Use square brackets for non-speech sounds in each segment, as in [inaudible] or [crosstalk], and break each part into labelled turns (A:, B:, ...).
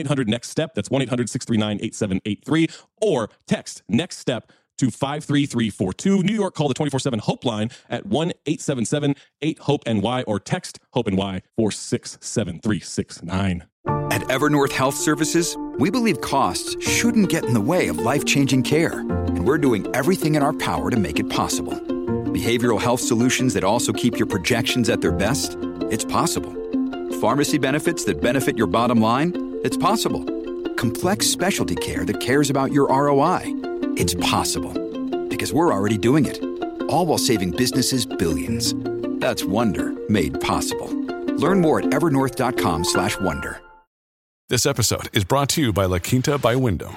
A: 800 Next Step. That's 1 800 639 8783. Or text Next Step to 53342. New York, call the 24 7 Hope line at 1 877 8 Hope NY or text Hope NY 467369.
B: At Evernorth Health Services, we believe costs shouldn't get in the way of life changing care, and we're doing everything in our power to make it possible. Behavioral health solutions that also keep your projections at their best? It's possible. Pharmacy benefits that benefit your bottom line? It's possible. Complex specialty care that cares about your ROI? It's possible. Because we're already doing it, all while saving businesses billions. That's Wonder made possible. Learn more at evernorth.com/slash wonder.
C: This episode is brought to you by La Quinta by Wyndham.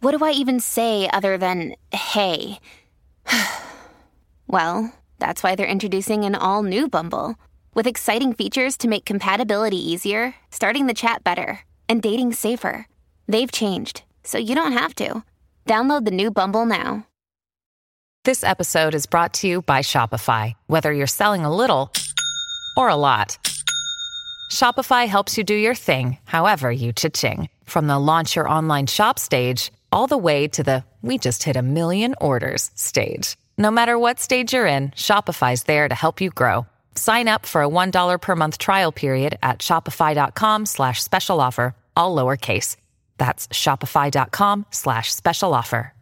D: what do I even say other than hey? [sighs] well, that's why they're introducing an all new Bumble with exciting features to make compatibility easier, starting the chat better, and dating safer. They've changed, so you don't have to. Download the new Bumble now.
E: This episode is brought to you by Shopify. Whether you're selling a little or a lot, Shopify helps you do your thing, however you cha-ching. From the launch your online shop stage, all the way to the we just hit a million orders stage. No matter what stage you're in, Shopify's there to help you grow. Sign up for a $1 per month trial period at shopify.com slash special offer, all lowercase. That's shopify.com slash special offer.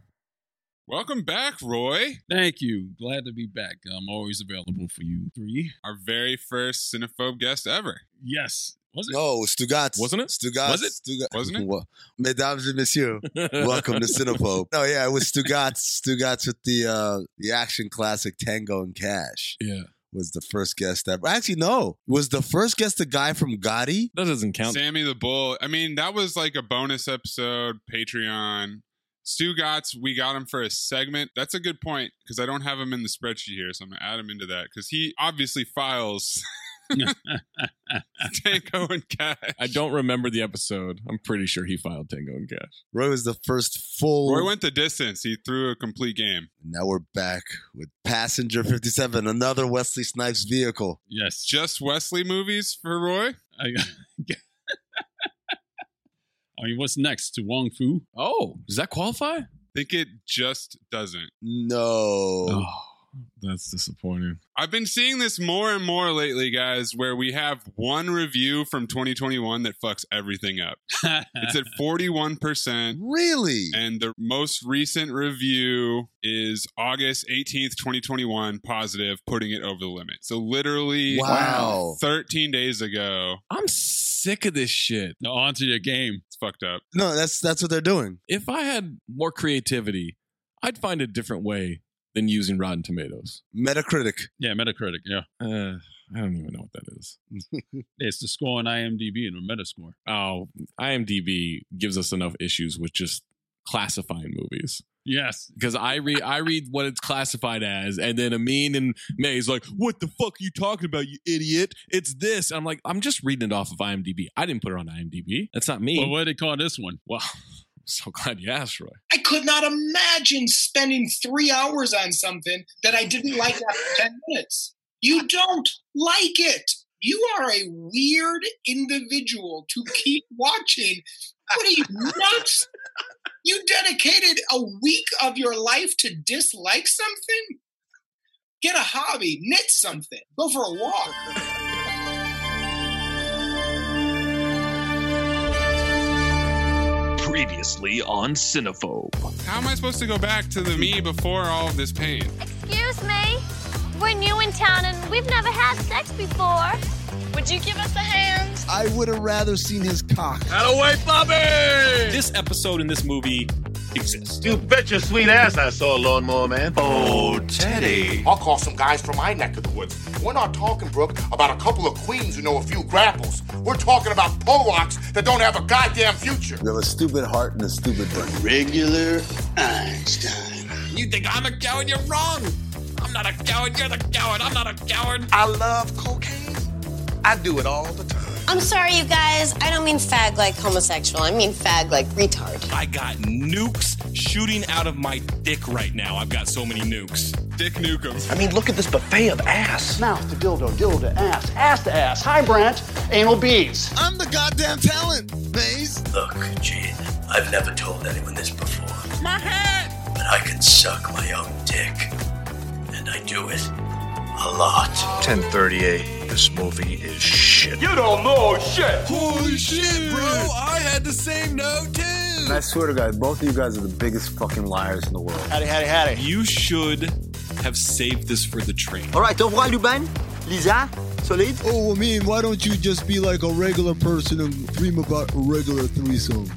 F: Welcome back, Roy.
G: Thank you. Glad to be back. I'm always available for you three.
F: Our very first cinephobe guest ever.
G: Yes. Was it?
H: No, Stugatz.
F: Wasn't it?
H: Stugatz.
F: Was it?
H: Stugatz.
F: Wasn't it?
H: Well, mesdames and messieurs,
G: [laughs]
H: welcome
F: [laughs]
H: to Cinepope. No, yeah, it was Stugatz. Stugatz with the uh, the action classic Tango and Cash
G: Yeah.
H: was the first guest ever. Actually, no, was the first guest the guy from Gotti?
A: That doesn't count.
F: Sammy the Bull. I mean, that was like a bonus episode, Patreon. Stu Gotts, we got him for a segment. That's a good point because I don't have him in the spreadsheet here, so I'm going to add him into that because he obviously files Tanko and Cash.
A: I don't remember the episode. I'm pretty sure he filed Tango and Cash.
H: Roy was the first full.
F: Roy went the distance. He threw a complete game.
H: now we're back with Passenger 57, another Wesley Snipes vehicle.
G: yes.
F: Just Wesley movies for Roy?
G: I, I mean, what's next to Wong Fu?
I: Oh, does that qualify?
F: think it just doesn't.
H: No.
G: Oh, That's [laughs] disappointing.
F: I've been seeing this more and more lately, guys, where we have one review from 2021 that fucks everything up. It's
J: [laughs]
F: at 41%.
H: Really?
F: And the most recent review is August 18th, 2021, positive, putting it over the limit. So literally
H: Wow.
F: 13 days ago,
G: I'm sick of this shit. Now, on to your game.
F: it's fucked up.
H: No, that's that's what they're doing.
A: If I had more creativity, I'd find a different way than using Rotten Tomatoes.
H: Metacritic.
G: Yeah, Metacritic. Yeah.
A: Uh, I don't even know what that is.
G: It's the score on IMDb and a Metascore.
A: Oh, IMDb gives us enough issues with just classifying movies.
G: Yes.
A: because I read I read what it's classified as, and then Amin and May's like, "What the fuck are you talking about, you idiot? It's this." And I'm like, "I'm just reading it off of IMDb. I didn't put it on IMDb. That's not me."
G: Well, what do they call this one?
A: Well, [laughs] so glad you asked, Roy.
K: I could not imagine spending three hours on something that I didn't like after 10 minutes. You don't like it. You are a weird individual to keep watching. What are you nuts? You dedicated a week of your life to dislike something? Get a hobby, knit something, go for a walk.
L: Previously on Cinephobe.
F: How am I supposed to go back to the me before all of this pain?
M: Excuse me. We're new in town and we've never had sex before. Would you give us a hand?
H: I would have rather seen his cock.
A: This episode in this movie exists.
L: You bet your sweet ass I saw a lawnmower man. Oh, Teddy.
M: I'll call some guys from my neck of the woods. We're not talking, Brooke, about a couple of queens who know a few grapples. We're talking about Polacks that don't have a goddamn future.
H: You have a stupid heart and a stupid brain.
L: Regular Einstein.
K: You think I'm a coward? You're wrong. I'm not a coward. You're the coward. I'm not a coward.
L: I love cocaine. I do it all the time.
M: I'm sorry, you guys. I don't mean fag like homosexual. I mean fag like retard.
A: I got nukes shooting out of my dick right now. I've got so many nukes.
F: Dick Nukem.
L: I mean, look at this buffet of ass.
M: Mouth to dildo, dildo to ass, ass to ass. Hi, Brant. Anal beads.
H: I'm the goddamn talent, Maze.
L: Look, Gene, I've never told anyone this before. My head! But I can suck my own dick. And I do it a lot. 1038. This movie is shit. You don't know shit!
A: Holy shit, bro! I had the same note too.
N: I swear to God, both of you guys are the biggest fucking liars in the world.
M: Howdy, howdy, howdy.
A: You should have saved this for the train.
N: All right, au revoir, Lubin. Lisa, solid.
H: Oh, I mean, why don't you just be like a regular person and dream about regular threesomes?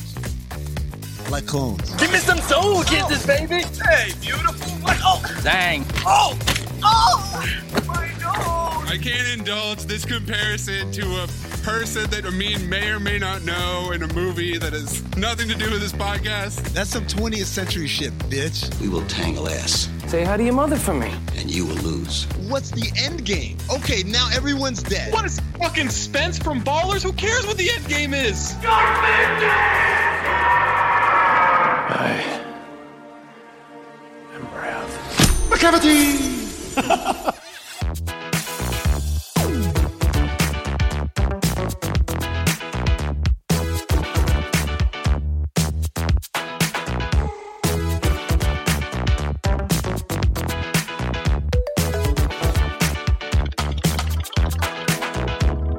H: Like clones.
L: Give me some soul kisses, baby! Hey, beautiful! What? Oh! Dang. Oh! Oh! My nose!
F: I can't indulge this comparison to a person that Amin may or may not know in a movie that has nothing to do with this podcast.
H: That's some 20th century shit, bitch.
L: We will tangle ass,
M: Say hi to your mother for me.
L: and you will lose.
H: What's the end game? Okay, now everyone's dead.
L: What is fucking Spence from Ballers? Who cares what the end game is? I am proud.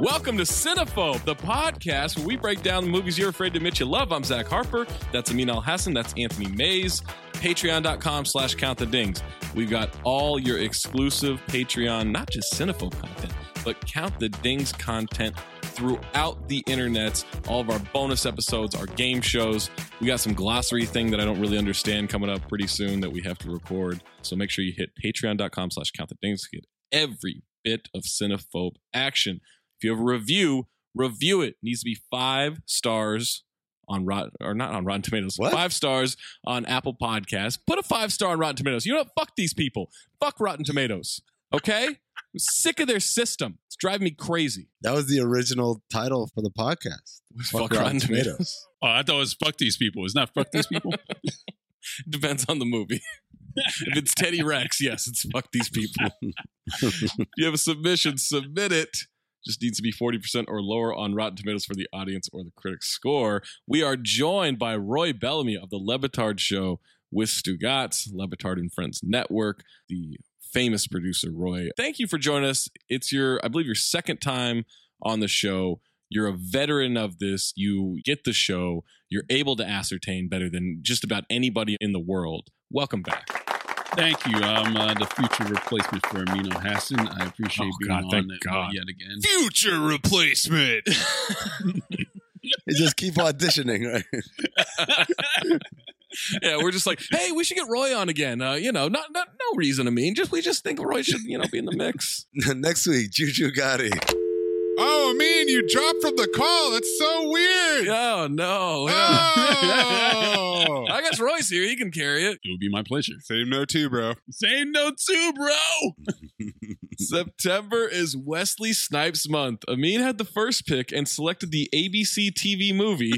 A: Welcome to Cinephobe, the podcast where we break down the movies you're afraid to admit you love. I'm Zach Harper. That's Amin Al Hassan. That's Anthony Mays. Patreon.com slash count the dings. We've got all your exclusive Patreon, not just Cinephobe content, but count the dings content throughout the internets. All of our bonus episodes, our game shows. We got some glossary thing that I don't really understand coming up pretty soon that we have to record. So make sure you hit patreon.com slash count the dings to get every bit of Cinephobe action. If you have a review, review it. it needs to be five stars on Rot or not on Rotten Tomatoes.
H: What?
A: Five stars on Apple Podcasts. Put a five star on Rotten Tomatoes. You know what? Fuck these people. Fuck Rotten Tomatoes. Okay? I'm sick of their system. It's driving me crazy.
H: That was the original title for the podcast.
A: Fuck, Rotten Tomatoes.
H: [laughs]
G: Oh, I thought it was fuck these people. It's not fuck these people.
A: [laughs] Depends on the [laughs] movie. if it's Teddy Rex, yes, it's fuck these [laughs] people. if you have a submission, submit it. Just needs to be 40% or lower on Rotten Tomatoes for the audience or the critics score. We are joined by Roy Bellamy of The Levitard Show with Stu Gatz, Levitard and Friends Network, the famous producer Roy. Thank you for joining us. It's your, I believe, your second time on the show. You're a veteran of this. You get the show. You're able to ascertain better than just about anybody in the world. Welcome back.
G: Thank you. I'm uh, the future replacement for Amino Hassan. I appreciate
A: Oh,
G: being
A: God,
G: on
A: thank
G: it
A: God.
G: yet again.
F: Future replacement.
H: You just keep auditioning, right?
A: [laughs]
H: [laughs]
A: yeah, we're just like, hey, we should get Roy on again. Uh, you know, not, not no reason. I mean, just we just think Roy should you know be in
G: [laughs]
A: the mix.
H: Next week, Juju Gotti.
F: oh man, you dropped from the call. That's so weird.
H: [laughs]
A: Oh no!
F: Oh.
A: [laughs] I guess Roy's here. He can carry it.
G: It would be my pleasure.
F: Same no two, bro.
G: Same no two, bro.
A: September is Wesley Snipes month. Amin had the first pick and selected the ABC
H: [laughs]
A: TV movie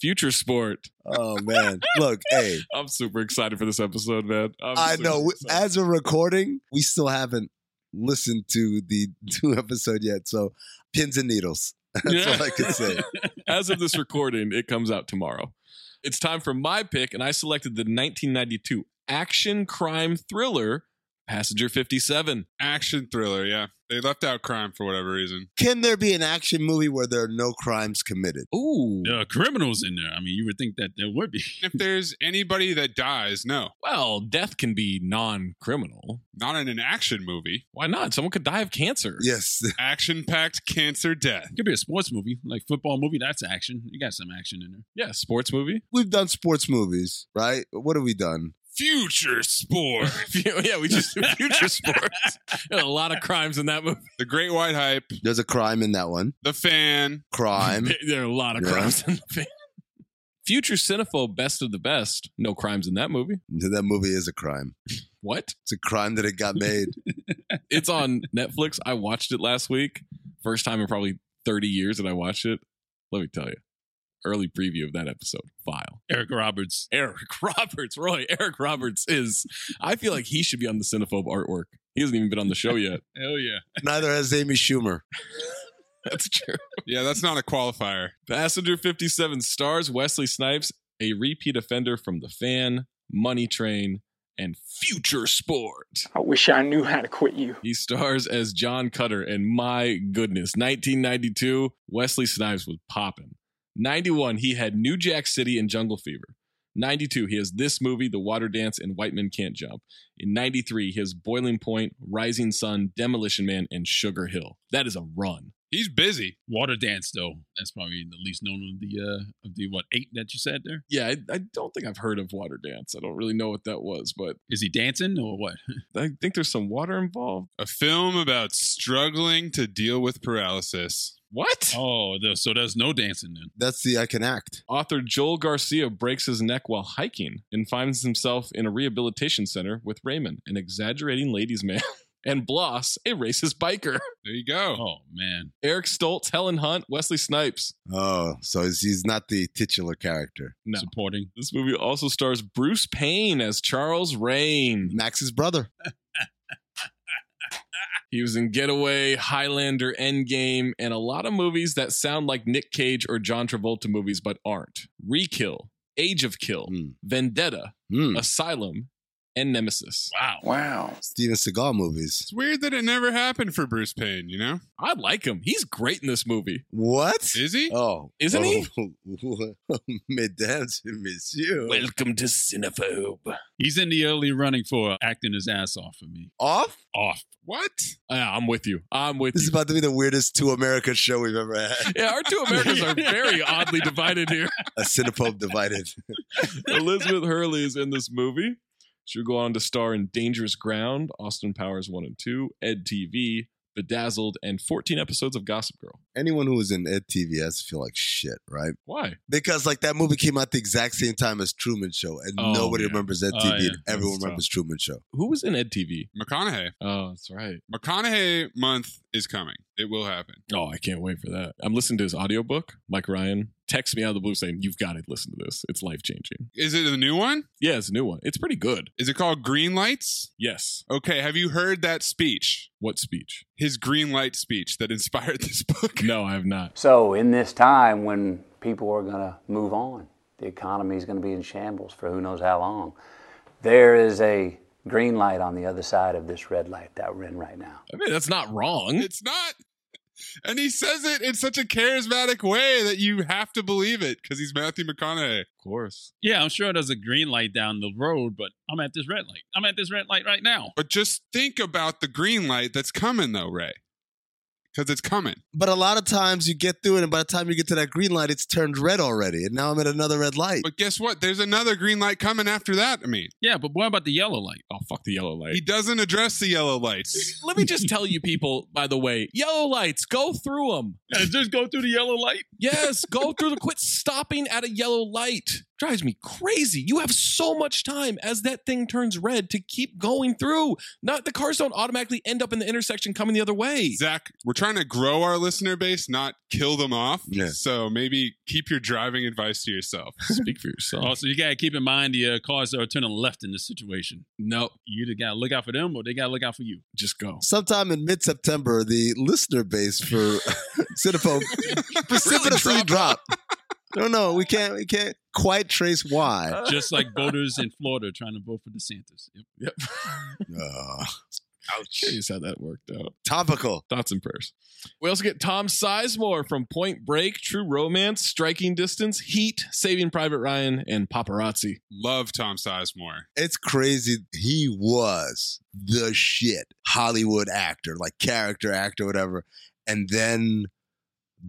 A: Future Sport.
H: Oh man, look, hey,
A: I'm super excited for this episode, man. I'm
H: I
A: super
H: know. we-
A: excited.
H: As a recording, we still haven't listened to the [laughs] new episode yet, so pins and needles. [laughs] That's
A: Yeah.
H: all I can say.
A: [laughs] As of this recording, it comes out tomorrow. It's time for my pick, and I selected the 1992 action crime thriller Passenger 57.
F: Action thriller. Yeah, they left out crime for whatever reason.
H: Can there be an action movie where there are no crimes committed?
A: Ooh.
G: There are criminals in there. I mean, you would think that there would be.
F: If there's anybody that dies, no,
A: Well, death can be non criminal.
F: not in an action movie.
A: Why not? Someone could die of cancer.
H: Yes. [laughs]
F: Action packed cancer death.
G: It could be a sports movie, like football movie. That's action. You got some action in there.
A: Yeah, sports [laughs] movie.
H: We've done sports movies, right? What have we done?
F: Future sport.
G: [laughs]
A: yeah, we just [laughs] future sports. There are a lot of crimes in that movie.
F: the Great White Hype.
H: There's a crime in that one.
F: The fan.
J: [laughs]
H: Crime.
A: There are a lot of
H: Yeah.
A: crimes in the movie. Future Cinephobe Best of the Best. No crimes in that movie.
H: that movie is a crime.
A: What?
H: It's a crime that it got made.
A: It's [laughs] on Netflix. I watched it last week. First time in probably 30 years that I watched it. Let me tell you. Early preview of that episode. File.
G: Eric Roberts.
A: Eric [laughs] Roberts, Roy. Eric Roberts is. I feel like he should be on the Cinephobe artwork. He hasn't even been on the show yet.
G: [laughs] Hell yeah.
H: Neither has Amy Schumer.
A: That's true.
F: Yeah, that's not a qualifier.
A: Passenger 57 stars Wesley Snipes, a repeat offender from The Fan, Money Train, and Future Sport.
O: I wish I knew how to quit you.
A: He stars as John Cutter, and my goodness, 1992, Wesley Snipes was popping. 91, he had New Jack City and Jungle Fever. 92, he has this movie, The Water Dance, and White Men Can't Jump. In 93, he has Boiling Point, Rising Sun, Demolition Man, and Sugar Hill. That is a run.
F: He's busy.
G: Water Dance, though. That's probably the least known of the uh of the what eight that you said there.
A: Yeah, I, I don't think I've heard of Water Dance. I don't really know what that was, but
G: Is he dancing or what? [laughs]
A: I think there's some water involved.
F: A film about struggling to deal with paralysis.
A: What?
G: Oh, there- so there's no dancing then.
H: That's the I can act.
A: Author Joel Garcia breaks his neck while hiking and finds himself in a rehabilitation center with Raymond, an exaggerating ladies' man, [laughs] and Bloss, a racist biker.
F: There you go.
G: Oh man.
A: Eric Stoltz, Helen Hunt, Wesley Snipes.
H: Oh, so he's- he's not the titular character.
A: No.
G: Supporting.
A: This movie also stars Bruce Payne as Charles Rain.
H: Max's brother.
A: He was in Getaway, Highlander, Endgame, and a lot of movies that sound like Nick Cage or John Travolta movies but aren't. Rekill, Age of Kill,
H: Hmm.
A: Vendetta,
H: Hmm.
A: Asylum, and Nemesis.
G: Wow.
O: Wow.
H: Steven Seagal movies.
F: It's weird that it never happened for Bruce Payne, you know?
A: I like him. He's great in this movie.
H: What?
F: Is he?
H: Oh,
A: Isn't he?
H: [laughs] Mesdames and messieurs.
A: Welcome to Cinephobe.
G: He's in the early running for acting his ass off for me.
H: Off?
G: Off.
F: What?
A: Yeah, I'm with you. I'm with
H: This is
A: you.
H: about to be the weirdest two America show we've ever had.
A: Yeah, our two Americans are very oddly divided here. [laughs]
H: A Cinepope divided. [laughs]
A: Elizabeth Hurley is in this movie. She'll go on to star in Dangerous Ground, Austin Powers 1 and 2, Ed TV, Bedazzled, and 14 episodes of Gossip Girl.
H: Anyone who was in Ed TV has to feel like shit, right?
A: Why?
H: Because like that movie came out the exact same time as Truman Show, and
A: Oh,
H: nobody
A: yeah.
H: remembers Ed
G: Oh,
H: TV,
G: yeah.
H: and everyone
A: That's tough.
H: remembers Truman Show.
A: Who was in E Ed TV?
F: McConaughey.
A: Oh, that's right.
F: McConaughey month is coming. It will happen.
A: Oh, I can't wait for that. I'm listening to his audiobook. Mike Ryan texts me out of the blue saying, You've got to listen to this. It's life changing.
F: Is it a new one?
A: Yeah, it's a new one. It's pretty good.
F: Is it called Green Lights?
A: Yes.
F: Okay, have you heard that speech?
A: What speech?
F: His green light speech that inspired [laughs] this book.
A: No, I have not.
P: So, in this time when people are going to move on, the economy is going to be in shambles for who knows how long, there is a green light on the other side of this red light that we're in right now.
A: I mean, that's not wrong.
F: It's not. And he says it in such a charismatic way that you have to believe it because he's Matthew McConaughey. Of course.
G: Yeah, I'm sure there's a green light down the road, but I'm at this red light. I'm at this red light right now.
F: But just think about the green light that's coming, though, Ray. Because it's coming.
H: But a lot of times you get through it, and by the time you get to that green light, it's turned red already, and now I'm at another red light.
F: But guess what? There's another green light coming after that. I mean,
G: Yeah, but what about the yellow light?
A: Oh, fuck the yellow light.
F: he doesn't address the yellow lights.
A: Let me just tell you, people, by the way, yellow lights, go through them.
G: just go through the yellow light.
A: Yes, go through the quit stopping at a yellow light. Drives me crazy. You have so much time as that thing turns red to keep going through. Not the cars don't automatically end up in the intersection coming the other way.
F: Zach, we're trying to grow our listener base, not kill them off.
H: Yeah.
F: So maybe keep your driving advice to yourself.
A: Speak for yourself.
G: Also, you gotta keep in mind the uh, cars that are turning left in this situation.
A: no,
G: You either gotta look out for them, or they gotta look out for you.
A: just go.
H: Sometime in mid September, the listener base for [laughs] Cinephobe precipitously dropped. No, no, we can't. We can't quite trace
J: Uh.
H: why.
G: Just like voters in Florida trying to vote for DeSantis. Yep.
A: Yep.
H: Uh,
A: Curious how that worked out.
H: topical.
A: Thoughts and prayers. We also get Tom Sizemore from Point Break, True Romance, Striking Distance, Heat, Saving Private Ryan, and Paparazzi.
F: Love Tom Sizemore.
H: It's crazy. He was the shit Hollywood actor, like character actor, whatever. And then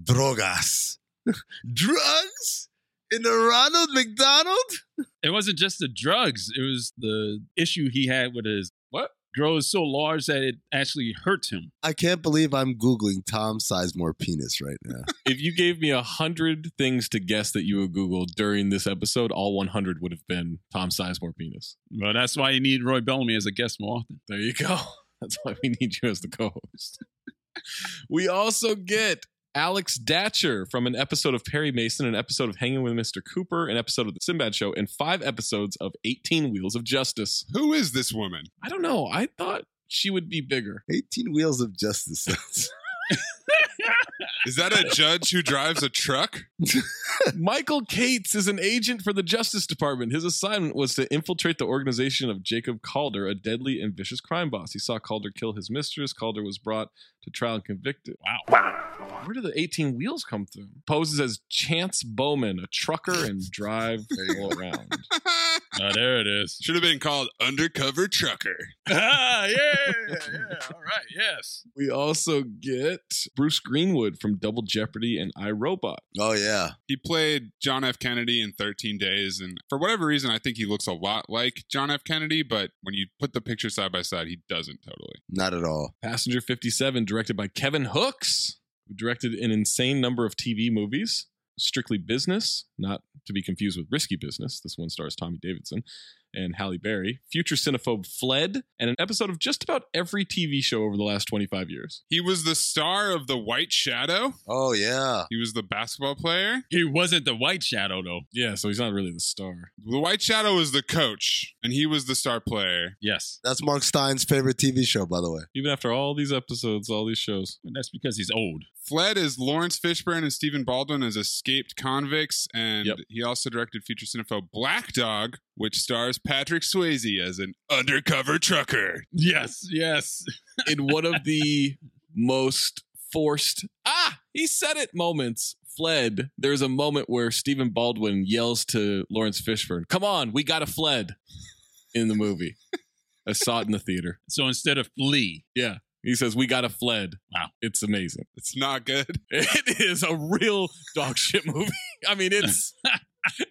H: drogas, [laughs] drugs in the Ronald McDonald.
G: It wasn't just the drugs; it was the issue he had with his what grows so large that it actually hurts him.
H: I can't believe I'm googling Tom Sizemore penis right now.
A: if you gave me a hundred things to guess that you would Google during this episode, all 100 would have been Tom Sizemore penis.
G: Well, that's why you need Roy Bellamy as a guest more often.
A: There you go. [laughs] That's why we need you as the co-host. we also get Alex Datcher from an episode of Perry Mason, an episode of Hanging with Mr. Cooper, an episode of The Sinbad Show, and five episodes of 18 Wheels of Justice.
F: Who is this woman?
A: I don't know. I thought she would be bigger.
H: 18 Wheels of Justice. sounds-
F: Is that a judge who drives a truck?
A: [laughs] Michael Cates is an agent for the Justice Department. His assignment was to infiltrate the organization of Jacob Calder, a deadly and vicious crime boss. He saw Calder kill his mistress. Calder was brought to trial and convicted. Wow. Where do the 18 wheels come through? Poses as Chance Bowman, a trucker, and drive all around.
G: Oh, there it is.
F: Should have been called Undercover Trucker.
G: [laughs] ah, yeah, yeah. All right, yes.
A: We also get Bruce Greenwood from Double Jeopardy and iRobot.
H: Oh yeah,
F: He played John F. Kennedy in 13 Days, and for whatever reason, I think he looks a lot like John F. Kennedy, but when you put the picture side by side, he doesn't totally.
H: not at all.
A: Passenger 57, directed by Kevin Hooks, who directed an insane number of TV movies. Strictly Business, not to be confused with Risky Business. This one stars Tommy Davidson and Halle Berry. Future Cinephobe Fled, and an episode of just about every TV show over the last 25 years.
F: He was the star of The White Shadow.
H: Oh yeah.
F: He was the basketball player.
G: He wasn't the White Shadow though.
A: Yeah, so he's not really the star.
F: The White Shadow was the coach, and he was the star player.
G: Yes,
H: That's Mark Stein's favorite TV show, by the way.
A: Even after all these episodes, all these shows.
G: and that's because he's old.
F: Fled as Lawrence Fishburne and Stephen Baldwin as escaped convicts, and
A: Yep.
F: he also directed future cinephobe Black Dog, which stars Patrick Swayze as an undercover trucker.
G: Yes, yes. [laughs]
A: In one of the most forced, ah, he said it moments. Fled. There's a moment where Stephen Baldwin yells to Lawrence Fishburne, "Come on, we gotta fled!" In the movie, I saw it in the theater.
G: So instead of flee,
A: Yeah, he says, "We gotta fled."
G: Wow.
A: it's amazing.
F: It's not good.
A: [laughs] It is a real dog shit movie. [laughs] I mean,
G: [laughs]
A: it's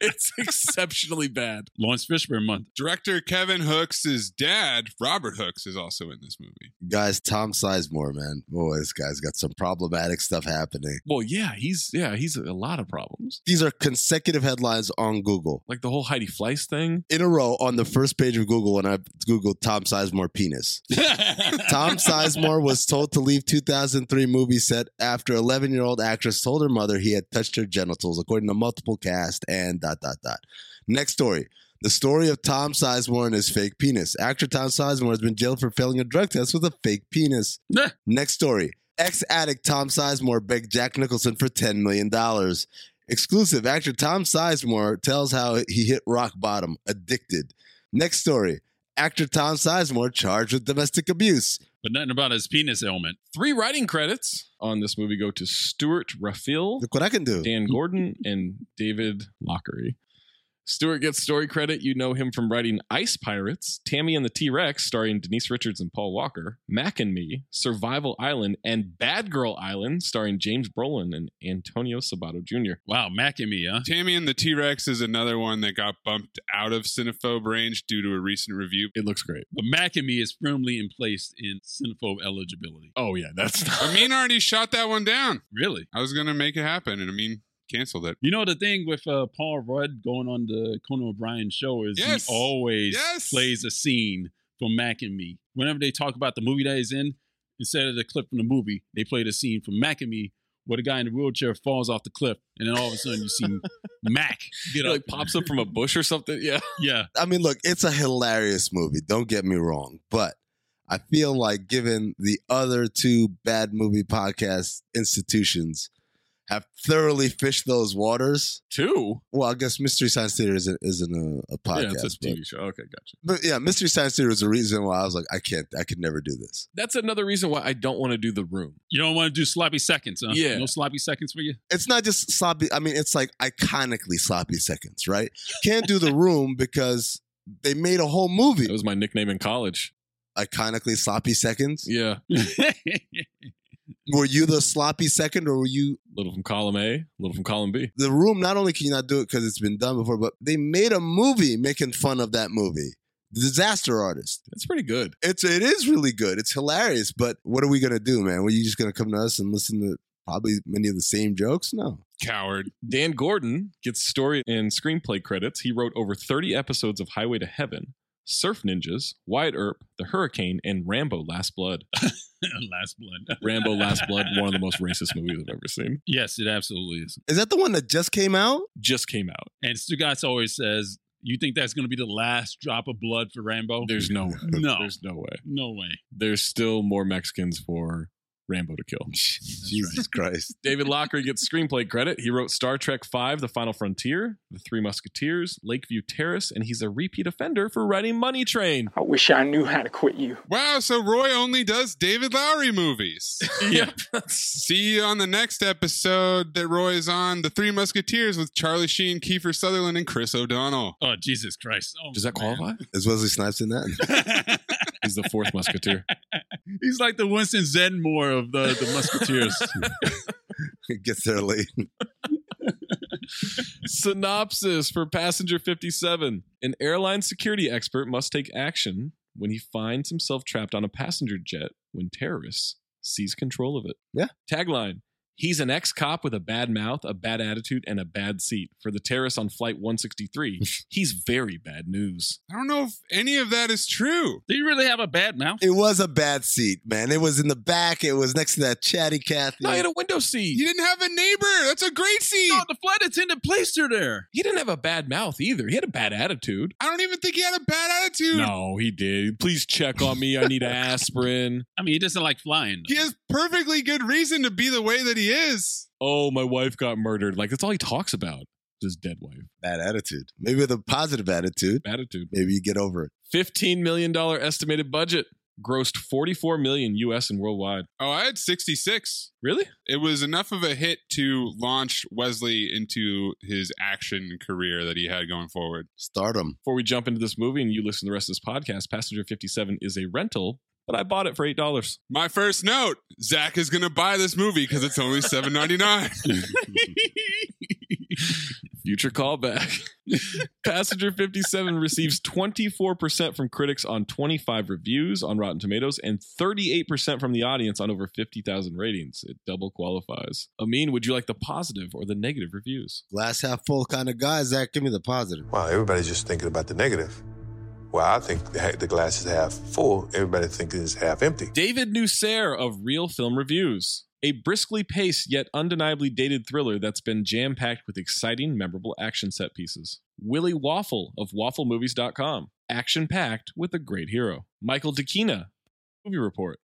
A: it's exceptionally bad.
G: Lawrence Fishburne month.
F: Director Kevin Hooks' dad, Robert Hooks, is also in this movie.
H: Guys, Tom Sizemore, man. Boy, this guy's got some problematic stuff happening.
A: Well, yeah, he's yeah, he's a lot of problems.
H: These are consecutive headlines on Google
A: Like the whole Heidi Fleiss thing.
H: in a row on the first page of Google when I Googled Tom Sizemore penis. Tom Sizemore was told to leave 2003 movie set after 11 year old actress told her mother he had touched her genitals, according to multiple cast and dot dot dot. Next story. The story of Tom Sizemore and his fake penis. Actor Tom Sizemore has been jailed for failing a drug test with a fake penis.
G: Nah.
H: Next story. Ex addict Tom Sizemore begged Jack Nicholson for $10 million. Exclusive actor Tom Sizemore tells how he hit rock bottom, addicted. Next story. actor Tom Sizemore charged with domestic abuse.
G: But nothing about his penis ailment.
A: Three writing credits on this movie go to Stuart Raphael,
H: Look what I can do.
A: Dan Gordon, and David Lockery. Stuart gets story credit. You know him from writing Ice Pirates, Tammy and the T Rex, starring Denise Richards and Paul Walker, Mac and Me, Survival Island, and Bad Girl Island, starring James Brolin and Antonio Sabato Jr.
G: Wow, Mac and me, huh?
F: Tammy and the T Rex is another one that got bumped out of cinephobe range due to a recent review.
A: It looks great.
G: But Mac and me is firmly in place in cinephobe eligibility.
A: Oh, yeah, that's not.
F: Amin already shot that one down.
G: Really?
F: I was gonna make it happen, and Amin canceled it.
G: You know the thing with uh, Paul Rudd going on the Conan O'Brien show is
F: Yes.
G: he always
F: Yes.
G: plays a scene from Mac and Me. Whenever they talk about the movie that he's in, instead of the clip from the movie, they play the scene from Mac and Me where the guy in the wheelchair falls off the cliff, and then all of a sudden you
A: [laughs]
G: see Mac
A: It
G: get up.
A: like pops up from a bush or something. Yeah.
G: yeah,
H: I mean, look, it's a hilarious movie. Don't get me wrong, but I feel like given the other two bad movie podcast institutions have thoroughly fished those waters.
A: Two.
H: Well, I guess Mystery Science Theater isn't, isn't a, a
A: yeah,
H: podcast,
A: it's a
H: but,
A: TV show. Okay, gotcha.
H: but yeah, Mystery Science Theater was a reason why I was like, I can't, I could never do this.
A: That's another reason why I don't want to do the room.
G: you don't want to do sloppy seconds, huh?
A: Yeah.
G: no sloppy seconds
A: [laughs]
G: for you.
H: It's not just sloppy. I mean, it's like iconically sloppy seconds, right? Can't do the room because they made a whole
A: That
H: movie
A: was my nickname in college.
H: iconically sloppy seconds.
A: Yeah.
H: Were you the sloppy second, or were you
A: little from column A, little from column B.
H: the room not only can you not do it because it's been done before, but they made a movie making fun of that movie. The Disaster Artist.
A: That's pretty good.
H: It's it is really good. It's hilarious. But what are we gonna do, man? Were you just gonna come to us and listen to probably many of the same jokes? No.
F: Coward.
A: Dan Gordon gets story and screenplay credits. He wrote over 30 episodes of Highway to Heaven, Surf Ninjas, Wyatt Earp, The Hurricane, and Rambo Last Blood.
G: [laughs] Last blood.
A: Rambo Last Blood, one of the most racist movies I've ever seen,
G: Yes, it absolutely is.
H: Is that the one that just came out?
A: just came out.
G: And Stugatz always says, "You think that's going to be the last drop of blood for Rambo?"
A: There's
G: [laughs]
A: [laughs] no way.
G: No.
A: There's no way.
G: no way.
A: There's still more Mexicans for Rambo to kill.
H: Jesus Christ.
A: David Lockery gets screenplay credit. He wrote Star Trek V, The Final Frontier, The Three Musketeers, Lakeview Terrace, and he's a repeat offender for writing Money Train.
L: I wish I knew how to quit you.
F: Wow, so Roy only does David Lowry
A: [laughs]
F: movies.
A: yep.
F: See you on the next episode that Roy is on The Three Musketeers with Charlie Sheen, Kiefer Sutherland, and Chris O'Donnell.
G: Oh Jesus Christ! Oh,
A: Does that
G: man.
A: qualify?
H: Is Wesley Snipes in
A: [laughs]
H: that? [laughs]
A: He's the fourth Musketeer.
G: [laughs] He's like the Winston Zenmore of the, the Musketeers.
H: Gets there late.
A: Synopsis for Passenger 57 An airline security expert must take action when he finds himself trapped on a passenger jet when terrorists seize control of it.
H: Yeah.
A: Tagline He's an ex cop with a bad mouth, a bad attitude, and a bad seat. For the terrorists on Flight 163, he's very bad news.
F: [laughs] I don't know if any of that is true.
G: Do you really have a bad mouth?
H: It was a bad seat, man. It was in the back. It was next to that chatty Cathy.
A: No, he had a window seat.
F: You didn't have a neighbor. That's a great scene.
G: No, the flight attendant placed her there.
A: He didn't have a bad mouth either. He had a bad attitude.
F: I don't even think he had a bad attitude.
A: No, he did. Please check on me. I need aspirin.
G: I mean, he doesn't like flying.
F: He has perfectly good reason to be the way that he is.
A: oh, my wife got murdered. Like that's all he talks about. His dead wife.
H: bad attitude. Maybe with a positive attitude,
A: Attitude.
H: maybe you get over it.
A: Fifteen million dollar estimated budget. Grossed forty four million US and worldwide.
F: Oh, I had 66.
A: Really?
F: It was enough of a hit to launch Wesley into his action career that he had going forward.
H: Stardom.
A: Before we jump into this movie and you listen to the rest of this podcast, Passenger fifty seven is a rental, but I bought it for eight dollars.
F: My first note Zach is going to buy this movie because it's only seven ninety
G: [laughs]
F: nine.
A: Future callback. [laughs] Passenger 57 receives 24% from critics on 25 reviews on Rotten Tomatoes and 38% from the audience on over 50,000 ratings. It double qualifies. Amin, would you like the positive or the negative reviews?
H: glass half full kind of guy, Zach. Give me the positive.
L: Wow, everybody's just thinking about the negative. Well, I think the, the glass is half full. Everybody thinks it's half empty.
A: David Nusser of Real Film Reviews. A briskly paced yet undeniably dated thriller that's been jam packed with exciting, memorable action set pieces. Willie Waffle of WaffleMovies.com. Action packed with a great hero. Michael DeKina. Movie Report.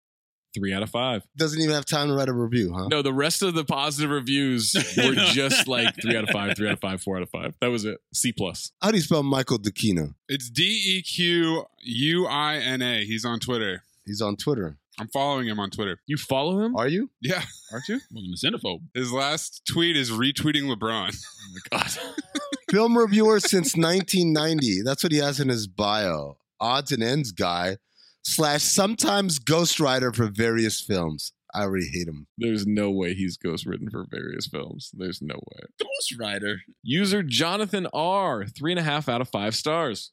A: Three out of five.
H: Doesn't even have time to write a review, huh?
A: No, the rest of the positive reviews [laughs] were just like three out of five, three out of five, four out of five. That was it. C plus.
H: How do you spell Michael Dukino?
F: It's D E Q U I N A. He's on Twitter.
H: He's on Twitter.
F: I'm following him on Twitter.
A: You follow him?
H: Are you?
F: Yeah.
A: Aren't you?
G: Welcome to Xenophobe.
F: His last tweet is retweeting LeBron. [laughs]
A: Oh my God.
H: Film reviewer
A: [laughs]
H: since 1990. That's what he has in his bio. Odds and ends guy slash sometimes ghostwriter for various films. I already hate him.
A: There's no way he's ghostwritten for various films. There's no way.
G: Ghost Rider.
A: User Jonathan R, three and a half out of five stars.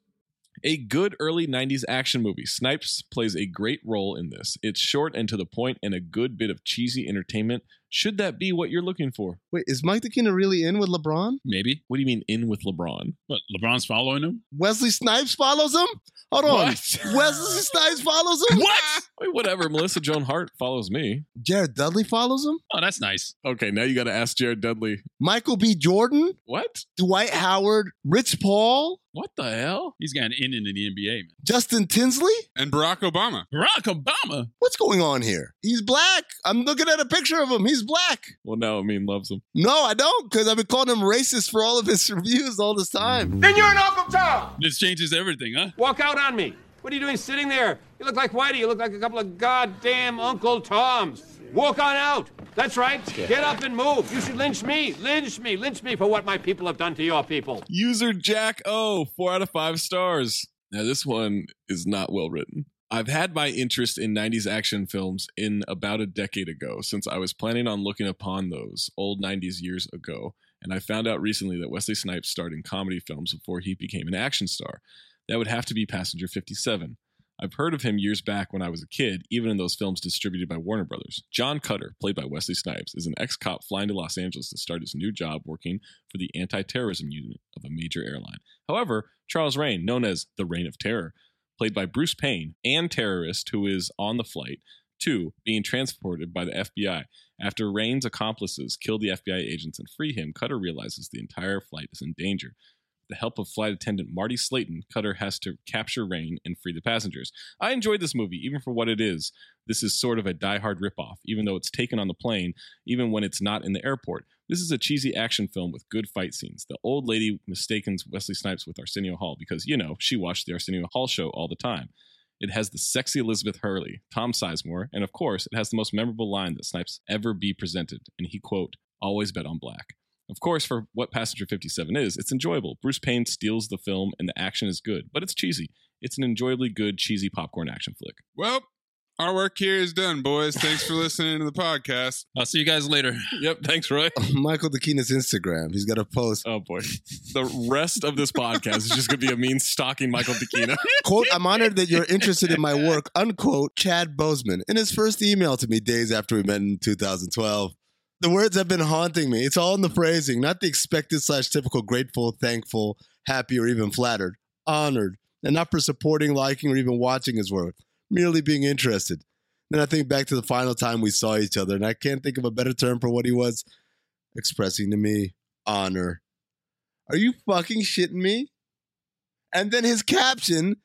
A: A good early 90s action movie. Snipes plays a great role in this. It's short and to the point and a good bit of cheesy entertainment. Should that be what you're looking for?
H: Wait, is Mike Dukino really in with LeBron?
G: Maybe.
A: What do you mean in with LeBron?
G: But LeBron's following him.
H: Wesley Snipes follows him? Hold on.
A: What?
H: [laughs] Wesley Snipes follows him?
F: Ah.
A: What? Wait, whatever. Melissa Joan Hart follows me.
H: Jared Dudley follows him?
G: Oh, that's nice.
A: Okay, now you got to ask Jared Dudley.
H: Michael B. Jordan?
A: What?
H: Dwight Howard? Rich Paul?
A: What the hell?
G: He's got an in in the NBA, man.
H: Justin Tinsley?
F: And Barack Obama.
G: Barack Obama.
H: What's going on here? He's black. I'm looking at a picture of him. He's black.
A: Well, now I mean loves him.
H: No, I don't, because I've been calling him racist for all of his [laughs] reviews all this time.
Q: Then you're an Uncle Tom!
G: This changes everything, huh?
M: Walk out on me. What are you doing sitting there? You look like Whitey. You look like a couple of goddamn Uncle Toms. Walk on out. That's right. Get up and move. You should lynch me. Lynch me. Lynch me for what my people have done to your people.
A: User Jack O, four out of five stars. Now, this one is not well written. I've had my interest in 90s action films in about a decade ago, since I was planning on looking upon those old 90s years ago. And I found out recently that Wesley Snipes starred in comedy films before he became an action star. That would have to be Passenger 57. I've heard of him years back when I was a kid, even in those films distributed by Warner Brothers. John Cutter, played by Wesley Snipes, is an ex cop flying to Los Angeles to start his new job working for the anti terrorism unit of a major airline. However, Charles Rain, known as the Reign of Terror, played by Bruce Payne, and terrorist who is on the flight to being transported by the FBI. After Rain's accomplices kill the FBI agents and free him, Cutter realizes the entire flight is in danger the help of flight attendant Marty Slayton, Cutter has to capture Rain and free the passengers. I enjoyed this movie, even for what it is. This is sort of a die-hard ripoff, even though it's taken on the plane, even when it's not in the airport. This is a cheesy action film with good fight scenes. The old lady mistakes Wesley Snipes with Arsenio Hall because, you know, she watched the Arsenio Hall show all the time. It has the sexy Elizabeth Hurley, Tom Sizemore, and of course, it has the most memorable line that Snipes ever be presented, and he quote, always bet on black. Of course, for what Passenger 57 is, it's enjoyable. Bruce Payne steals the film and the action is good, but it's cheesy. It's an enjoyably good, cheesy popcorn action flick.
F: Well, our work here is done, boys. Thanks for listening to the podcast.
G: I'll see you guys later.
A: Yep,
G: [laughs]
A: thanks, Roy.
H: [laughs] Michael Dakina's Instagram. He's got a post.
A: Oh boy. The rest of this podcast is just gonna be a mean stalking
G: [laughs]
A: Michael Dikina.
H: Quote, I'm honored that you're interested in my work, unquote, Chad Bozeman, in his first email to me days after we met in 2012. The words have been haunting me. It's all in the phrasing, not the expected slash typical grateful, thankful, happy, or even flattered. Honored, and not for supporting, liking, or even watching his work, merely being interested. Then I think back to the final time we saw each other, and I can't think of a better term for what he was expressing to me honor. Are you fucking shitting me? And then his caption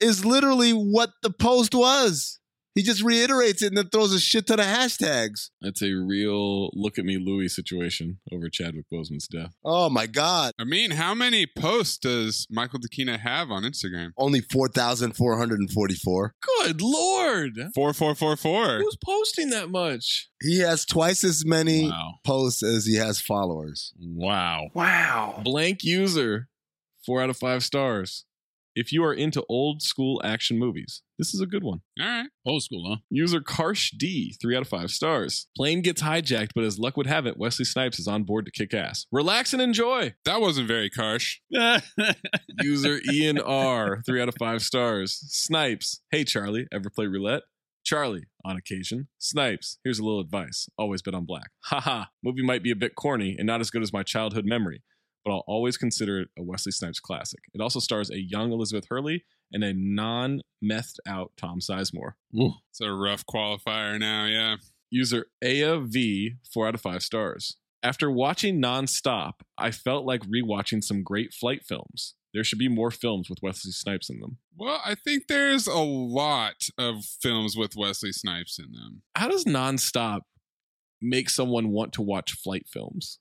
H: is literally what the post was. He just reiterates it and then throws a shit ton of hashtags.
A: That's a real look at me Louie situation over Chadwick Boseman's death.
H: Oh my God.
F: I mean, how many posts does Michael Dakina have on Instagram?
H: Only 4,444.
A: Good lord.
F: 4444.
A: Who's posting that much?
H: He has twice as many
G: Wow.
H: posts as he has followers.
G: Wow.
Q: Wow.
A: Blank user, four out of five stars. If you are into old school action movies, this is a good one.
F: All right.
G: Old school, huh?
A: User Karsh D, three out of five stars. Plane gets hijacked, but as luck would have it, Wesley Snipes is on board to kick ass. Relax and enjoy.
F: That wasn't very [laughs] harsh.
A: User Ian R, three out of five stars. Snipes, hey Charlie, ever play roulette? Charlie, on occasion. Snipes, here's a little advice. Always bet on black. Haha, movie might be a bit corny and not as good as my childhood memory, but I'll always consider it a Wesley Snipes classic. It also stars a young Elizabeth Hurley and a non methed out Tom Sizemore.
F: It's a rough qualifier now, yeah.
A: User AAV, four out of five stars. After watching nonstop, I felt like rewatching some great flight films. There should be more films with Wesley Snipes in them.
F: Well, I think there's a lot of films with Wesley Snipes in them.
A: How does Nonstop make someone want to watch flight films?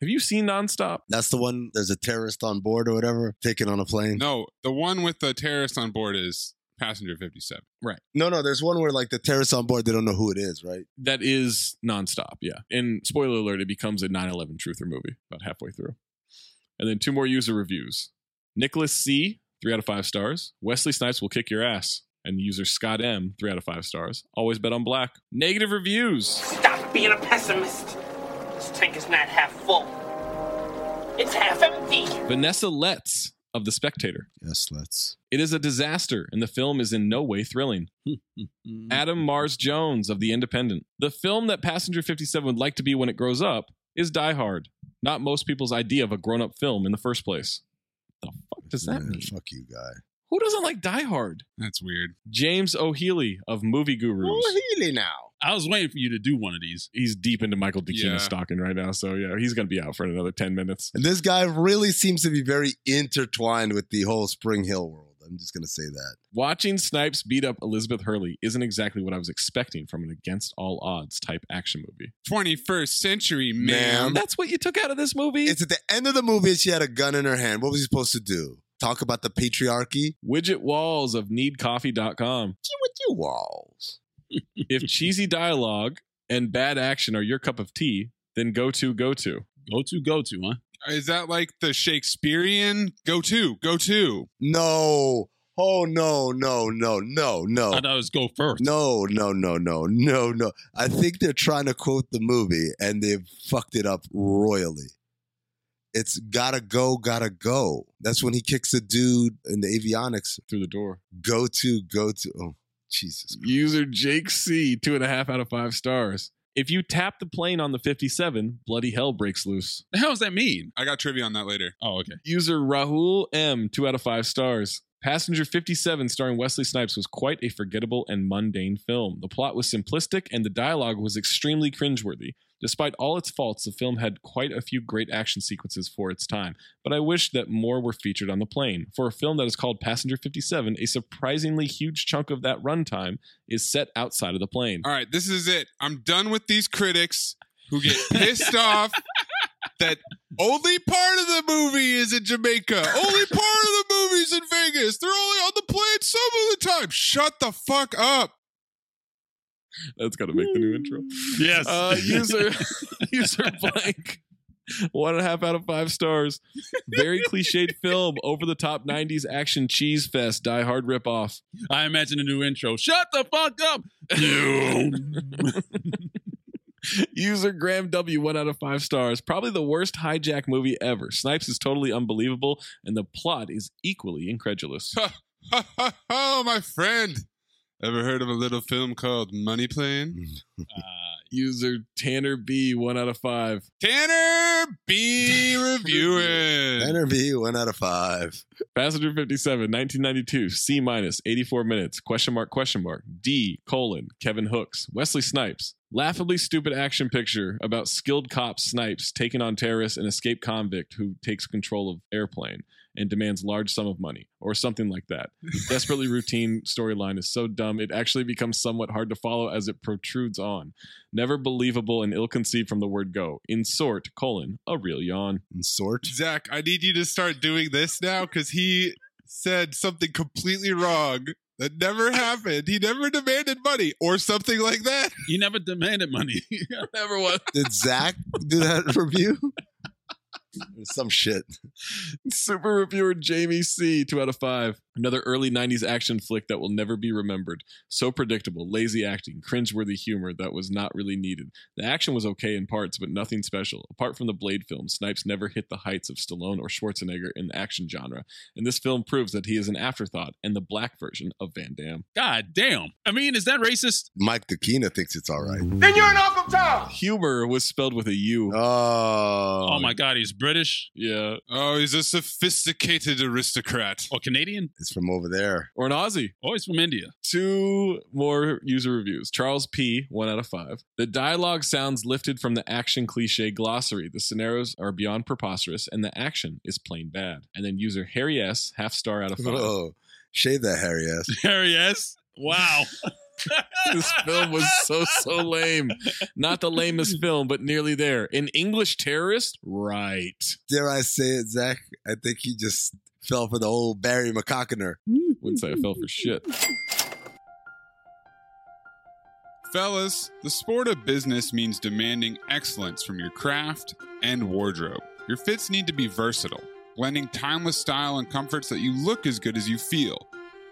A: Have you seen Nonstop?
H: That's the one. There's a terrorist on board or whatever taken on a plane.
F: No, the one with the terrorist on board is Passenger 57.
A: Right.
H: No, no. There's one where like the terrorists on board, they don't know who it is, right?
A: That is Nonstop, yeah. And spoiler alert, it becomes a 9 11 truther movie about halfway through. And then two more user reviews. Nicholas C, three out of five stars. Wesley Snipes will kick your ass. And user Scott M, three out of five stars. Always bet on black. Negative reviews.
R: Stop being a pessimist. This tank is not half full. It's half empty.
A: Vanessa Letts of The Spectator.
H: Yes, let's.
A: It is a disaster, and the film is in no way thrilling. Adam Mars Jones of The Independent. The film that Passenger 57 would like to be when it grows up is Die Hard. Not most people's idea of a grown up film in the first place. The fuck does that mean?
H: Fuck you, guy.
A: Who doesn't like Die Hard?
F: That's weird.
A: James O'Healy of Movie Gurus.
H: Really now?
G: I was waiting for you to do one of these.
A: He's deep into Michael DeKena's
F: Yeah.
A: stocking right now, so yeah, he's going to be out for another 10 minutes.
H: And this guy really seems to be very intertwined with the whole Spring Hill world. I'm just gonna say that.
A: Watching Snipes beat up Elizabeth Hurley isn't exactly what I was expecting from an against all odds type action movie.
F: 21st century, man.
A: That's what you took out of this movie?
H: It's at the end of the movie and she had a gun in her hand. What was he supposed to do? Talk about the patriarchy?
A: Widget walls of needcoffee.com.
H: With your walls.
A: if cheesy dialogue and bad action are your cup of tea, then go to go to.
G: Go to, go to, huh?
F: Is that like the Shakespearean? Go to, go to.
H: No. Oh no, no, no, no, no.
G: I thought it was go first.
H: No, no, no, no, no, no. I think they're trying to quote the movie and they've fucked it up royally. It's gotta go, gotta go. That's when he kicks the dude in the avionics.
A: Through the door.
H: Go to, go to. Oh, Jesus.
A: User Jake C, two and a half out of five stars. If you tap the plane on the 57, bloody hell breaks loose.
G: The hell does that mean?
F: I got trivia on that later.
G: Oh, okay.
A: User Rahul M, two out of five stars. Passenger 57, starring Wesley Snipes, was quite a forgettable and mundane film. The plot was simplistic and the dialogue was extremely cringeworthy. Despite all its faults, the film had quite a few great action sequences for its time, but I wish that more were featured on the plane. For a film that is called Passenger 57, a surprisingly huge chunk of that runtime is set outside of the plane.
F: All right, this is it. I'm done with these critics who get pissed off that only part of the movie is in Jamaica. Only part of the movie's in Vegas. They're only on the plane some of the time. Shut the fuck up.
A: That's got to make the new intro.
G: Yes.
A: [laughs] Uh, user
G: [laughs]
A: user blank. One and a half out of five stars. Very [laughs] cliched film. Over the top 90s action cheese fest. Die Hard ripoff.
G: I imagine a new intro. Shut the fuck up.
A: [laughs] User Graham W. One out of five stars. Probably the worst hijack movie ever. Snipes is totally unbelievable, and the plot is equally incredulous.
F: Ha ha ha, my friend. Ever heard of a little film called Money Plane?
H: Mm-hmm.
G: Uh,
A: User Tanner B. One out of five.
F: Tanner
G: [laughs]
F: B. Reviewing.
H: Interview, one out of five.
A: Passenger 57, 1992, C minus, 84 minutes, question mark, question mark, D colon, Kevin Hooks, Wesley Snipes. Laughably stupid action picture about skilled cop Snipes taking on terrorists and escaped convict who takes control of airplane and demands large sum of money or something like that. Desperately routine storyline is so dumb it actually becomes somewhat hard to follow as it protrudes on. Never believable and ill-conceived from the word go. In sort, colon, a real yawn.
H: And sort.
F: Zach, I need you to start doing this now because he said something completely wrong that never happened. He never demanded money or something like that.
G: You never demanded
F: [laughs]
G: money. [laughs]
A: Never was.
H: Did Zach do that review? Some shit.
A: Super reviewer Jamie C, two out of five. Another early 90s action flick that will never be remembered. So predictable, lazy acting, cringeworthy humor that was not really needed. The action was okay in parts, but nothing special. Apart from the Blade film, Snipes never hit the heights of Stallone or Schwarzenegger in the action genre, and this film proves that he is an afterthought and the black version of Van Damme.
G: God damn. I mean, is that racist?
H: Mike DeKina thinks it's all right.
R: Then you're an Uncle Tom.
A: Humor was spelled with a U.
H: Oh,
G: Oh, my God, he's British.
A: Yeah.
F: Oh, Um, Oh, he's a sophisticated aristocrat.
G: Or Oh, Canadian?
H: It's from over there.
A: Or an Aussie.
G: Oh, he's from India.
A: Two more user reviews. Charles P, one out of five. The dialogue sounds lifted from the action cliche glossary. The scenarios are beyond preposterous, and the action is plain bad. And then user Harry S, half star out of five.
H: Whoa. Shave that hairy ass.
G: Harry S. Wow.
A: [laughs] this film was so so lame. Not the lamest film, but nearly there. An English terrorist, right?
H: Dare I say it, Zach? I think he just fell for the old Barry McCockiner.
A: Wouldn't say I fell for shit.
F: Fellas, the sport of business means demanding excellence from your craft and wardrobe. Your fits need to be versatile, blending timeless style and comforts that you look as good as you feel.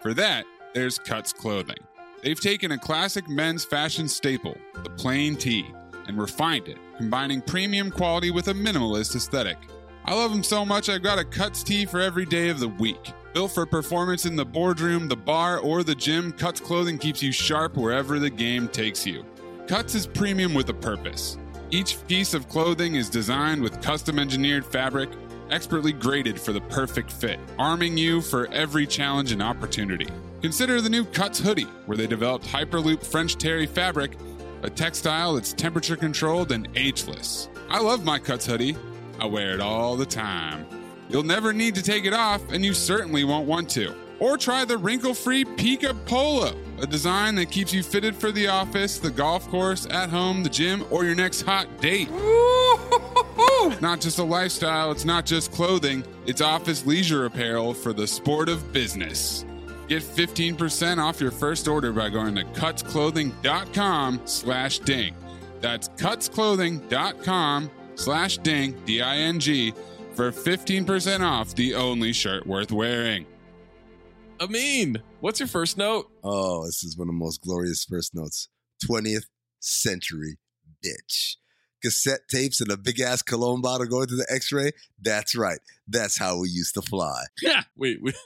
F: For that, there's Cuts Clothing. They've taken a classic men's fashion staple, the plain tee, and refined it, combining premium quality with a minimalist aesthetic. I love them so much I've got a Cuts tee for every day of the week. Built for performance in the boardroom, the bar, or the gym, Cuts clothing keeps you sharp wherever the game takes you. Cuts is premium with a purpose. Each piece of clothing is designed with custom engineered fabric, expertly graded for the perfect fit, arming you for every challenge and opportunity. Consider the new Cuts hoodie, where they developed Hyperloop French Terry fabric, a textile that's temperature controlled and ageless. I love my Cuts hoodie. I wear it all the time. You'll never need to take it off, and you certainly won't want to. Or try the wrinkle free Pika Polo, a design that keeps you fitted for the office, the golf course, at home, the gym, or your next hot date. It's not just a lifestyle, it's not just clothing, it's office leisure apparel for the sport of business. Get 15% off your first order by going to cutsclothing.com slash ding. That's cutsclothing.com slash ding, D-I-N-G, for 15% off the only shirt worth wearing.
A: Amin, what's your first note?
H: Oh, this is one of the most glorious first notes. 20th century bitch. Cassette tapes and a big ass cologne bottle going to the x ray. That's right. That's how we used to fly.
A: Yeah. Wait, [laughs] wait,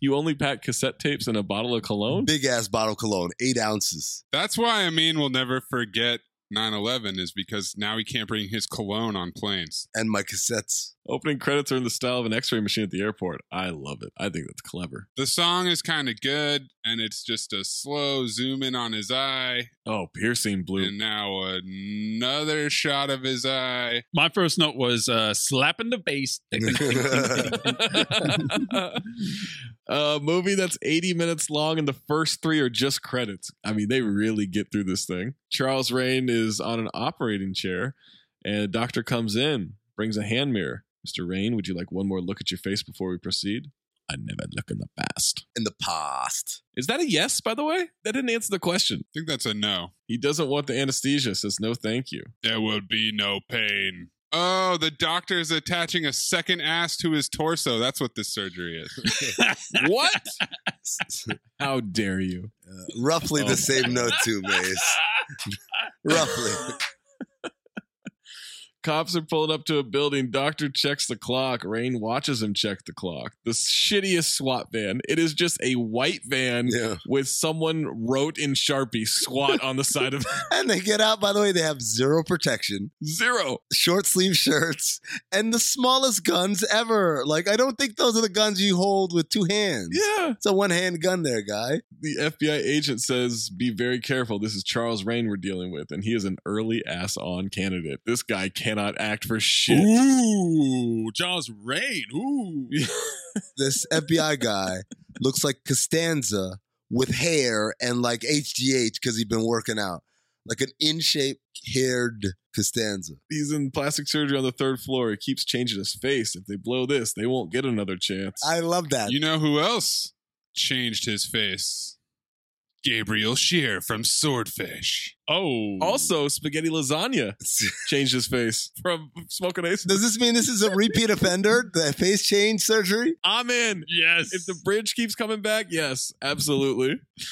A: you only pack cassette tapes and a bottle of cologne?
H: Big ass bottle cologne, eight ounces.
F: That's why Amin will never forget 9 11, is because now he can't bring his cologne on planes.
H: And my cassettes.
A: Opening credits are in the style of an x ray machine at the airport. I love it. I think that's clever.
F: The song is kind of good, and it's just a slow zoom in on his eye.
A: Oh, piercing blue.
F: And now another shot of his eye.
G: My first note was uh, slapping the bass.
A: [laughs] A movie that's 80 minutes long and the first three are just credits. I mean, they really get through this thing. Charles Rain is on an operating chair and a doctor comes in, brings a hand mirror. Mr. Rain, would you like one more look at your face before we proceed? I never look in the past.
H: In the past.
A: Is that a yes, by the way? That didn't answer the question.
F: I think that's a no.
A: He doesn't want the anesthesia, says no thank you.
F: There will be no pain. Oh, the doctor is attaching a second ass to his torso. That's what this surgery
A: [laughs]
F: is.
A: what? [laughs] How dare you?
H: Uh, roughly the same note, too, Maze. roughly.
A: Cops are pulled up to a building. Doctor checks the clock. Rain watches him check the clock. The shittiest SWAT van. It is just a white van
H: Yeah.
A: with someone wrote in Sharpie SWAT on the side of [laughs] it.
H: And they get out, by the way, they have zero protection,
A: Zero.
H: short sleeve shirts, and the smallest guns ever. Like, I don't think those are the guns you hold with two hands.
A: Yeah.
H: It's a one hand gun there, guy.
A: The FBI agent says, Be very careful. This is Charles Rain we're dealing with, and he is an early ass on candidate. This guy cannot act for shit.
G: Ooh, Charles Rain. Ooh.
H: This FBI
A: [laughs]
H: guy looks like Costanza with hair and like HGH because he'd been working out. Like an in shape haired Costanza.
A: He's in plastic surgery on the third floor. He keeps changing his face. If they blow this, they won't get another chance.
H: I love that.
F: you know who else changed his face? Gabriel Shear from Swordfish.
G: Oh.
A: also, spaghetti lasagna
H: [laughs]
A: changed his face from smoking ace.
H: Does this mean this is a repeat
A: [laughs]
H: offender? The face change surgery?
A: I'm in.
G: Yes.
A: If the bridge keeps coming back, yes, absolutely. [laughs]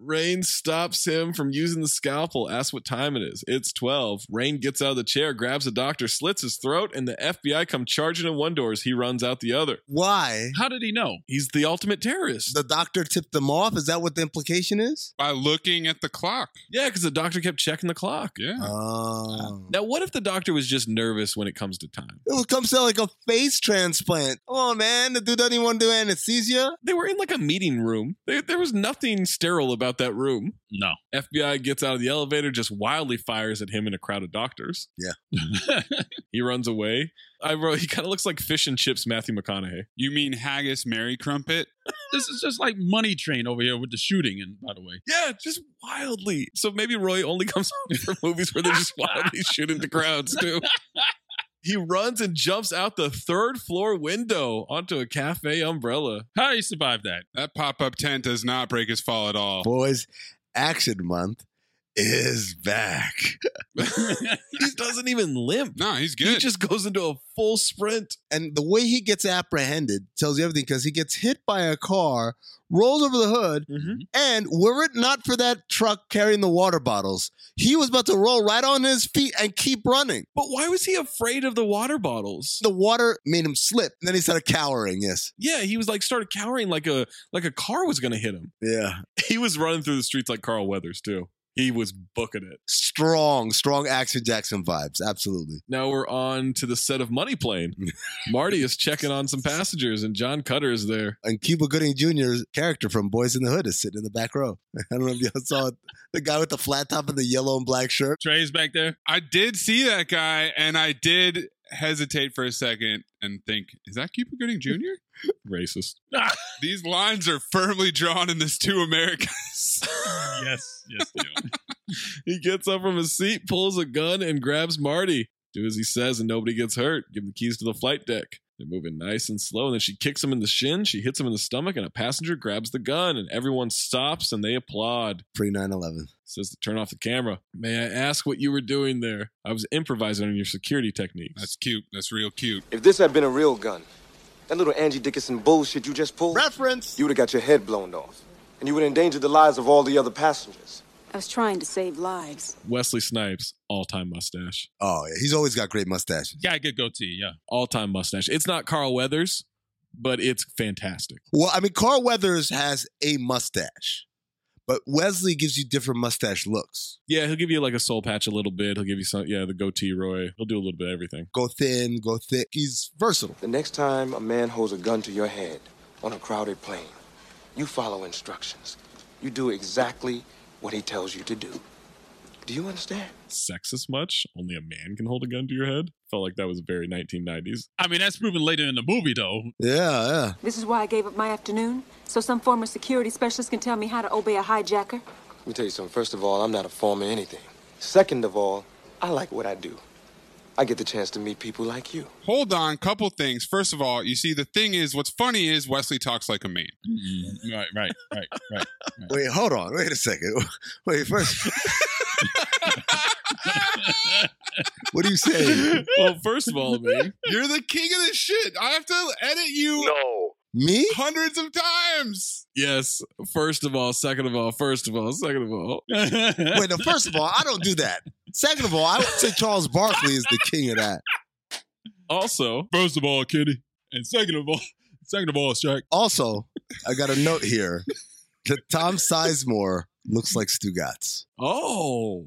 A: Rain stops him from using the scalpel, asks what time it is. It's 12. Rain gets out of the chair, grabs a doctor, slits his throat, and the FBI come charging in one door as he runs out the other.
H: Why?
A: How did he know? He's the ultimate terrorist.
H: The doctor tipped them off. Is that what the implication is?
F: by looking at the clock.
A: Yeah, because the doctor kept checking the clock.
F: Yeah.
H: Oh.
A: Now, what if the doctor was just nervous when it comes to time?
H: It comes to like a face transplant. Come on, man. The dude doesn't even want to do anesthesia.
A: They were in like a meeting room. There, there was nothing sterile about that room.
G: No.
A: FBI gets out of the elevator, just wildly fires at him and a crowd of doctors.
H: Yeah.
A: he runs away. I wrote, [laughs] he kind of looks like fish and chips Matthew McConaughey.
F: You mean Haggis Mary
A: [laughs]
F: Crumpet?
G: This is just like Money Train over here with the shooting. And by the way,
A: Yeah, just wildly. So maybe Roy only [laughs] comes out for movies where they just wildly shoot into
F: [laughs]
A: crowds too. He runs and jumps out the third floor window onto a cafe umbrella.
G: how he survived that?
F: That pop up tent does not break his fall at all.
H: Boys, Action Month is back.
A: He doesn't even limp.
F: No, he's
A: He
F: good.
A: just goes into a full sprint.
H: And the way he gets apprehended tells you everything because he gets hit by a car, rolls over the hood, and were it not for that truck carrying the water bottles, he was about to roll right on his feet and keep running.
A: But why was he afraid of the water bottles?
H: The water made him slip, and then he started cowering. Yes.
A: Yeah, he was like started cowering like a like a car was gonna hit him.
H: Yeah.
A: [laughs] He was running through the streets like Carl Weathers too. He was booking it.
H: Strong, strong Action Jackson vibes. Absolutely.
A: Now we're on to the set of Money [laughs] Plane. Marty is checking on some passengers, and John Cutter is there.
H: And Cuba Gooding Jr.'s character from Boys in the Hood is sitting in the back row. [laughs] I don't know if y'all saw it. The guy with the flat top and the yellow and black shirt.
G: Trey's back there.
F: I did see that guy, and I did hesitate for a second and think, is that Cuba Gooding Jr.?
A: Racist. [laughs]
F: These lines are firmly drawn in this two
A: [laughs]
F: Americas.
G: Yes, yes, they are.
A: He gets up from his seat, pulls a gun, and grabs Marty. Do as he says, and nobody gets hurt. Give him the keys to the flight deck. They're moving nice and slow, and then she kicks him in the shin. She hits him in the stomach, and a passenger grabs the gun, and everyone stops and they applaud.
H: Pre 9 11.
A: Says to turn off the camera. May I ask what you were doing there? I was improvising on your security techniques.
F: That's cute. That's real cute.
L: If this had been a real gun, that little Angie Dickinson bullshit you just pulled,
H: Reference.
L: you would have got your head blown off. And you would endanger the lives of all the other passengers.
S: I was trying to save lives.
A: Wesley Snipes, all time mustache.
H: Oh, yeah. He's always got great mustache.
G: Yeah, good goatee. Yeah.
A: All time mustache. It's not Carl Weathers, but it's fantastic.
H: Well, I mean, Carl Weathers has a mustache, but Wesley gives you different mustache looks.
A: Yeah, he'll give you like a soul patch a little bit. He'll give you some, yeah, the goatee, Roy. He'll do a little bit of everything.
H: Go thin, go thick. He's versatile.
L: The next time a man holds a gun to your head on a crowded plane, you follow instructions. You do exactly what he tells you to do. Do you understand?
A: sexist much. Only a man can hold a gun to your head. Felt like that was very 1990s.
G: I mean, that's proven later in the movie, though.
H: Yeah, yeah.
S: This is why I gave up my afternoon, so some former security specialist can tell me how to obey a hijacker.
L: Let me tell you something. First of all, I'm not a former anything. Second of all, I like what I do. I get the chance to meet people like you.
F: Hold on, couple things. First of all, you see, the thing is, what's funny is Wesley talks like a man.
G: Right, right, right, right.
H: Wait, hold on. Wait a second. [laughs] Wait,
A: [laughs]
H: first. [laughs] what do
F: [laughs]
H: you say?
A: [laughs] well, first of all, man,
F: You're the king of this shit. I have to edit you
M: No.
H: Me?
F: hundreds of times.
A: yes, first of all, second of all, first of all, second of all.
F: [laughs]
H: Wait, no, first of all, I don't do that. Second of all, I would say Charles Barkley is the king of that.
A: Also,
G: First of all, Kitty, and second of all, second of all, Shaq.
H: Also, I got a note here that Tom Sizemore looks like Stugatz.
A: oh,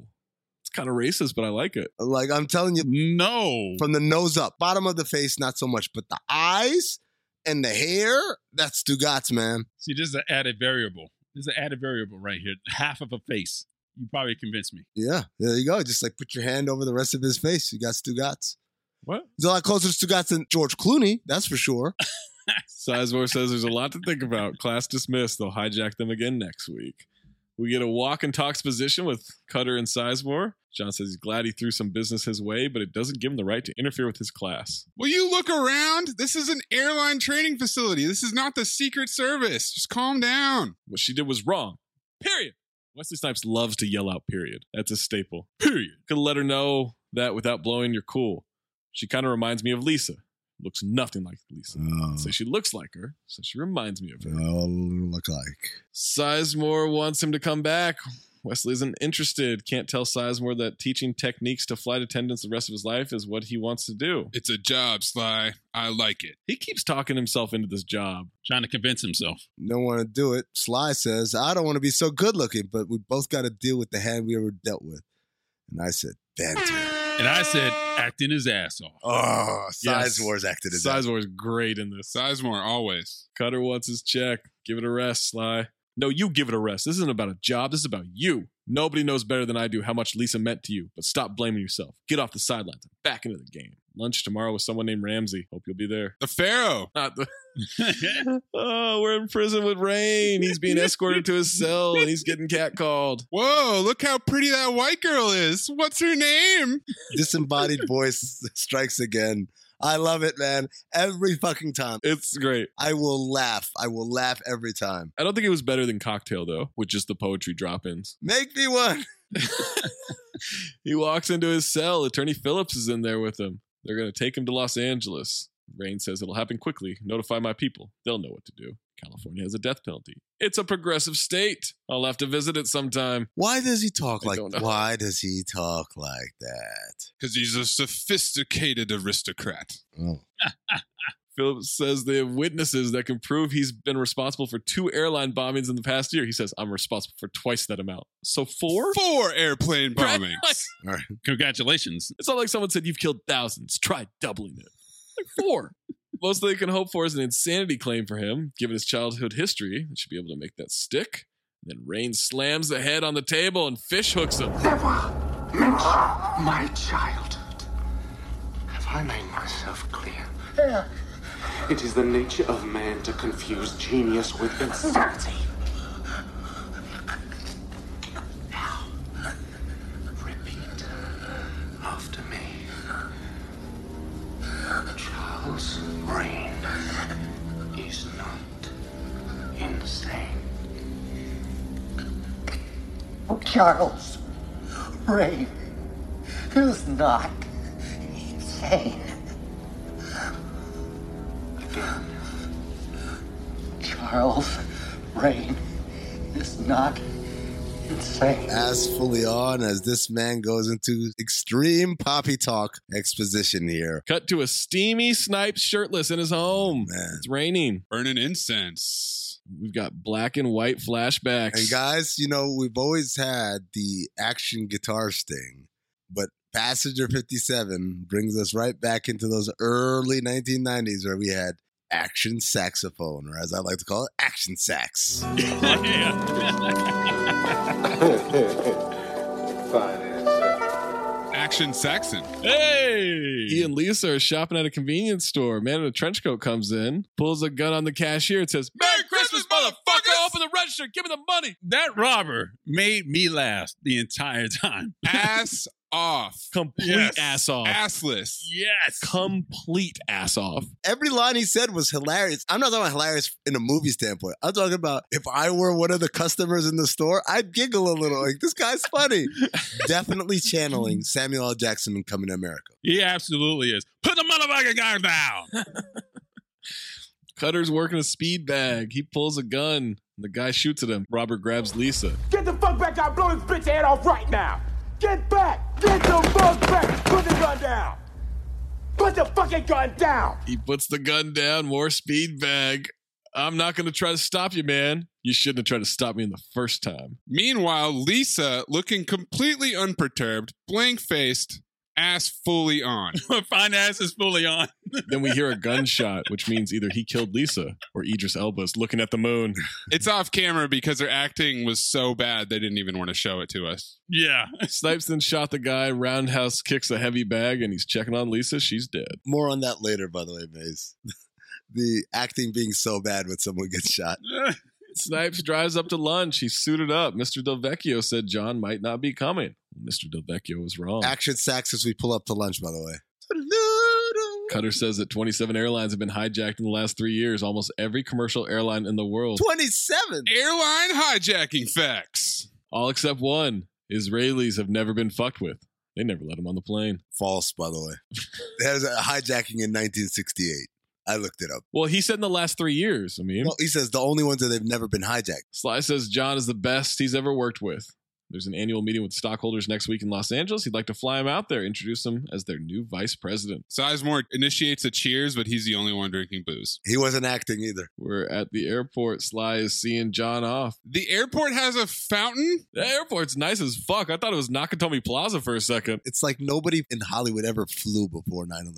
A: it's kind of racist, but I like it.
H: Like, I'm telling you,
G: No,
H: from the nose up, bottom of the face, not so much, but the eyes and the hair, that's Stugatz, man.
G: see, this is an added variable. This is an added variable right here. Half of a face. You probably convinced me.
H: Yeah, there you go. Just like put your hand over the rest of his face. You got Stugatz.
A: What?
H: He's a lot closer to Stugatz than George Clooney, [laughs] that's for sure.
A: Sizemore says there's a lot to think about. Class dismissed. They'll hijack them again next week. We get a walk and talks position with Cutter and Sizemore. John says he's glad he threw some business his way, but it doesn't give him the right to interfere with his class.
F: Will you look around? This is an airline training facility. This is not the Secret Service. Just calm down.
A: what she did was wrong. Period. Wesley Snipes loves to yell out, period. That's a staple. Period. Could let her know that without blowing your cool. She kind of reminds me of Lisa. looks nothing like Lisa.
H: Uh-huh.
A: So she looks like her, so she reminds me of her.
H: Oh, Well, look like.
A: Sizemore wants him to come back. Wesley isn't interested. Can't tell Sizemore that teaching techniques to flight attendants the rest of his life is what he wants to do.
F: It's a job, Sly. I like it.
A: He keeps talking himself into this job,
G: trying to convince himself.
H: Don't want to do it. Sly says, I don't want to be so good looking, but we both got to deal with the hand we were dealt with. And I said, Banter.
G: And I said,
A: Ah!
G: acting his ass off.
H: Oh, Sizemore's acted as that.
A: Sizemore's great in this.
F: Sizemore always.
A: Cutter wants his check. Give it a rest, Sly. No, you give it a rest. This isn't about a job. This is about you. Nobody knows better than I do how much Lisa meant to you, but stop blaming yourself. Get off the sidelines and back into the game. Lunch tomorrow with someone named Ramsey. Hope you'll be there.
F: The Pharaoh.
A: [laughs]
F: [laughs]
A: Not the. oh, we're in prison with Rain. He's being escorted to his cell and he's getting catcalled.
F: Whoa, look how pretty that white girl is. What's her name?
H: [laughs] Disembodied voice strikes again. I love it, man. Every fucking time.
A: It's great.
H: I will laugh. I will laugh every time.
A: I don't think it was better than Cocktail, though, with just the poetry drop
H: [laughs]
A: ins.
H: Make me one.
A: he walks into his cell. Attorney Phillips is in there with him. They're going to take him to Los Angeles. Rain says it'll happen quickly. Notify my people. They'll know what to do. California has a death penalty. It's a progressive state. I'll have to visit it sometime.
H: Why does he talk
A: I
H: like
A: don't know.
H: why does he talk like that?
F: Because he's a sophisticated aristocrat.
A: [laughs]
H: Oh.
A: Phillips says they have witnesses that can prove he's been responsible for two airline bombings in the past year. He says, I'm responsible for twice that amount. So four?
F: Four airplane bombings.
H: All right.
G: Congratulations.
A: It's not like someone said you've killed thousands. Try doubling it. Like four. [laughs] Most they can hope for is an insanity claim for him, given his childhood history. They should be able to make that stick. then Rain slams the head on the table and fish hooks him.
M: Never mention my childhood. Have I made myself clear?
P: It is the nature of man to confuse genius with insanity.
M: Now, repeat after me. Charles Rain is not insane.
T: Charles Ray is not insane. Charles Rain is not insane.
H: As fully on as this man goes into extreme poppy talk exposition here.
A: Cut to a steamy Snipes shirtless in his home. It's raining.
F: Burning incense.
A: We've got black and white flashbacks.
H: And guys, you know, we've always had the action guitar sting, but Passenger 57 brings us right back into those early 1990s where we had action saxophone, or as I like to call it, action sax.
F: Action Saxon.
A: Hey! He and Lisa are shopping at a convenience store. A man in a trench coat comes in, pulls a gun on the cashier, and says, Merry Christmas, motherfucker! Open the register! Give me the money!
G: That robber made me laugh the entire time.
A: [laughs]
F: Ass off.
A: Complete
G: Yes.
A: ass off.
F: Assless.
G: Yes.
A: Complete ass off.
H: Every line he said was hilarious. I'm not talking about hilarious in a movie standpoint. I'm talking about if I were one of the customers in the store, I'd giggle a little. Like, this guy's funny. Definitely channeling Samuel L. Jackson in Coming to America.
G: He absolutely is. Put the motherfucking guard down.
A: Cutter's working a speed bag. He pulls a gun. The guy shoots at him. Robert grabs Lisa.
R: Get the fuck back! I'll blow this bitch head off right now! Get back! Get the fuck back! Put the gun down! Put the fucking gun
T: [laughs]
R: down!
A: He puts the gun down. More speed bag. I'm not going to try to stop you, man. You shouldn't have tried to stop me in the first time.
F: Meanwhile, Lisa, looking completely unperturbed, blank faced, ass fully
A: [laughs]
F: on.
G: Finance is fully on.
A: then we hear a gunshot, which means either he killed Lisa or Idris Elba's looking at the moon.
F: It's off camera because her acting was so bad they didn't even want to show it to us.
G: Yeah.
A: Snipes then shot the guy. Roundhouse kicks a heavy bag, and he's checking on Lisa. She's dead.
H: More on that later, by the way, Maze. [laughs] The acting being so bad when someone gets shot.
A: [laughs] Snipes drives up to lunch. He's suited up. Mr. Delvecchio said John might not be coming. Mr. Delvecchio was
F: Oh.
A: wrong.
H: Action sax as we pull up to lunch, by the way.
A: Cutter says that 27 airlines have been hijacked in the last three years. Almost every commercial airline in the world,
H: 27.
F: Airline hijacking facts.
A: all except one, Israelis have never been fucked with. They They never let him on the plane.
H: False, by the way. That is a hijacking in 1968. I looked it up.
A: Well, he said in the last three years. I mean,
H: No, he says the only ones that they've never been hijacked.
A: Sly says John is the best he's ever worked with. There's an annual meeting with stockholders next week in Los Angeles. He'd like to fly him out there, introduce him as their new vice president.
F: Sizemore initiates a cheers, but he's the only one drinking booze.
H: He wasn't acting either.
A: We're at the airport. Sly is seeing John off.
F: The airport has a fountain?
A: The airport's nice as fuck. I thought it was Nakatomi Plaza for a second.
H: It's like nobody in Hollywood ever flew before 9 11.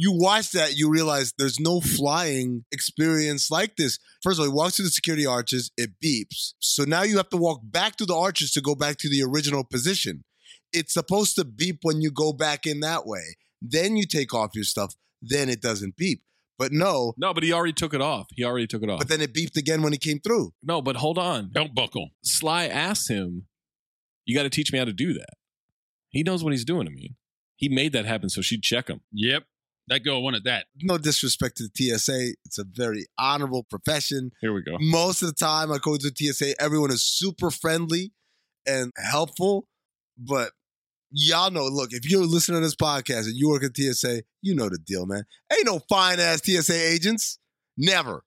H: You watch that, you realize there's no flying experience like this. First of all, he walks through the security arches, it beeps. So now you have to walk back through the arches to go back to the original position. It's supposed to beep when you go back in that way. Then you take off your stuff, then it doesn't beep. But no,
A: No, but he already took it off. He already took it off.
H: but then it beeped again when he came through.
A: no, but hold on.
G: Belt buckle.
A: Sly asks him, You got to teach me how to do that. He knows what he's doing. I mean, he made that happen, so she'd check him.
G: Yep. That girl wanted that.
H: No disrespect to the TSA, it's a very honorable profession.
A: Here we go.
H: Most of the time, I go to TSA. Everyone is super friendly and helpful, but y'all know. Look, if you're listening to this podcast and you work at TSA, you know the deal, man. Ain't no fine ass TSA agents. Never.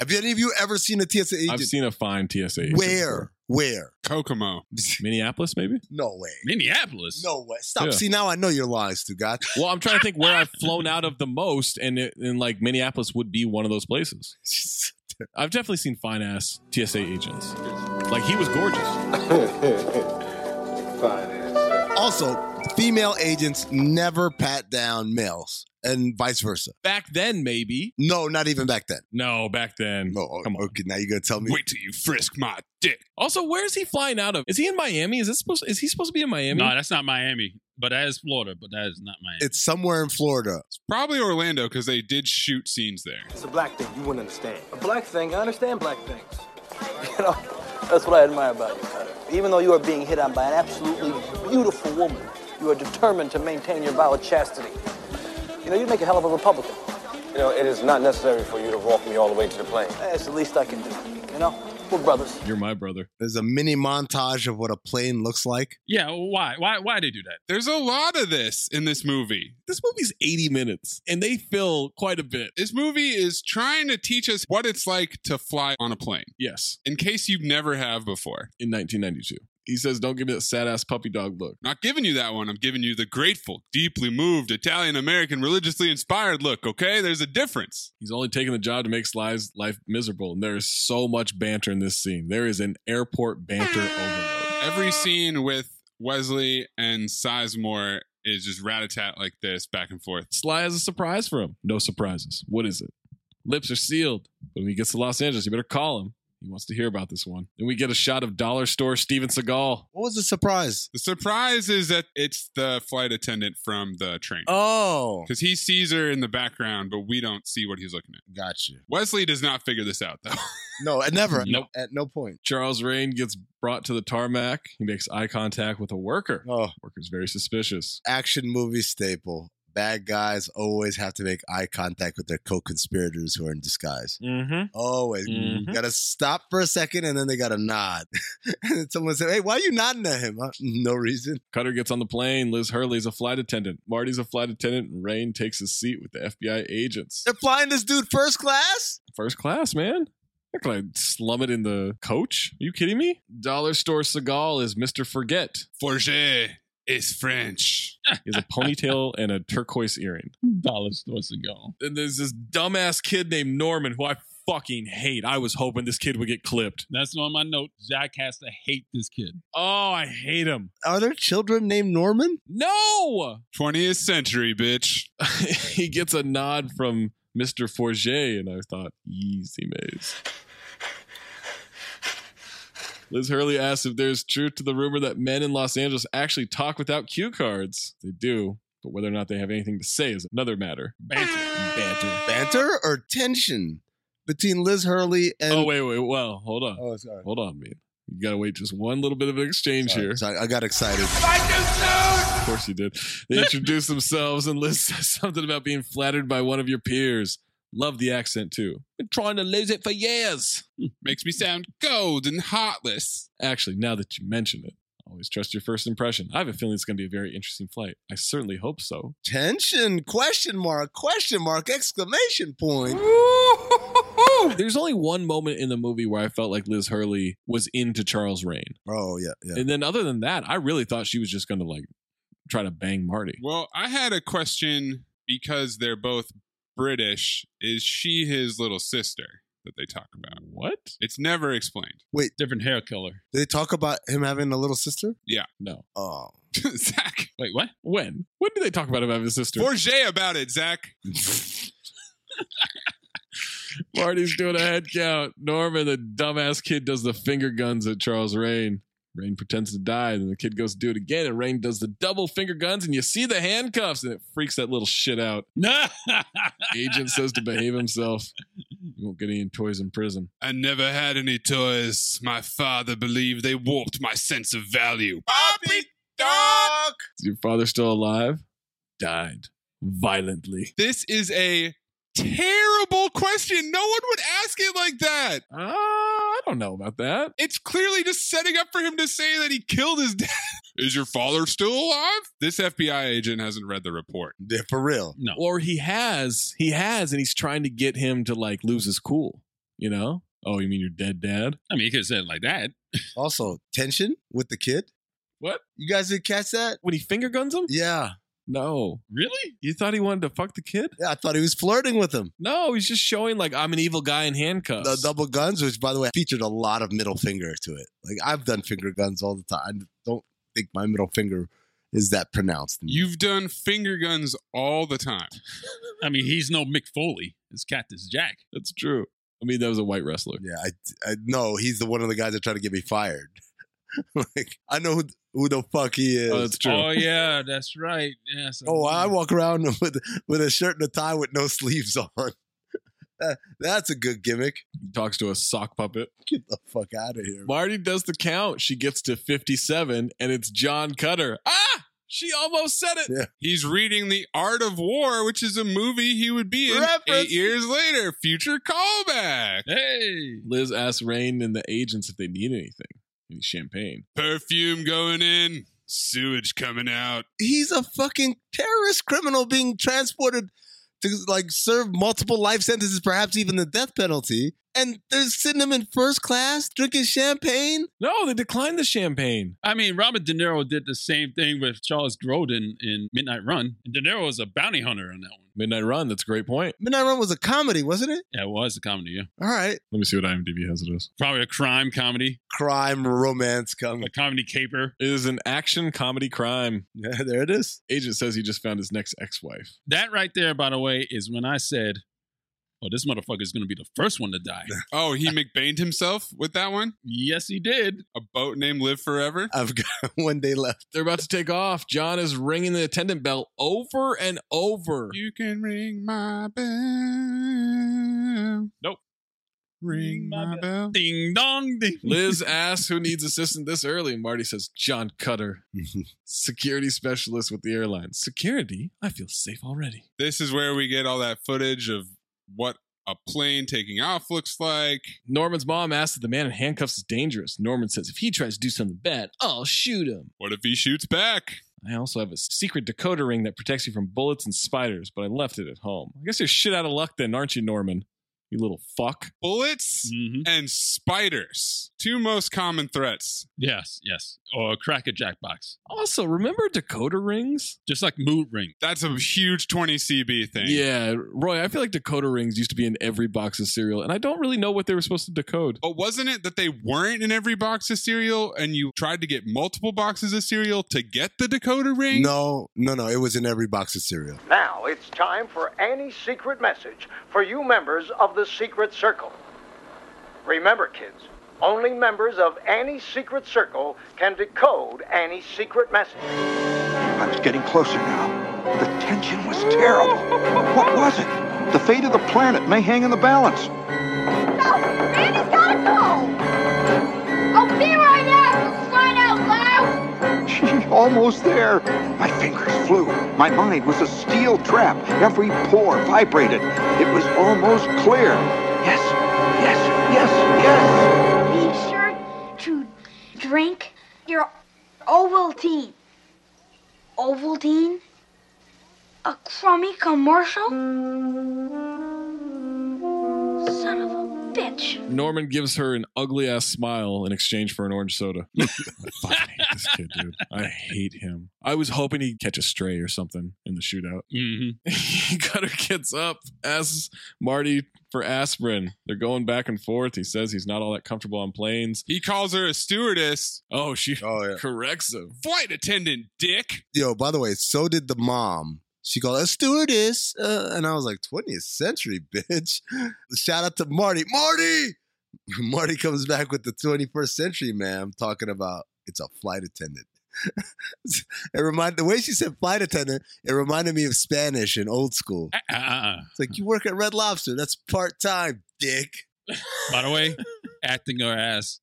H: Have any of you ever seen a TSA agent?
A: I've seen a fine TSA. agent
H: Where? Where?
F: Kokomo.
A: before. Minneapolis, maybe?
H: No way.
G: Minneapolis.
H: No way. Stop.
A: Yeah.
H: See, now I know you're lying, Stu God.
A: Well, I'm trying to think where I've flown out of the most, and, it, and like Minneapolis would be one of
H: [laughs]
A: those places. I've definitely seen fine ass TSA agents. Like he was gorgeous.
H: Also, female agents never pat down males and vice versa.
A: Back then, maybe.
H: No, not even back then.
A: No, back then.
H: No,
A: Come on.
H: okay. Now you're gonna tell me.
F: Wait till you frisk my dick.
A: Also, where is he flying out of? Is he in Miami? Is this supposed? Is he supposed to be in Miami?
G: No, that's not Miami. But that is Florida. But that is not Miami.
H: It's somewhere in Florida.
F: Probably Orlando because they did shoot scenes there.
U: It's a black thing. You wouldn't understand.
T: A black thing, I understand black things. You know, that's what I admire about you, Cutter. Even though you are being hit on by an absolutely beautiful woman, you are determined to maintain your vow of chastity. You know, you'd make a hell of a Republican.
L: You know, it is not necessary for you to walk me all the way to the plane.
T: That's the least I can do. You know, we're brothers.
A: You're my brother.
H: There's a mini montage of what a plane looks like.
G: yeah. Why? Why? Why they do that?
F: There's a lot of this in this movie.
A: This movie's 80 minutes, and they fill quite a bit.
F: This movie is trying to teach us what it's like to fly on a plane
A: Yes,
F: in case you never have before.
A: in 1992, he says, "Don't give me that sad ass puppy dog look."
F: Not giving you that one. I'm giving you the grateful, deeply moved, Italian American, religiously inspired look, okay? There's a difference.
A: He's only taking the job to make Sly's life miserable, and there is so much banter in this scene. There is an airport banter overload.
F: Every scene with Wesley and Sizemore is just rat a tat like this, back and forth.
A: Sly has a surprise for him. No surprises. What is it? Lips are sealed. But when he gets to Los Angeles, you better call him. He wants to hear about this one. Then we get a shot of dollar store Steven Seagal.
H: What was the surprise?
F: The surprise is that it's the flight attendant from the train.
H: Oh,
F: Because he sees her in the background, but we don't see what he's looking at.
H: got you.
F: Wesley does not figure this out, though. [laughs]
H: No, at never.
G: Nope.
H: At no point.
A: Charles Rain gets brought to the tarmac. He makes eye contact with a worker.
H: Oh,
A: Worker's very suspicious.
H: action movie staple. Bad guys always have to make eye contact with their co-conspirators who are in disguise.
A: Mm-hmm.
H: Always
A: Mhm.
H: gotta stop for a second and then they gotta nod. [laughs] and then someone said, "Hey, why are you nodding at him?" "Uh, [laughs] No reason.
A: Cutter gets on the plane. Liz Hurley's a flight attendant. Marty's a flight attendant. And Rain takes his seat with the FBI agents.
H: They're flying this dude first class.
A: First class, man. They're going to slum it in the coach. Are you kidding me? Dollar store Seagal is Mr. Forget.
F: Forger is French.
A: He has a ponytail and a turquoise earring.
G: Dollar stores ago.
A: And there's this dumbass kid named Norman who I fucking hate. I was hoping this kid would get clipped.
G: That's on my note. Jack has to hate this kid.
A: Oh, I hate him.
H: Are there children named Norman?
A: No!
F: 20th century, bitch.
A: [laughs] he gets a nod from Mr. Forget, and I thought, easy maze. Liz Hurley asks if there's truth to the rumor that men in Los Angeles actually talk without cue cards. They do, but whether or not they have anything to say is another matter.
G: Banter.
A: Banter.
H: Banter or tension between Liz Hurley and
A: oh, wait, wait. Well, hold on.
H: Oh, sorry.
A: Hold on, man. You gotta wait just one little bit of an exchange here.
H: Sorry, I got excited.
A: Of course you did. They introduce themselves and Liz says [laughs] something about being flattered by one of your peers. Love the accent too. Been trying to lose it for years.
F: Hmm, Makes me sound cold and heartless.
A: Actually, now that you mention it, Always trust your first impression. I have a feeling it's going to be a very interesting flight. I certainly hope so.
H: Tension? Question mark? Question mark? Exclamation point.
A: There's only one moment in the movie where I felt like Liz Hurley was into Charles Rain.
H: Oh yeah, yeah.
A: And then other than that, I really thought she was just going to like try to bang Marty.
F: Well, I had a question because they're both British. Is she his little sister that they talk about?
A: What?
F: It's never explained.
H: Wait,
G: different hair color.
H: Did they talk about him having a little sister?
F: Yeah. [laughs]
A: No.
H: Oh,
F: Zach.
A: Wait, what? When? When do they talk about him having a sister?
F: Forget about it, Zach.
A: Marty's doing a head count. Norman, the dumbass kid, does the finger guns at Charles Rain. Rain pretends to die, and then the kid goes to do it again, and Rain does the double finger guns, and you see the handcuffs, and it freaks that little shit out. Agent says to behave himself. You won't get any toys in prison.
F: I never had any toys. My father believed they warped my sense of value. Bobby Dog!
A: Is your father still alive? Died violently.
F: This is a terrible question. No one would ask it like that.
A: Uh, I don't know about that.
F: It's clearly just setting up for him to say that he killed his
A: [laughs]
F: dad. Is your father still alive? This FBI agent hasn't read the report.
H: yeah, for real.
G: No.
A: Or he has, he has, and he's trying to get him to like lose his cool. You know? Oh, you mean your dead dad?
G: I mean, he could have said it like that.
H: Also, tension with the kid.
A: What?
H: You guys didn't catch that?
A: When he finger guns him?
H: Yeah,
A: No.
G: Really?
A: You thought he wanted to fuck the kid?
H: yeah. I thought he was flirting with him.
A: No, he's just showing like I'm an evil guy in handcuffs.
H: The double guns, which by the way featured a lot of middle finger to it. Like I've done finger guns all the time. I don't think my middle finger is that pronounced.
F: You've done finger guns all the time.
G: [laughs] I mean, he's no Mick Foley. His cat is Jack.
A: That's true. I mean, that was a white wrestler.
H: Yeah, I, I no, he's the one of the guys that tried to get me fired. [laughs] like I know who, who the fuck he is.
A: Oh, that's true.
G: Oh yeah, that's right. Yes.
H: Oh, I walk around [laughs] with with a shirt and a tie with no [laughs] sleeves on. That- That's a good gimmick.
A: He talks to a sock puppet.
H: Get the fuck out of here.
A: Marty does the count. She gets to 57, and it's John Cutter. Ah! She almost said it.
H: Yeah.
F: He's reading The Art of War, which is a movie he would be in eight
H: Reference.
F: years later. Future callback.
G: Hey.
A: Liz asks Rain and the agents if they need anything. Any champagne.
F: Perfume going in, sewage coming out.
H: He's a fucking terrorist criminal being transported to like serve multiple life sentences, perhaps even the death penalty. And they're sitting him in first class drinking champagne.
A: No, they declined the champagne.
G: I mean, Robert De Niro did the same thing with Charles Grodin in Midnight Run. And De Niro was a bounty hunter on that one.
A: Midnight Run, that's a great point.
H: Midnight Run was a comedy, wasn't it?
G: Yeah, it was a comedy. Yeah,
H: All right.
A: Let me see what IMDb has it as.
G: probably a crime comedy,
H: Crime romance comedy.
G: a comedy caper.
A: It is an action comedy crime.
H: Yeah, there it is.
A: Agent says he just found his next ex wife.
G: That right there, by the way, is when I said, "Oh, this motherfucker is going to be the first one to die."
F: [laughs] Oh,
G: [laughs]
F: he McBained himself with that one?
G: yes, he did.
F: A boat named Live Forever?
H: I've got [laughs] one day left.
A: They're about to take off. John is ringing the attendant bell over and over.
F: You can ring my bell.
G: Nope.
F: Ring my,
G: My
F: bell.
G: Ding dong ding.
A: Liz asks who needs assistance this early, and Marty says, John Cutter, security specialist with the airline. Security? I feel safe already.
F: This is where we get all that footage of what a plane taking off looks like.
A: Norman's mom asks if the man in handcuffs is dangerous. Norman says, if he tries to do something bad, I'll shoot him.
F: What if he shoots back?
A: I also have a secret decoder ring that protects you from bullets and spiders, but I left it at home. I guess you're shit out of luck then, aren't you, Norman? You little fuck.
F: Bullets
G: Mhm.
F: and spiders. Two most common threats.
G: Yes, yes. Or a cracker jack box,
A: Also, remember decoder rings?
G: just like mood ring.
F: That's a huge 20 CB thing.
A: Yeah, Roy, I feel like decoder rings used to be in every box of cereal, and I don't really know what they were supposed to decode.
F: But wasn't it that they weren't in every box of cereal and you tried to get multiple boxes of cereal to get the decoder ring?
H: No, no, no. It was in every box of cereal.
V: Now it's time for Annie's secret message for you members of the Secret Circle. Remember, kids, only members of Annie's secret circle can decode Annie's secret message.
M: I was getting closer now. The tension was terrible. What was it? The fate of the planet may hang in the balance. [laughs]
W: No! Randy's gotta go! I'll be right now! You'll find out loud!
M: She's almost there. My fingers flew. My mind was a steel trap. Every pore vibrated. It was almost clear. Yes, yes, yes, yes.
W: Be sure to drink your Ovaltine. Ovaltine? A crummy commercial? Son of a bitch.
A: Norman gives her an ugly ass smile in exchange for an orange soda. [laughs] I fucking hate this kid, dude. I hate him. I was hoping he'd catch a stray or something in the shootout.
G: [laughs]
A: Mm-hmm. Cutter gets up, asks Marty for aspirin. They're going back and forth. He says he's not all that comfortable on planes.
F: He calls her a stewardess.
A: Oh, she corrects him.
F: Flight attendant, dick.
H: Yo, by the way, so did the mom. She called a stewardess, uh, and I was like, 20th century, bitch. Shout out to Marty. Marty! [laughs] Marty comes back with the 21st century, man. I'm talking about it's a flight attendant. [laughs] it reminded the way she said flight attendant. It reminded me of Spanish in old school.
G: Uh-uh.
H: It's like you work at Red Lobster. That's part time, dick.
G: By the
A: [laughs]
G: way, acting her ass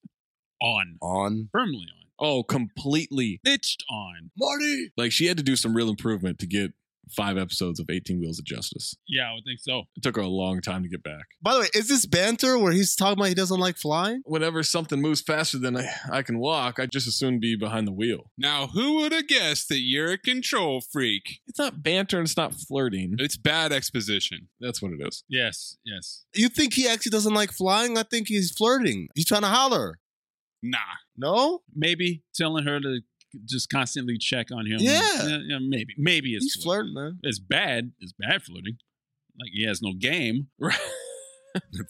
G: on.
H: On.
G: Firmly on.
A: Oh, completely
G: Bitched on.
H: Marty.
A: Like she had to do some real improvement to get five episodes of 18 Wheels of Justice.
G: Yeah, I would think so.
A: It took her a long time to get back.
H: By the way, is this banter where he's talking about he doesn't like flying?
A: Whenever something moves faster than I, I can walk, I just as soon be behind the wheel.
F: Now, who would have guessed that you're a control freak?
A: It's not banter and it's not flirting.
F: It's bad exposition.
A: That's what it is.
G: Yes, yes.
H: You think he actually doesn't like flying? I think he's flirting. He's trying to holler.
F: Nah.
H: No?
G: Maybe telling her to just constantly check on him.
H: Yeah.
G: yeah maybe. Maybe it's
H: He's flirting, man. [laughs]
G: It's bad. It's bad flirting. Like he has no
A: [laughs]
G: game. Right.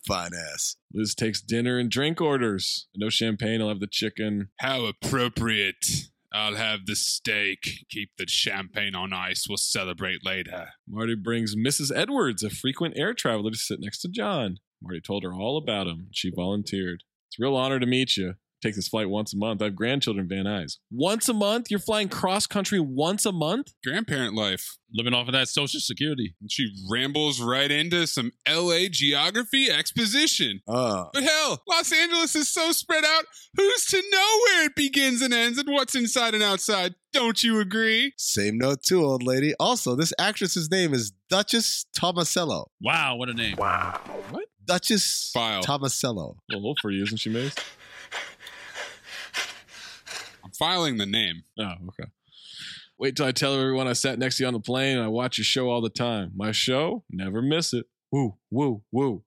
H: Fine ass.
A: Liz takes dinner and drink orders. No champagne. I'll have the chicken.
F: How appropriate. I'll have the steak. Keep the champagne on ice. We'll celebrate later.
A: Marty brings Mrs. Edwards, a frequent air traveler, to sit next to John. Marty told her all about him. She volunteered. It's a real honor to meet you take this flight once a month. I have grandchildren Van Nuys. Once a month? You're flying cross country once a month?
F: Grandparent life.
G: Living off of that social security.
F: And she rambles right into some LA geography exposition.
H: Uh,
F: But hell, Los Angeles is so spread out, who's to know where it begins and ends and what's inside and outside? Don't you agree?
H: same note too, old lady. Also, this actress's name is Duchess Tomasello.
G: Wow, what a name. Wow.
A: What?
H: Duchess
F: File.
H: Tomasello.
A: Well, hope for you, isn't she, Mace?
F: I'm filing the
G: [laughs]
F: name.
A: Oh, okay. Wait till I tell everyone I sat next to you on the plane and I watch your show all the time. My show? Never miss it. Woo, woo, woo.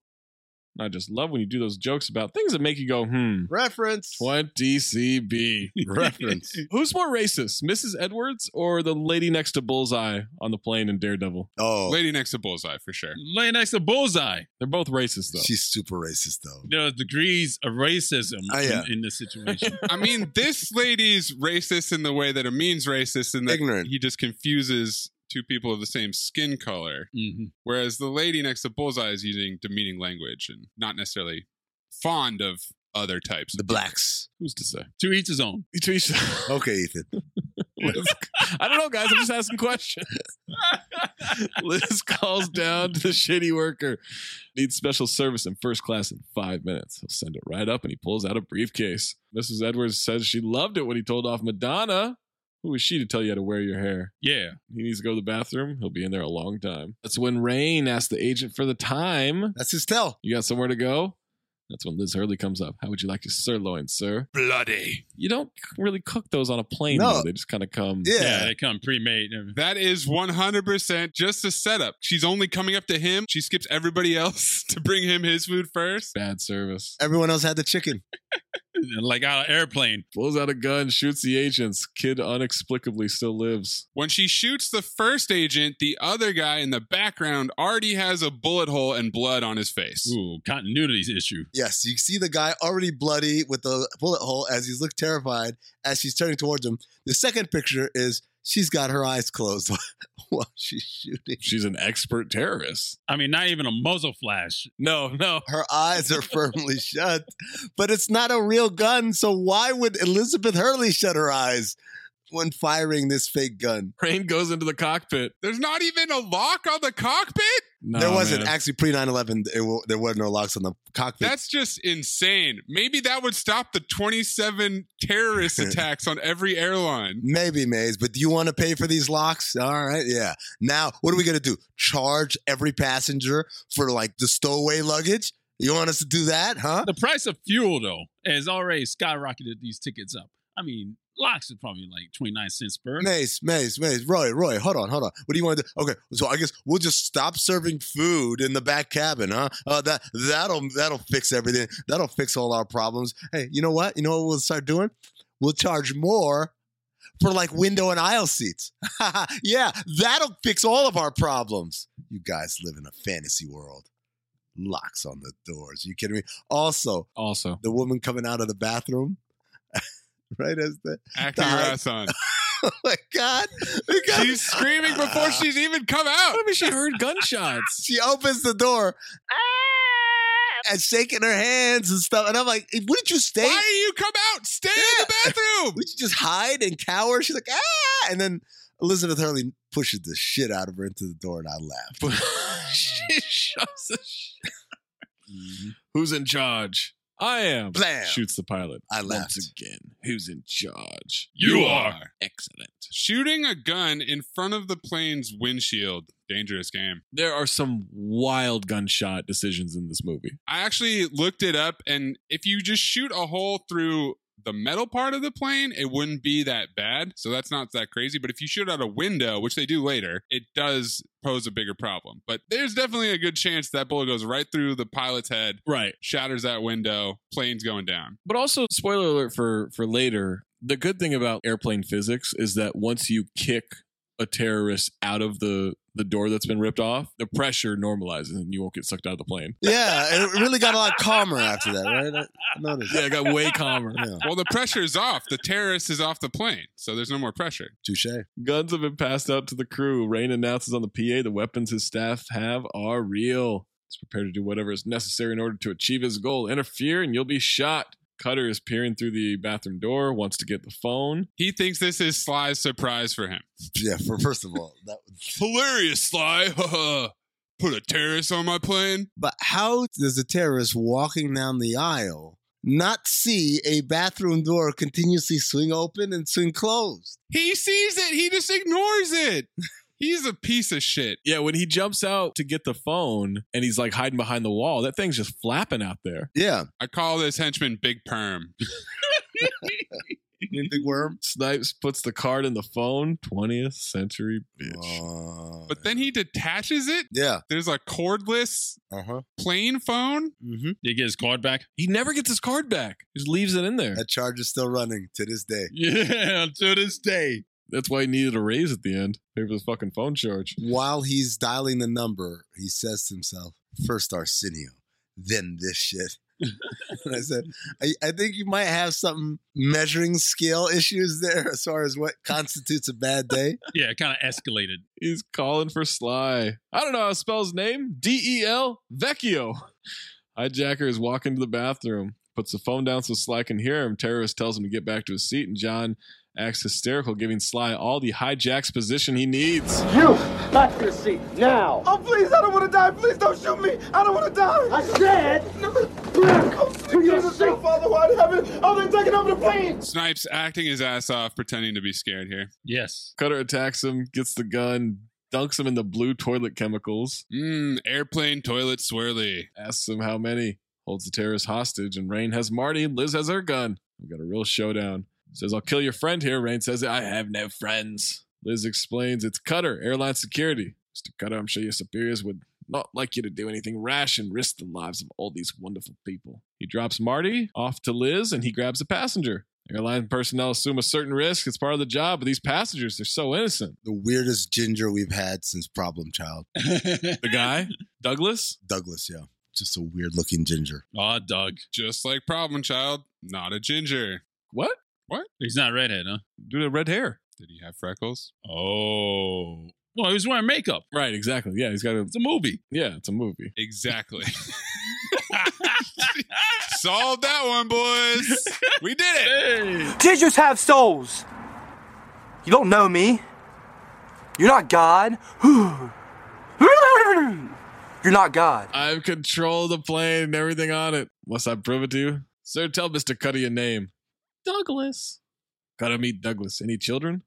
A: And I just love when you do those jokes about things that make you go, hmm.
H: Reference.
A: 20 CB.
H: Reference.
A: Who's more racist, Mrs. Edwards or the lady next to Bullseye on the plane in Daredevil?
H: Oh,
F: [laughs] Lady next to Bullseye for sure.
G: Laying next to Bullseye.
A: They're both racist, though.
H: she's super racist though.
G: There are degrees of racism
H: Oh, yeah.
G: in, in this situation.
F: [laughs] I mean, this lady's racist in the way that Amin's racist in that
H: Ignorant.
F: he just confuses two people of the same skin color.
G: hmm
F: Whereas the lady next to Bullseye is using demeaning language and not necessarily fond of other types.
H: The blacks.
A: Who's to say?
G: To each his own.
A: To each-
H: Okay, Ethan.
A: [laughs] I don't know, guys. I'm just asking questions. Liz calls down to the shitty worker. Needs special service in first class in five minutes. He'll send it right up and he pulls out a briefcase. Mrs. Edwards says she loved it when he told off Madonna. Who is she to tell you how to wear your hair?
G: Yeah.
A: He needs to go to the bathroom. He'll be in there a long time. That's when Rain asks the agent for the time.
H: That's his tell.
A: You got somewhere to go? That's when Liz Hurley comes up. How would you like your sirloin, sir?
F: Bloody.
A: You don't really cook those on a plane,
H: No.
A: though. They just kind of come.
H: Yeah.
G: Yeah, they come pre-made. and everything.
F: That is 100% just a setup. She's only coming up to him. She skips everybody [laughs] else to bring him his food first.
A: Bad service.
H: Everyone else had the chicken.
G: Like out of airplane.
A: pulls out a gun, shoots the agents. Kid inexplicably still lives.
F: When she shoots the first agent, the other guy in the background already has a bullet hole and blood on his face.
G: Ooh, continuity issue.
H: Yes, you see the guy already bloody with a bullet hole as he's looked terrified as she's turning towards him. The second picture is she's got her eyes closed [laughs] while she's shooting.
A: She's an expert terrorist.
G: I mean, not even a muzzle flash.
A: No, no.
H: Her eyes are
A: [laughs]
H: firmly shut, but it's not a real gun. So why would Elizabeth Hurley shut her eyes when firing this fake gun?
A: Rain goes into the cockpit.
F: There's not even a lock on the cockpit?
A: Nah,
H: there wasn't
A: man.
H: actually pre 9 11, there were no locks on the cockpit.
F: That's just insane. Maybe that would stop the 27
H: [laughs]
F: terrorist attacks on every airline.
H: Maybe, Maze, but do you want to pay for these locks? All right, yeah. Now, what are we going to do? Charge every passenger for like the stowaway luggage? You want us to do that, huh?
G: The price of fuel, though, has already skyrocketed these tickets up. I mean, Locks is probably like 29 cents per.
H: Mace, Mace, Mace, Roy, Roy, hold on, hold on. What do you want to do? Okay, so I guess we'll just stop serving food in the back cabin, huh? Uh, that that'll that'll fix everything. That'll fix all our problems. Hey, you know what? You know what we'll start doing? We'll charge more for like window and aisle seats. [laughs] yeah, that'll fix all of our problems. You guys live in a fantasy world. Locks on the doors. you kidding me? Also,
A: also
H: the woman coming out of the bathroom, [laughs] right as the [laughs]
F: Acting
H: the
F: her
H: high-
F: ass on.
H: oh my god! You guys-
F: She's screaming before she's even come out.
A: I mean, she heard gunshots.
H: she opens the door
A: Ah!
H: and shaking her hands and stuff. And I'm like, wouldn't you stay?
F: Why do you come out? Stay in the bathroom.
H: Would you just hide and cower? She's like, ah! And then Elizabeth Hurley pushes the shit out of her into the door, and I laugh.
A: she shoves the shit. Who's in charge? I am.
H: Blam.
A: Shoots the pilot.
H: I
A: Once
H: laughed.
A: again, who's in charge?
F: You are.
A: Excellent.
F: Shooting a gun in front of the plane's windshield. Dangerous game.
A: There are some wild gunshot decisions in this movie.
F: I actually looked it up, and if you just shoot a hole through the metal part of the plane, it wouldn't be that bad. So that's not that crazy. But if you shoot out a window, which they do later, it does pose a bigger problem. But there's definitely a good chance that bullet goes right through the pilot's head,
A: Right.
F: shatters that window, plane's going down.
A: But also, spoiler alert for for later. The good thing about airplane physics is that once you kick a terrorist out of the the door that's been ripped off, the pressure normalizes and you won't get sucked out of the plane.
H: yeah, it really got a lot calmer after that, right? I I noticed.
A: Yeah, it got way calmer.
H: Yeah.
F: Well, the pressure's off. The terrorist is off the plane, so there's no more pressure.
H: Touche.
A: Guns have been passed out to the crew. Rain announces on the PA the weapons his staff have are real. He's prepared to do whatever is necessary in order to achieve his goal. Interfere and you'll be shot. Cutter is peering through the bathroom door, wants to get the phone.
F: He thinks this is Sly's surprise for him.
H: Yeah, for, first of all, that,
F: Hilarious, Sly. [laughs] Put a terrorist on my plane.
H: but how does a terrorist walking down the aisle not see a bathroom door continuously swing open and swing closed?
F: He sees it. He just ignores it. [laughs] He's a piece of shit.
A: Yeah, when he jumps out to get the phone and he's like hiding behind the wall, that thing's just flapping out
H: [laughs]
A: there.
H: Yeah,
F: I call this henchman Big Perm.
A: Oh,
H: big worm.
A: Snipes puts the card in the phone. 20th century bitch.
H: Uh,
F: But then he detaches it.
H: yeah,
F: There's a cordless
H: uh huh.
F: plain phone.
H: Mm-hmm.
G: They get his card back.
A: He never gets his card back. He just leaves it in there.
H: That charge is still running to this day.
A: [laughs]
G: Yeah, to this day.
A: That's why he needed a raise at the end. Pay for the fucking phone charge.
H: While he's dialing the number, he says to himself, First Arsenio, then this shit. [laughs] and I said, I, I think you might have some measuring scale issues there as far as what constitutes a bad day.
G: Yeah, it kind of escalated.
A: He's calling for Sly. I don't know how to spell his name. D E L Vecchio. [laughs] Hijacker is walking to the bathroom, puts the phone down so Sly can hear him. Terrorist tells him to get back to his seat, and John acts hysterical, giving Sly all the hijack's position he needs.
R: You! Back to your seat, now!
U: Oh, please, I don't want to die. Please don't shoot me. I don't want to die. Oh,
R: I said, back to your seat!
U: Father, why in heaven? Oh, they're taking over the plane.
F: Snipes acting his ass off, pretending to be scared here.
G: Yes.
A: Cutter attacks him, gets the gun, dunks him in the blue toilet chemicals,
F: Mmm, airplane toilet swirly.
A: asks him how many, holds the terrorist hostage, and Rain has Marty, Liz has her gun. We got a real showdown. Says, I'll kill your friend here. Rain says, I have no friends. Liz explains, it's Cutter, airline security. Mr. Cutter, I'm sure your superiors would not like you to do anything rash and risk the lives of all these wonderful people. He drops Marty off to Liz and he grabs a passenger. Airline personnel assume a certain risk. It's part of the job, but these passengers, they're so innocent.
H: The weirdest ginger we've had since Problem Child.
A: The guy, [laughs] Douglas,
H: Douglas, yeah. Just a weird looking ginger.
G: Aw, Doug.
F: Just like Problem Child, not a ginger.
A: what?
G: He's not redhead, huh?
A: Dude had red hair.
F: Did he have freckles?
G: Oh. Well, he was wearing makeup.
A: Right, exactly. Yeah, he's got a.
G: It's a movie.
A: Yeah, it's a movie. [laughs]
F: Exactly. Solved that one, boys. We did it.
U: Jesus have souls. You don't know me. You're not God. [laughs] You're not God.
A: I've controlled the plane and everything on it. Unless I prove it to you. Sir, tell Mr. Cutter your name. Douglas. Gotta meet Douglas. Any children?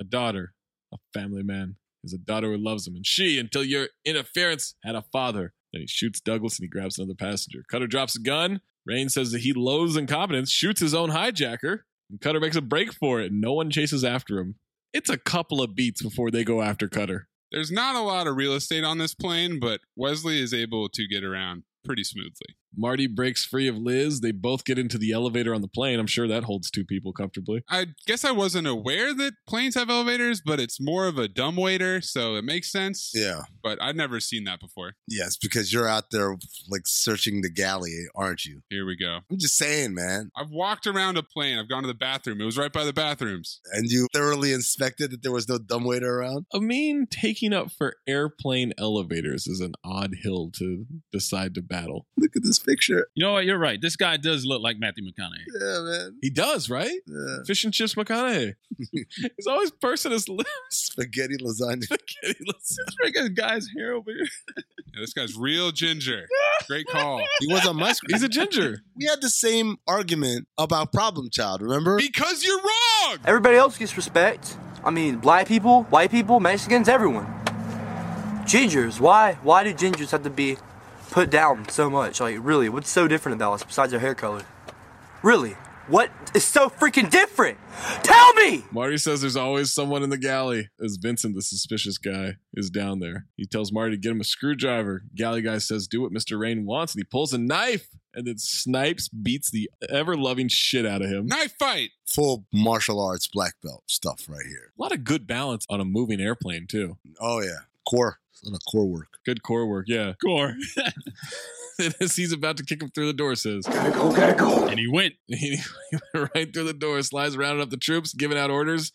A: A daughter. A family man. There's a daughter who loves him, and she, until your interference, had a father. Then he shoots Douglas and he grabs another passenger. Cutter drops a gun. Rain says that he loathes incompetence, shoots his own hijacker. And Cutter makes a break for it. and No one chases after him. It's a couple of beats before they go after Cutter.
F: There's not a lot of real estate on this plane, but Wesley is able to get around pretty smoothly.
A: Marty breaks free of Liz. They both get into the elevator on the plane. I'm sure that holds two people comfortably.
F: I guess I wasn't aware that planes have elevators, but it's more of a dumb waiter, so it makes sense.
H: Yeah.
F: But I've never seen that before.
H: Yes, because you're out there like searching the galley, aren't you?
F: Here we go.
H: I'm just saying, man.
F: I've walked around a plane. I've gone to the bathroom. It was right by the bathrooms.
H: And you thoroughly inspected that there was no dumbwaiter around.
A: I mean, taking up for airplane elevators is an odd hill to decide to battle.
H: Look at this picture.
G: You know what? You're right. This guy does look like Matthew McConaughey.
H: Yeah, man.
A: He does, right?
H: Yeah.
A: Fish and chips
F: [laughs]
A: McConaughey. He's always person his lips. [laughs]
H: Spaghetti lasagna.
A: Spaghetti lasagna. Guy's hair over here.
F: [laughs] Yeah, this guy's real ginger.
A: [laughs]
F: Great call.
H: [laughs] He was on my screen.
A: He's a ginger.
H: We had the same argument about Problem Child, remember?
F: Because you're wrong.
U: Everybody else gets respect. I mean, black people, white people, Mexicans, everyone. Gingers, why? Why do gingers have to be put down so much? Like, really, what's so different about us besides our hair color? Really, what is so freaking different? Tell me.
A: Marty says there's always someone in the galley. As Vincent, the suspicious guy, is down there. He tells Marty to get him a screwdriver. Galley guy says, Do what Mr. Rain wants, and he pulls a knife and then Snipes beats the ever loving shit out of him.
F: Knife fight.
H: Full martial arts black belt stuff right here.
A: A lot of good balance on a moving airplane, too.
H: Oh yeah. Core. A lot of core work.
A: Good core work, yeah.
F: [laughs]
G: Gore.
A: And as [laughs] he's about to kick him through the door, says,
R: Gotta go, gotta go.
G: and he went.
A: [laughs] He went right through the door, slides rounding up the troops, giving out orders.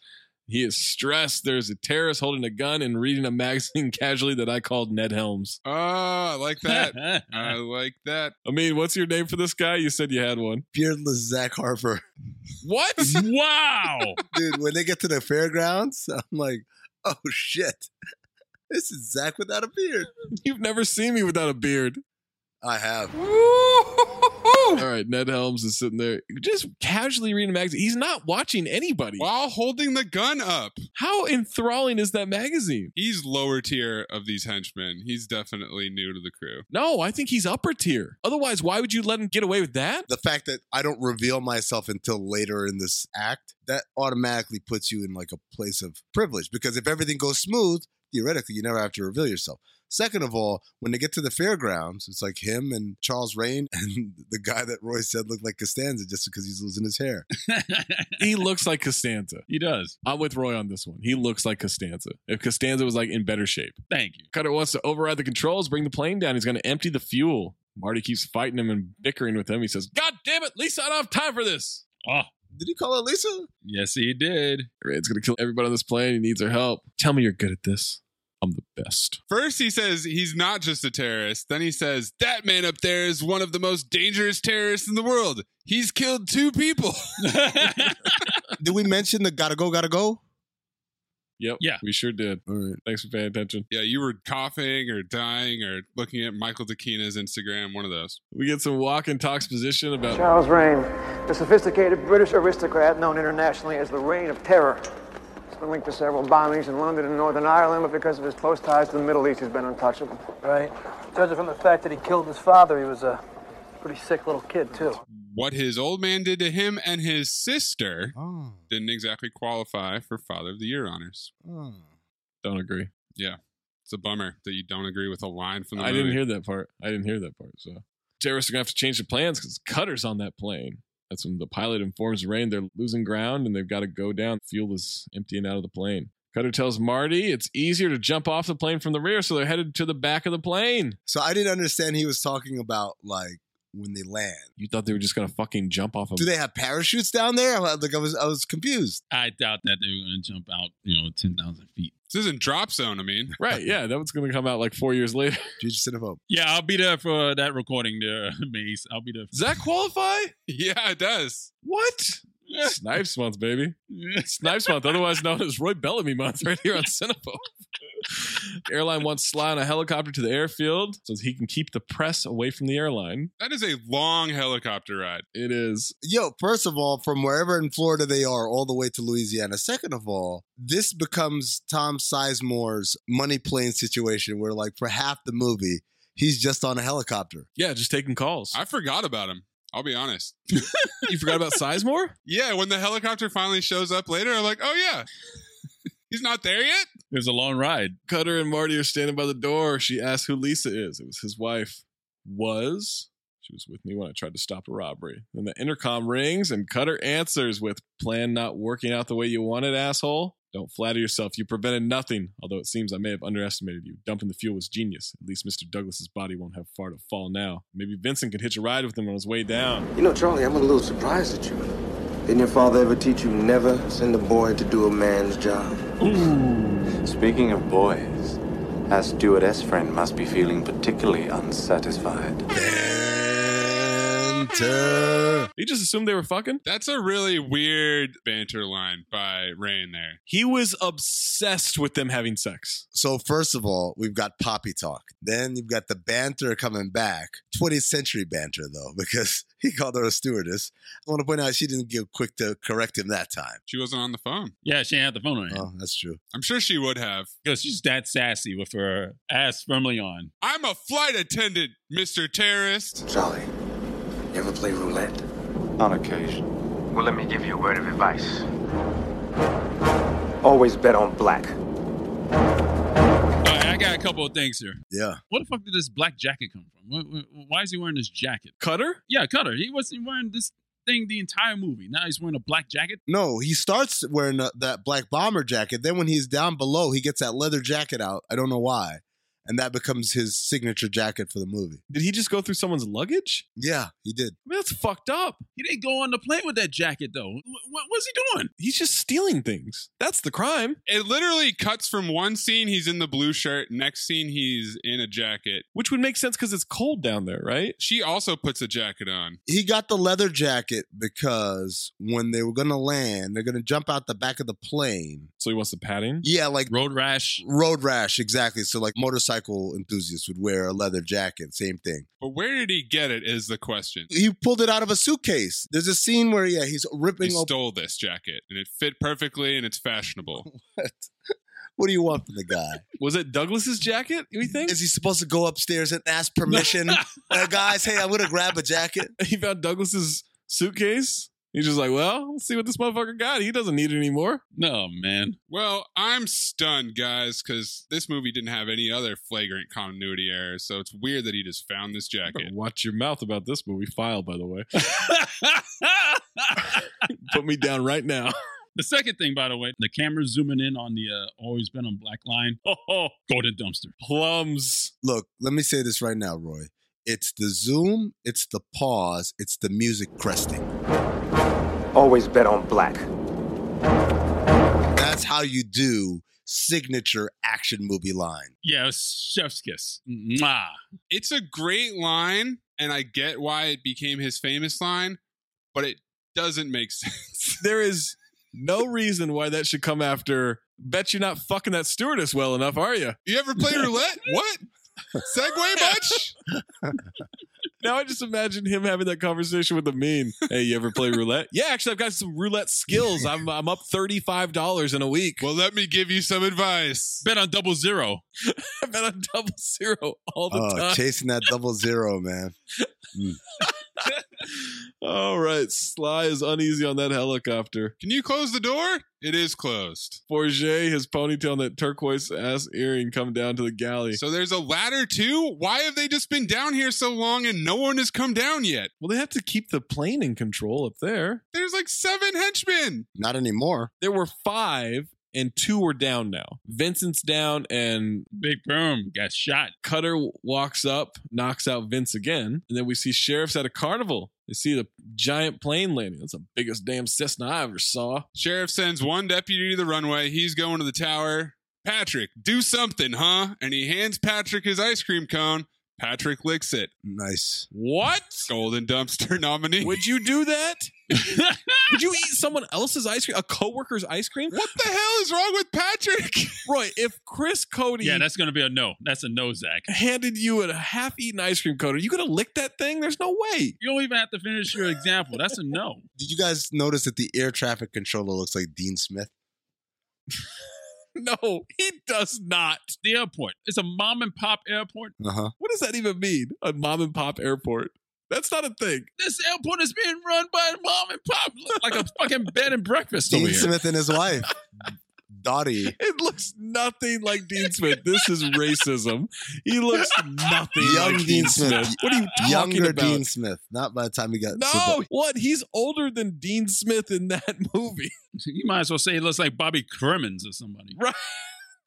A: He is stressed. There's a terrorist holding a gun and reading a magazine [laughs] casually that I called Ned Helms.
F: Oh, I like that.
A: [laughs]
F: I like that.
A: I mean, what's your name for this guy? You said you had one.
H: Beardless Zach Harper.
A: What?
G: wow.
H: Dude, when they get to the fairgrounds, I'm like, oh shit. This is Zach without a beard.
A: [laughs] You've never seen me without a beard.
H: I have.
A: All right, Ned Helms is sitting there just casually reading a magazine. He's not watching anybody.
F: While holding the gun up,
A: How enthralling is that magazine?
F: he's lower tier of these henchmen. He's definitely new to the crew.
A: No, I think he's upper tier. Otherwise, why would you let him get away with that?
H: The fact that I don't reveal myself until later in this act, that automatically puts you in like a place of privilege because if everything goes smooth, theoretically, you never have to reveal yourself. Second of all, when they get to the fairgrounds, it's like him and Charles Rain [laughs] and the guy that Roy said looked like Costanza just because he's losing his hair.
F: [laughs]
A: He looks like Costanza.
G: he does.
A: I'm with Roy on this one. He looks like Costanza. If Costanza was like in better shape,
G: Thank you.
A: Cutter wants to override the controls, bring the plane down. He's going to empty the fuel. Marty keeps fighting him and bickering with him. He says, God damn it, Lisa, I don't have time for this.
G: Oh,
H: Did he call her Lisa?
G: yes, he did.
A: Rand's going to kill everybody on this plane. He needs our help. Tell me you're good at this. I'm the best.
F: First, he says he's not just a terrorist. Then he says, That man up there is one of the most dangerous terrorists in the world. He's killed two people. [laughs]
H: Did we mention the gotta go, gotta go?
A: Yep.
G: Yeah.
A: We sure did.
H: All right.
A: Thanks for paying attention.
F: yeah, you were coughing or dying or looking at Michael DeKina's Instagram, one of those.
A: We get some walk and talks position about
P: Charles Rain, the sophisticated British aristocrat known internationally as the Reign of Terror. He's been linked to several bombings in London and Northern Ireland, but because of his close ties to the Middle East, he's been untouchable.
T: Right. Judging from the fact that he killed his father, he was a pretty sick little kid, too.
F: What his old man did to him and his sister
H: Oh,
F: didn't exactly qualify for Father of the Year honors.
H: oh.
A: don't agree.
F: Yeah. It's a bummer that you don't agree with a line from the
A: I
F: movie.
A: didn't hear that part. I didn't hear that part. So terrorists are gonna have to change the plans because Cutter's on that plane. That's when the pilot informs Rain they're losing ground and they've got to go down. Fuel is emptying out of the plane. Cutter tells Marty it's easier to jump off the plane from the rear, so they're headed to the back of the plane.
H: So I didn't understand he was talking about like when they land.
A: You thought they were just gonna fucking jump off
F: [laughs]
A: of
H: Do they have parachutes down there? I- Like I was, I was confused.
G: I doubt that they were going to jump out, you know, 10,000 feet.
F: This isn't Drop Zone, I mean.
A: Right, yeah, that was gonna come out like four years later.
H: Future Sin of Hope.
G: Yeah, I'll be there Uh, for that recording there, [laughs] Mace. I'll be there.
A: Does that qualify?
F: yeah, it does.
A: [laughs] What? Snipes month, baby. Snipes Month, otherwise known as Roy Bellamy Month, right here on Cinephobe. [laughs] airline wants Sly on a helicopter to the airfield so he can keep the press away from the airline.
F: That is a long helicopter ride.
A: It is
H: Yo, first of all, from wherever in Florida they are, all the way to Louisiana. Second of all, this becomes Tom Sizemore's money plane situation, where like for half the movie, he's just on a helicopter.
A: yeah, just taking calls.
F: I forgot about him. I'll be honest.
A: [laughs] you forgot about Sizemore?
F: Yeah, when the helicopter finally shows up later, I'm like, oh yeah, [laughs] he's not there yet.
A: It was a long ride. Cutter and Marty are standing by the door. She asks who Lisa is. It was his wife. Was. She was with me when I tried to stop a robbery. Then the intercom rings and Cutter answers with plan not working out the way you wanted, asshole. Don't flatter yourself. You prevented nothing, although it seems I may have underestimated you. Dumping the fuel was genius. At least Mr. Douglas's body won't have far to fall now. Maybe Vincent could hitch a ride with him on his way down.
L: You know, Charlie, I'm a little surprised at you. Didn't your father ever teach you never send a boy to do a man's job?
X: Speaking of boys, our stewardess friend must be feeling particularly unsatisfied.
A: He just assumed they were fucking.
F: That's a really weird banter line by Ray in there.
A: He was obsessed with them having sex.
H: So first of all, we've got poppy talk. Then you've got the banter coming back. 20th century banter though, [laughs] because he called her a stewardess. I want to point out she didn't give quick to correct him that time.
F: She wasn't on the phone.
G: Yeah, she ain't had the phone on.
H: Oh, that's true.
F: I'm sure she would have.
G: Because she's that sassy with her ass firmly on.
F: I'm a flight attendant, Mr. Terrorist.
L: Charlie, you ever play roulette?
X: On occasion.
L: Well, let me give you a word of advice. Always bet on black.
G: All right, I got a couple of things here.
H: Yeah.
G: Where the fuck did this black jacket come from? Wh- wh- Why is he wearing this jacket?
A: Cutter?
G: Yeah, Cutter. He wasn't wearing this thing the entire movie. Now he's wearing a black jacket.
H: No, he starts wearing that- that black bomber jacket. Then when he's down below, he gets that leather jacket out. I don't know why. And that becomes his signature jacket for the movie.
A: Did he just go through someone's luggage?
H: Yeah, he did.
A: I mean, that's fucked up.
G: He didn't go on the plane with that jacket though. Wh- What was he doing?
A: He's just stealing things. That's the crime.
F: It literally cuts from one scene he's in the blue shirt, next scene he's in a jacket.
A: Which would make sense because it's cold down there, right?
F: She also puts a jacket on.
H: He got the leather jacket because when they were going to land, they're going to jump out the back of the plane.
A: So he wants the padding?
H: Yeah, like
G: Road rash.
H: road rash, exactly. So, like motorcycle enthusiasts would wear a leather jacket, same thing.
F: But where did he get it is the question.
H: He pulled it out of a suitcase. There's a scene where, yeah, he's
F: He
H: ripping open.
F: stole this jacket and it fit perfectly and it's fashionable.
H: What? What do you want from the guy?
A: [laughs] Was it Douglas's jacket, you think?
H: Is he supposed to go upstairs and
F: [laughs]
H: ask permission? Uh, guys, hey, I'm gonna grab a jacket.
A: [laughs] he found Douglas's suitcase. He's just like, well, let's see what this motherfucker got. He doesn't need it anymore.
G: No man.
F: Well, I'm stunned, guys, because this movie didn't have any other flagrant continuity errors, so it's weird that he just found this jacket.
A: Watch your mouth about this movie file, by the
G: [laughs]
A: way. [laughs] Put me down right now. [laughs]
G: The second thing, by the way, the camera's zooming in on the uh, always been on black line. [laughs] Oh, go to dumpster.
A: Plums.
H: Look, let me say this right now, Roy. It's the zoom, it's the pause, it's the music cresting.
U: Always bet on black.
H: That's how you do signature action movie line.
G: Yeah, it was chef's kiss. Mwah.
F: It's a great line, and I get why it became his famous line, but it doesn't make [laughs] sense.
A: There is no reason why that should come after. Bet you're not fucking that stewardess well enough, are you?
F: you ever
A: [laughs]
F: play roulette? What? Segway much?
A: [laughs] Now I just imagine him having that conversation with the mean. Hey, you ever play roulette? Yeah, actually, I've got some roulette skills. I'm I'm up thirty five dollars in a week.
F: Well, let me give you some advice.
G: Bet on double
A: [laughs]
G: zero.
A: I've been on double zero all the
H: Oh,
A: time.
H: chasing that double zero, man.
A: All right, Sly is uneasy on that helicopter.
F: Can you close the door? It is closed.
A: Forget his ponytail and that turquoise ass earring come down to the galley.
F: So there's a ladder too? Why have they just been down here so long and no one has come down yet?
A: well, they have to keep the plane in control up there.
F: There's like seven henchmen.
H: Not anymore.
A: There were five, and two were down now. Vincent's down, and
G: Big boom. Got shot.
A: Cutter walks up, knocks out Vince again, and then we see sheriffs at a carnival. They see the giant plane landing. That's the biggest damn Cessna I ever saw.
F: Sheriff sends one deputy to the runway. He's going to the tower. Patrick, do something, huh? And he hands Patrick his ice cream cone. Patrick licks it.
H: Nice.
A: What?
F: Golden dumpster [laughs] nominee.
A: Would you do that?
F: [laughs]
A: Would you eat someone else's ice cream? A coworker's ice cream?
F: what the hell is wrong with Patrick? [laughs]
A: Roy, if Chris Cody
G: Yeah, that's gonna be a no. That's a no, Zach.
A: handed you a half-eaten ice cream cone, are you gonna lick that thing? There's no way.
G: You don't even have to finish your example. That's a no.
H: Did you guys notice that the air traffic controller looks like Dean Smith?
A: [laughs] No, he does not.
G: The airport. It's a mom and pop airport.
H: Uh huh.
A: What does that even mean? A mom and pop airport. That's not a thing.
G: This airport is being run by mom and pop like a fucking bed and breakfast over
H: Dean
G: here.
H: Smith and his wife, Dottie.
A: It looks nothing
G: [laughs]
A: like Dean Smith. This is racism. He looks nothing
H: Young
A: like
H: Dean Smith.
A: What are you talking
H: Younger
A: about?
H: Dean Smith. Not by the time he got
A: No, what? He's older than Dean Smith in that [laughs] movie.
G: [laughs] You might as well say he looks like Bobby Cremins or somebody.
A: Right. [laughs]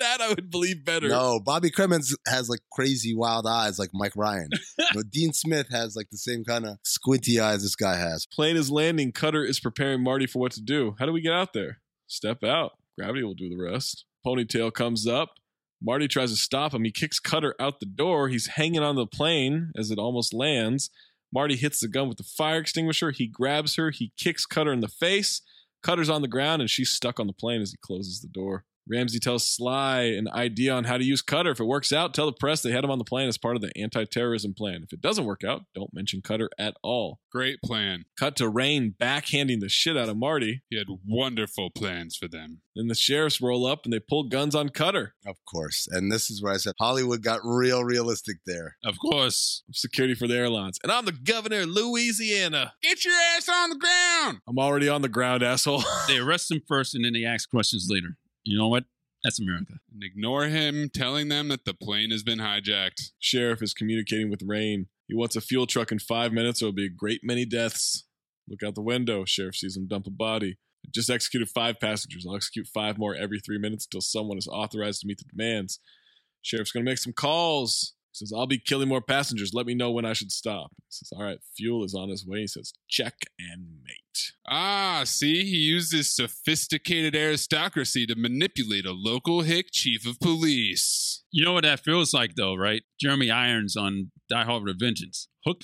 A: That I would believe better.
H: No, Bobby Cremens has like crazy wild eyes like Mike Ryan. but Dean Smith has like the same kind of squinty eyes this guy has.
A: Plane is landing. Cutter is preparing Marty for what to do. How do we get out there? Step out. Gravity will do the rest. Ponytail comes up. Marty tries to stop him. He kicks Cutter out the door. He's hanging on the plane as it almost lands. Marty hits the gun with the fire extinguisher. He grabs her. He kicks Cutter in the face. Cutter's on the ground and she's stuck on the plane as he closes the door. Ramsey tells Sly an idea on how to use Cutter. If it works out, tell the press they had him on the plane as part of the anti terrorism plan. If it doesn't work out, don't mention Cutter at all.
F: Great plan.
A: Cut to Rain backhanding the shit out of Marty.
F: He had wonderful plans for them.
A: Then the sheriffs roll up and they pull guns on Cutter.
H: Of course. And this is where I said Hollywood got real realistic there.
G: Of course.
A: Security for the airlines. And I'm the governor of Louisiana.
F: Get your ass on the ground.
A: I'm already on the ground, asshole. [laughs]
G: They arrest him first and then they ask questions later. You know what? That's America.
F: And ignore him telling them that the plane has been hijacked.
A: Sheriff is communicating with Rain. He wants a fuel truck in five minutes, or it'll be a great many deaths. Look out the window. Sheriff sees him dump a body. I just executed five passengers. I'll execute five more every three minutes until someone is authorized to meet the demands. Sheriff's going to make some calls. He says, I'll be killing more passengers. Let me know when I should stop. He says, All right, fuel is on his way. He says, Check and mate.
F: Ah, see, he used his sophisticated aristocracy to manipulate a local hick chief of police.
G: You know what that feels like, though, right? Jeremy Irons on Die Hard with a Vengeance. Hook,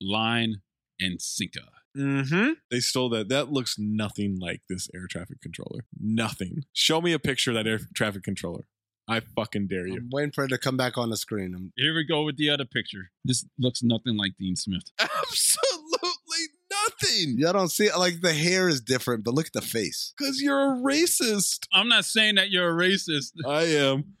G: line, and sinker.
A: Mm-hmm. They stole that. That looks nothing like this air traffic controller. Nothing. Show me a picture of that air traffic controller. I fucking dare you.
H: I'm waiting for it to come back on the screen. I'm-
G: Here we go with the other picture. This looks nothing like
F: [laughs]
G: Dean Smith.
A: Absolutely nothing.
H: Y'all don't see it. Like the hair is different, but look at the face.
A: Because you're a racist.
G: I'm not saying that you're a racist.
A: I am.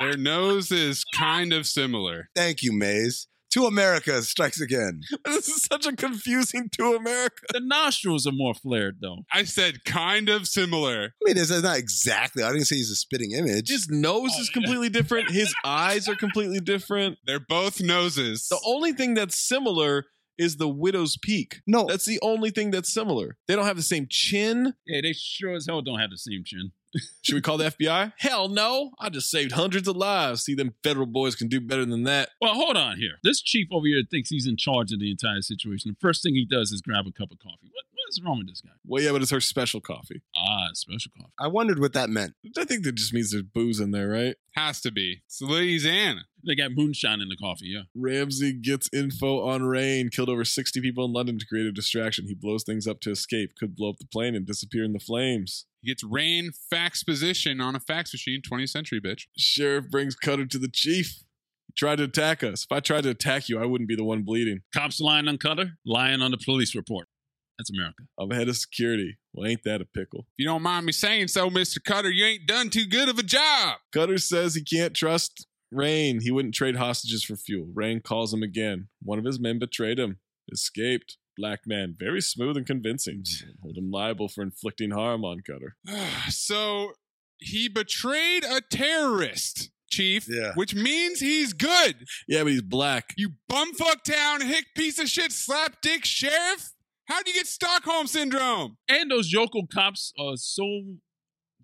F: Their nose is kind of similar.
H: Thank you, Maze. To America strikes again.
A: [laughs] This is such a confusing to America.
G: The nostrils are more flared, though.
F: I said kind of similar.
H: I mean, it's it's not exactly. I didn't say he's a spitting image.
A: His nose
G: Oh,
A: is completely
G: [laughs]
A: different. His eyes are completely different.
F: They're both noses.
A: The only thing that's similar is the widow's peak.
H: No.
A: That's the only thing that's similar. They don't have the same chin.
G: Yeah, they sure as hell don't have the same chin.
A: [laughs] Should we call the FBI? Hell no. I just saved hundreds of lives. See, them federal boys can do better than that.
G: Well, hold on here. This chief over here thinks he's in charge of the entire situation. The first thing he does is grab a cup of coffee. What, what is wrong with this guy?
A: Well, yeah, but it's her special coffee.
G: Ah, special coffee.
H: I wondered what that meant.
A: I think that just means there's booze in there, right?
F: Has to be. It's Louisiana.
G: They got moonshine in the coffee, yeah.
A: Ramsey gets info on Rain, killed over 60 people in London to create a distraction. He blows things up to escape, could blow up the plane and disappear in the flames.
F: He gets rain fax position on a fax machine, 20th century bitch.
A: Sheriff brings Cutter to the chief. He tried to attack us. If I tried to attack you, I wouldn't be the one bleeding.
G: Cops lying on Cutter, lying on the police report. That's America.
A: I'm head of security. Well, ain't that a pickle?
F: If you don't mind me saying so, Mr. Cutter, you ain't done too good of a job.
A: Cutter says he can't trust Rain. He wouldn't trade hostages for fuel. Rain calls him again. One of his men betrayed him, escaped. Black man, very smooth and convincing. Hold him liable for inflicting harm on Cutter.
F: [sighs] so he betrayed a terrorist, Chief,
H: Yeah.
F: which means he's good.
A: Yeah, but he's black.
F: You bumfuck town, hick piece of shit, slap dick sheriff. How do you get Stockholm syndrome?
G: And those yokel cops are so,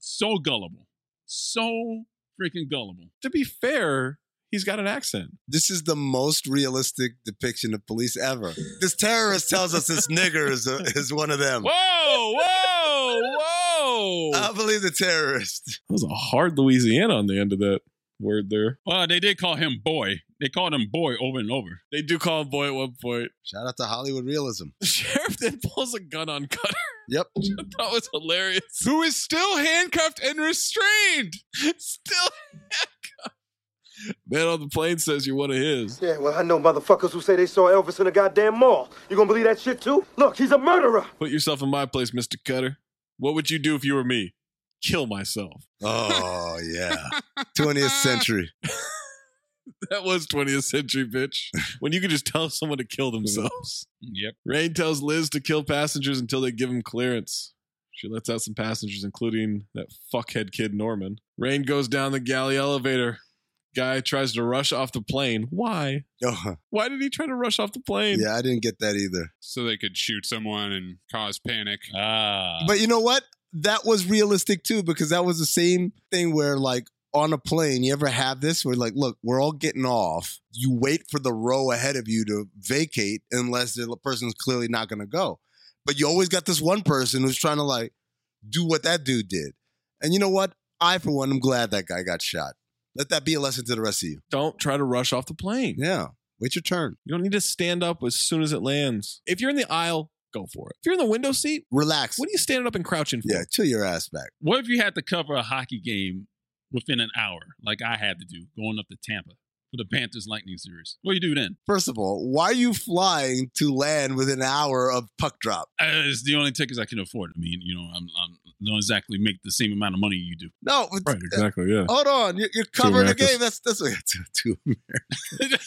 G: so gullible. So freaking gullible.
A: To be fair, he's got an accent.
H: This is the most realistic depiction of police ever. This terrorist tells us this nigger is, a, is one of them.
A: Whoa, whoa, whoa.
H: I believe the terrorist.
A: That was a hard Louisiana on the end of that word there.
G: Well, they did call him boy. They called him boy over and over.
A: They do call him boy at one point. [laughs]
H: Shout out to Hollywood realism.
A: Sheriff then pulls a gun on Cutter. [laughs]
H: Yep.
A: That was hilarious.
F: Who is still handcuffed and restrained?
A: Still Man on the plane says you're one of his.
R: Yeah, well, I know motherfuckers who say they saw Elvis in a goddamn mall. You gonna believe that shit too? Look, he's a murderer.
A: Put yourself in my place, Mr. Cutter. What would you do if you were me? Kill myself. [laughs]
F: [laughs]
H: Oh yeah, twentieth century.
A: that was 20th century, [laughs] bitch. When you could just tell someone to kill themselves.
F: Yep.
A: Rain tells Liz to kill passengers until they give him clearance. She lets out some passengers, including that fuckhead kid Norman. Rain goes down the galley elevator. Guy tries to rush off the plane. Why? Why did he try to rush off the plane?
H: Oh, Yeah, I didn't get that either.
F: So they could shoot someone and cause panic.
G: Ah.
H: But you know what? That was realistic too, because that was the same thing where, like, on a plane, you ever have this where, like, look, we're all getting off. You wait for the row ahead of you to vacate unless the person's clearly not going to go. But you always got this one person who's trying to, like, do what that dude did. And you know what? I, for one, am glad that guy got shot. Let that be a lesson to the rest of you.
A: Don't try to rush off the plane.
H: Yeah. Wait your turn.
A: You don't need to stand up as soon as it lands. If you're in the aisle, go for it. If you're in the window seat,
H: relax.
A: What are you standing up and crouching for?
H: Yeah, chill your ass back.
G: What if you had to cover a hockey game within an hour, like I had to do going up to Tampa for the Panthers Lightning series? What do you do then?
H: First of all, why are you flying to land within an hour of puck drop?
G: Uh, it's the only tickets I can afford. I mean, you know, I'm, I'm don't exactly make the same amount of money you do. [laughs]
H: No, it's-
A: Right, exactly. Yeah.
H: Hold on, you're, you're covering the
A: Americas.
H: game. That's that's what two, two Americas.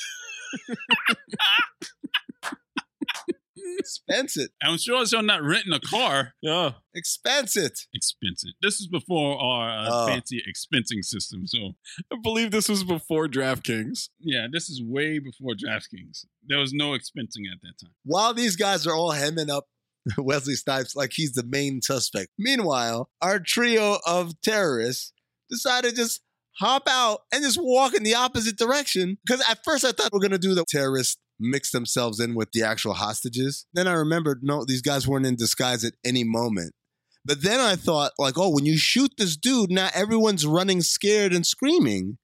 H: Expense it.
G: [laughs] I'm sure as you're not renting a car.
A: Yeah.
H: Expense it.
G: Expense it. This is before our uh,
A: Oh.
G: fancy expensing system. So
A: I believe this was before DraftKings.
G: yeah, this is way before DraftKings. There was no expensing at that time.
H: While these guys are all hemming up [laughs] Wesley Snipes like he's the main suspect. Meanwhile, our trio of terrorists decide to just hop out and just walk in the opposite direction. Because at first I thought we're gonna do the terrorists mix themselves in with the actual hostages. Then I remembered, no, these guys weren't in disguise at any moment. But then I thought, like, oh, when you shoot this dude, now everyone's running scared and screaming.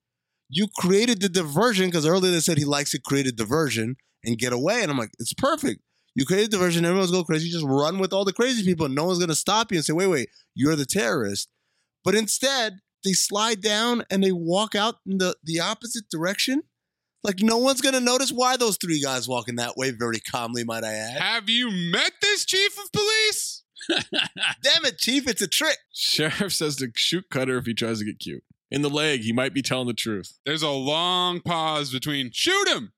H: You created the diversion because earlier they said he likes to create a diversion and get away. And I'm like, it's perfect. You created a diversion, everyone's going crazy. You just run with all the crazy people. No one's going to stop you and say, wait, wait, you're the terrorist. But instead, they slide down and they walk out in the, the opposite direction. Like, no one's going to notice why those three guys walking that way very calmly, might
F: [laughs]
H: I add.
F: Have you met this chief of police?
H: Damn it, Chief, it's a trick.
A: Sheriff says to shoot Cutter if he tries to get cute. In the leg, he might be telling the truth.
F: There's a long pause between shoot him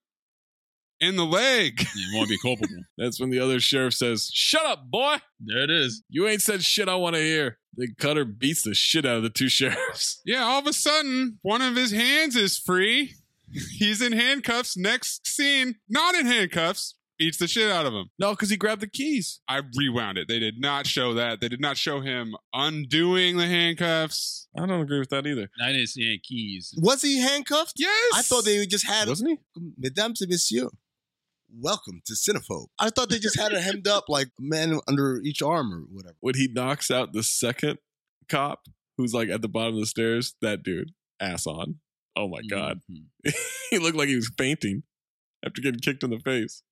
F: in the
A: [laughs]
F: leg.
G: You want to be
F: [laughs]
G: culpable.
A: That's when the other sheriff says, Shut up, boy.
G: There it is.
A: You ain't said shit I want to hear. Then Cutter beats the shit out of the two [laughs] sheriffs.
F: Yeah, all of a sudden, one of his hands is free. [laughs] He's in handcuffs. Next scene, not in handcuffs, beats the shit out of him.
A: No, because he grabbed the keys.
F: I rewound it. They did not show that. They did not show him undoing the handcuffs.
A: I don't agree with that either.
G: I didn't see any keys.
H: Was he handcuffed?
F: Yes.
H: I thought they just had.
A: Wasn't he?
H: Mesdames et messieurs, welcome to Cinephobe. I thought they just had it hemmed up like a man under each arm or whatever.
A: When he knocks out the second cop who's like at the bottom of the stairs, that dude, ass on. Oh my God. [laughs] he looked like he was fainting after getting kicked in the face.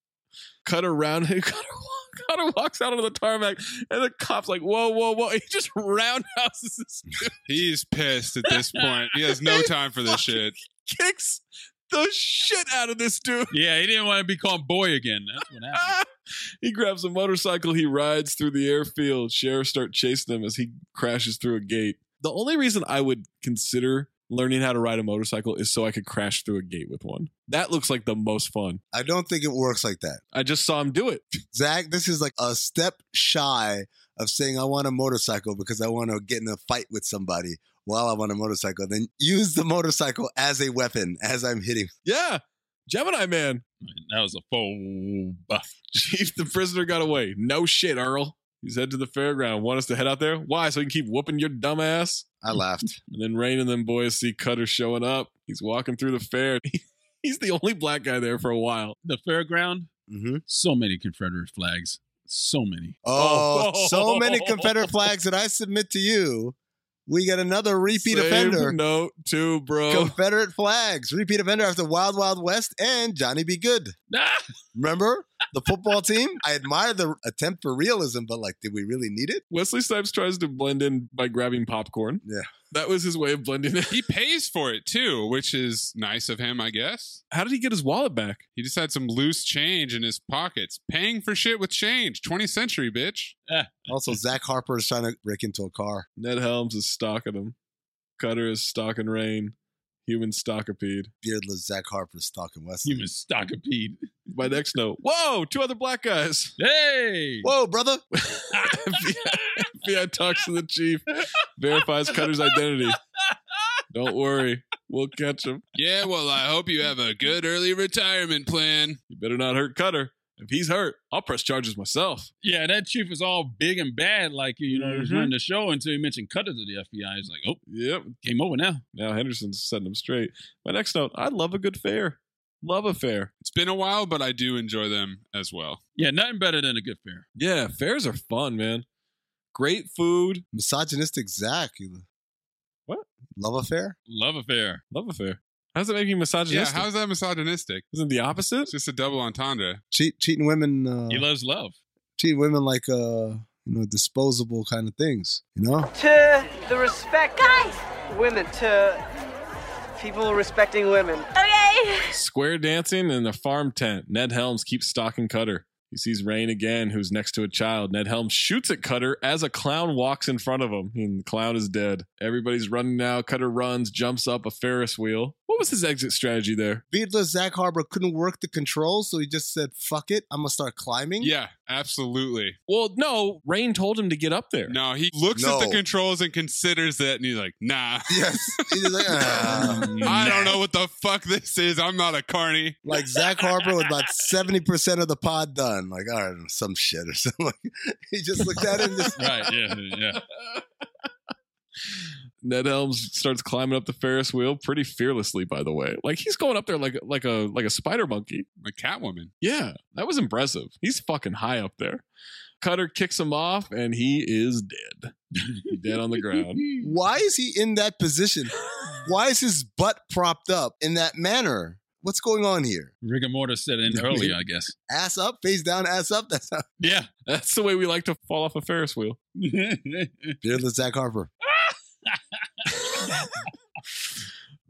A: Cutter rounded, [laughs] Cutter, wa- Cutter walks out onto the tarmac, and the cop's like, whoa, whoa, whoa. He just [laughs] roundhouses this dude.
F: He's pissed at this point. He has
A: [laughs]
F: no time for this shit.
A: kicks the shit out of this dude.
G: Yeah, he didn't want to be called boy again. That's what happened.
A: [laughs] He grabs a motorcycle, he rides through the airfield. Sheriffs start chasing him as he crashes through a gate. The only reason I would consider learning how to ride a motorcycle is so I could crash through a gate with one. That looks like the most fun.
H: I don't think it works like that.
A: I just saw him do it.
H: Zach, this is like a step shy of saying I want a motorcycle because I want to get in a fight with somebody while I'm on a motorcycle. Then use the motorcycle as a weapon as I'm hitting.
A: Yeah. Gemini man.
G: That was a faux [laughs] buff.
A: Chief, the prisoner got away. No shit, Earl. He's head to the fairground. Want us to head out there? Why? So he can keep whooping your dumb ass?
H: I laughed.
A: And then Rain and them boys see Cutter showing up. He's walking through the fair. [laughs] He's the only black guy there for a while.
G: The fairground,
H: [laughs] Mm-hmm.
G: so many Confederate flags. So many.
H: Oh, so many Confederate flags that I submit to you. We got another repeat
A: Same
H: offender.
A: Note too, bro.
H: Confederate flags, repeat offender after Wild Wild West and Johnny Be Good. Remember the football team? I admire the attempt for realism, but like, did we really need it?
A: Wesley Snipes tries to blend in by grabbing popcorn.
H: Yeah.
A: That was his way of blending in.
F: He pays for it too, which is nice of him, I guess.
A: How did he get his wallet back?
F: He just had some loose change in his pockets. Paying for shit with change. 20th century, bitch.
A: Eh.
H: Also, Zach Harper is trying to break into a car.
A: Ned Helms is stalking him. Cutter is stalking Rain. Human stockipede.
H: Beardless Zach Harper stalking Wesley.
G: Human stockipede.
A: My next note. Whoa, two other black guys.
G: Hey.
A: [laughs]
H: Whoa, brother.
A: FBI talks to the [laughs] chief, verifies Cutter's
F: [laughs]
A: identity. Don't worry, we'll catch him.
F: Yeah, well, I hope you have a good early retirement plan.
A: You better not hurt Cutter. If he's hurt, I'll press charges myself.
G: Yeah, that chief was all big and bad, like you know, he was
A: Mhm.
G: running the show until he mentioned Cutter to the FBI. He's like, oh,
A: Yep.
G: game over now.
A: Now Henderson's setting him straight. My next note. I love a good fair. Love a fair.
F: It's been a while, but I do enjoy them as well.
G: Yeah, nothing better than a good fair.
A: Yeah, fairs are fun, man. Great food.
H: Misogynistic Zach. You-
A: What?
H: Love affair?
G: Love affair.
A: Love affair. How's that making you
F: Yeah,
A: misogynistic?
F: how's that misogynistic?
A: Isn't it the opposite?
F: It's just a double entendre.
H: Cheat, cheating women. Uh,
G: He loves love.
H: cheating women like uh, you know disposable kind of things. You know.
T: To the respect of women, to people respecting women.
W: Okay.
A: Square dancing in the farm tent. Ned Helms keeps stalking Cutter. He sees Rain again, who's next to a child. Ned Helms Um, shoots at Cutter as a clown walks in front of him, and the clown is dead. Everybody's running now. Cutter runs, jumps up a Ferris wheel. What was his exit strategy there?
H: Beardless Zach Harper couldn't work the controls, so he just said, "Fuck it, I'm gonna start climbing."
F: Yeah, absolutely.
A: Well, no, Rain told him to get up there.
F: No, he looks at
H: No.
F: the controls and considers that, and he's like, nah.
H: Yes. He's just like, "Ah."
F: I don't know what the fuck this is. I'm not a carny.
H: like Zach Harper with about seventy percent of the pod done. Like, all right, some shit or [laughs] something. Like, he just looked at it
F: [laughs]
H: and just
G: Right. Yeah. Yeah.
A: Ned Helms starts climbing up the Ferris wheel pretty fearlessly, by the way. Like he's going up there like like a like a spider monkey.
F: A Catwoman.
A: Yeah, that was impressive. He's fucking high up there. Cutter kicks him off and he is dead. [laughs] dead on the ground.
H: Why is he in that position? Why is his butt propped up in that manner? What's going on here?
G: Rigor mortis set in earlier,
A: [laughs]
G: I guess.
H: Ass up, face down, ass up. That's how [laughs]
G: Yeah.
A: That's the way we like to fall off a Ferris wheel.
H: beardless Zach Harper.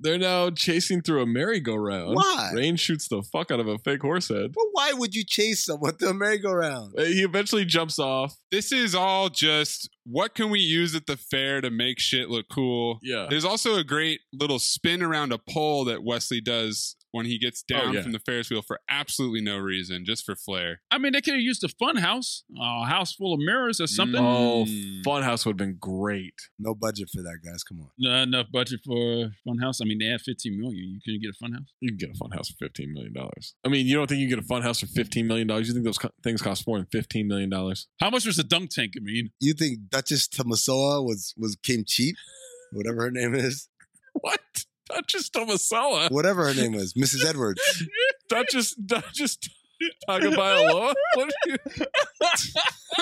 A: They're now chasing through a merry-go-round.
H: Why?
A: Rain shoots the fuck out of a fake horse head.
H: But why would you chase someone to a merry-go-round?
A: Uh, He eventually jumps off.
F: This is all just what can we use at the fair to make shit look cool?
A: Yeah.
F: There's also a great little spin around a pole that Wesley does when he gets down
A: Oh, yeah.
F: from the Ferris wheel for absolutely no reason, just for flair.
G: I mean, they could have used the fun house, a house full of mirrors or something.
A: Oh, Funhouse would have been great.
H: Mm. No budget for that, guys. Come on.
G: Not enough budget for fun house. I mean, they had 15 million. You couldn't get a fun house.
A: You can get a funhouse for $15 million. I mean, you don't think you can get a funhouse for $15 million? You think those co- things cost more than $15 million?
G: How much was the dunk tank? I mean,
H: You think Duchess Tamasoa was was came cheap? Whatever her name is.
A: [laughs] What?
G: [laughs]
A: Duchess Tomasawa?
H: Whatever her name was. Mrs. Edwards.
A: Duchess, Duchess [laughs] Tagabailoa? What are you?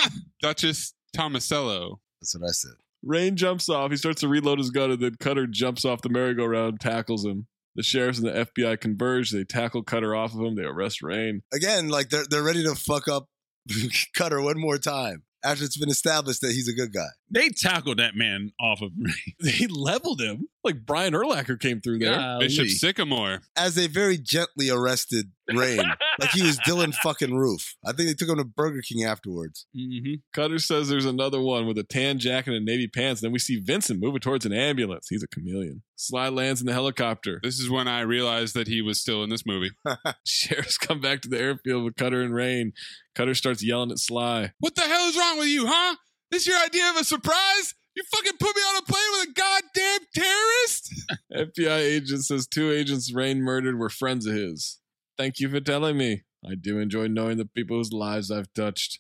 F: [laughs] Duchess Tomasello.
H: That's what I said.
A: Rain jumps off. He starts to reload his gun, and then Cutter jumps off the merry-go-round, tackles him. The sheriffs and the FBI converge. They tackle Cutter off of him. They arrest Rain.
H: Again, like they're they're ready to fuck up [laughs] Cutter one more time after it's been established that he's a good guy.
G: they tackled that man off of me.
A: [laughs] They leveled him. Like Brian Erlacher came through there.
F: Bishop Sycamore.
H: as they very gently arrested Rain. like he was Dylan fucking Roof. I think they took him to Burger King afterwards.
G: Mm-hmm.
A: Cutter says there's another one with a tan jacket and navy pants. Then we see Vincent moving towards an ambulance. He's a chameleon. Sly lands in
F: [laughs]
A: the helicopter.
F: This is when I realized that he was still in this movie.
A: [laughs]
F: [laughs]
A: Sheriffs come back to the airfield with Cutter and Rain. Cutter starts yelling at Sly.
F: What the hell is wrong with you, huh? This your idea of a surprise? You fucking put me on a plane with a goddamn
A: [laughs]
F: terrorist?
A: FBI agent says two agents Rain murdered were friends of his. Thank you for telling me. I do enjoy knowing the people whose lives I've touched.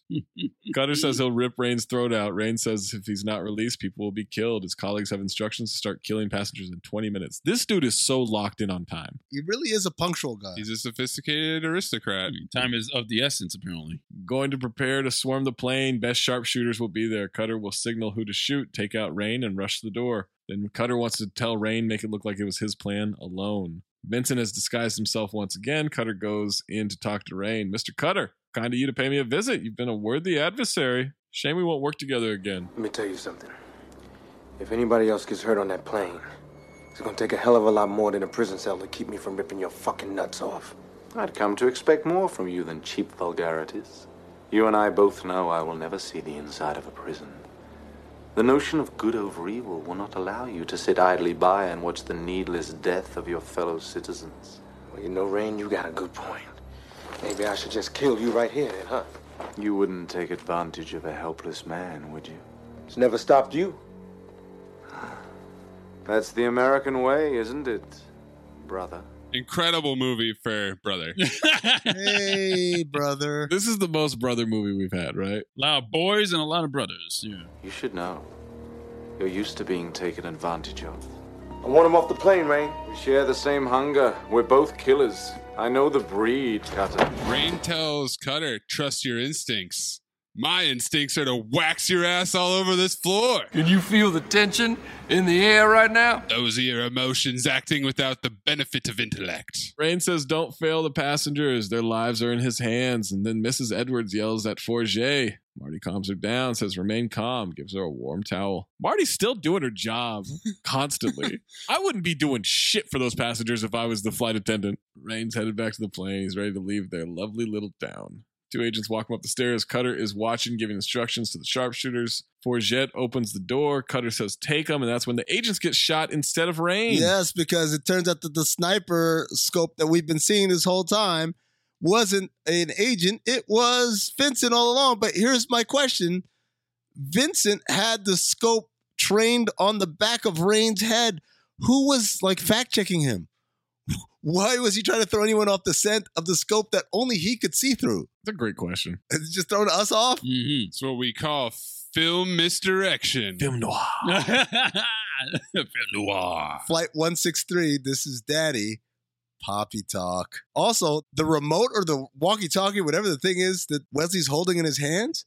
A: Cutter says he'll rip Rain's throat out. Rain says if he's not released, people will be killed. His colleagues have instructions to start killing passengers in 20 minutes. This dude is so locked in on time.
H: He really is a punctual guy.
F: He's a sophisticated aristocrat.
G: Time is of the essence, apparently.
A: Going to prepare to swarm the plane. Best sharpshooters will be there. Cutter will signal who to shoot, take out Rain, and rush the door. Then Cutter wants to tell Rain, make it look like it was his plan alone. Vincent has disguised himself once again. Cutter goes in to talk to Rain. Mr. Cutter, kind of you to pay me a visit. You've been a worthy adversary. Shame we won't work together again.
L: Let me tell you something. If anybody else gets hurt on that plane, it's gonna take a hell of a lot more than a prison cell to keep me from ripping your fucking nuts off.
X: I'd come to expect more from you than cheap vulgarities. You and I both know I will never see the inside of a prison. The notion of good over evil will not allow you to sit idly by and watch the needless death of your fellow citizens.
L: Well, you know, Rain, you got a good point. Maybe I should just kill you right here, then, huh?
X: You wouldn't take advantage of a helpless man, would you?
L: It's never stopped you.
X: That's the American way, isn't it, brother?
F: Incredible movie for brother.
H: hey, brother.
A: This is the most brother movie we've had, right?
G: A lot of boys and a lot of brothers. Yeah.
X: You should know. You're used to being taken advantage of.
L: I want him off the plane, Rain.
X: We share the same hunger. We're both killers. I know the breed, Cutter.
F: Rain tells Cutter, trust your instincts. My instincts are to wax your ass all over this floor.
B: Can you feel the tension in the air right now?
F: Those are your emotions acting without the benefit of intellect.
A: Rain says, Don't fail the passengers. Their lives are in his hands. And then Mrs. Edwards yells at Forget. Marty calms her down, says, Remain calm, gives her a warm towel. Marty's still doing her job constantly. I wouldn't be doing shit for those passengers if I was the flight attendant. Rain's headed back to the plane. He's ready to leave their lovely little town. Two agents walk him up the stairs. Cutter is watching, giving instructions to the sharpshooters. Forget opens the door. Cutter says, Take them. And that's when the agents get shot instead of Rain.
H: Yes, because it turns out that the sniper scope that we've been seeing this whole time wasn't an agent, it was Vincent all along. But here's my question Vincent had the scope trained on the back of Rain's head. Who was like fact checking him? [laughs] Why was he trying to throw anyone off the scent of the scope that only he could see through?
A: That's a great question.
H: It's just throwing us off.
F: Mm-hmm. It's what we call film misdirection.
A: Film noir.
F: film noir.
H: Flight 163, this is Daddy. Poppy talk. Also, the remote or the walkie talkie, whatever the thing is that Wesley's holding in his hands,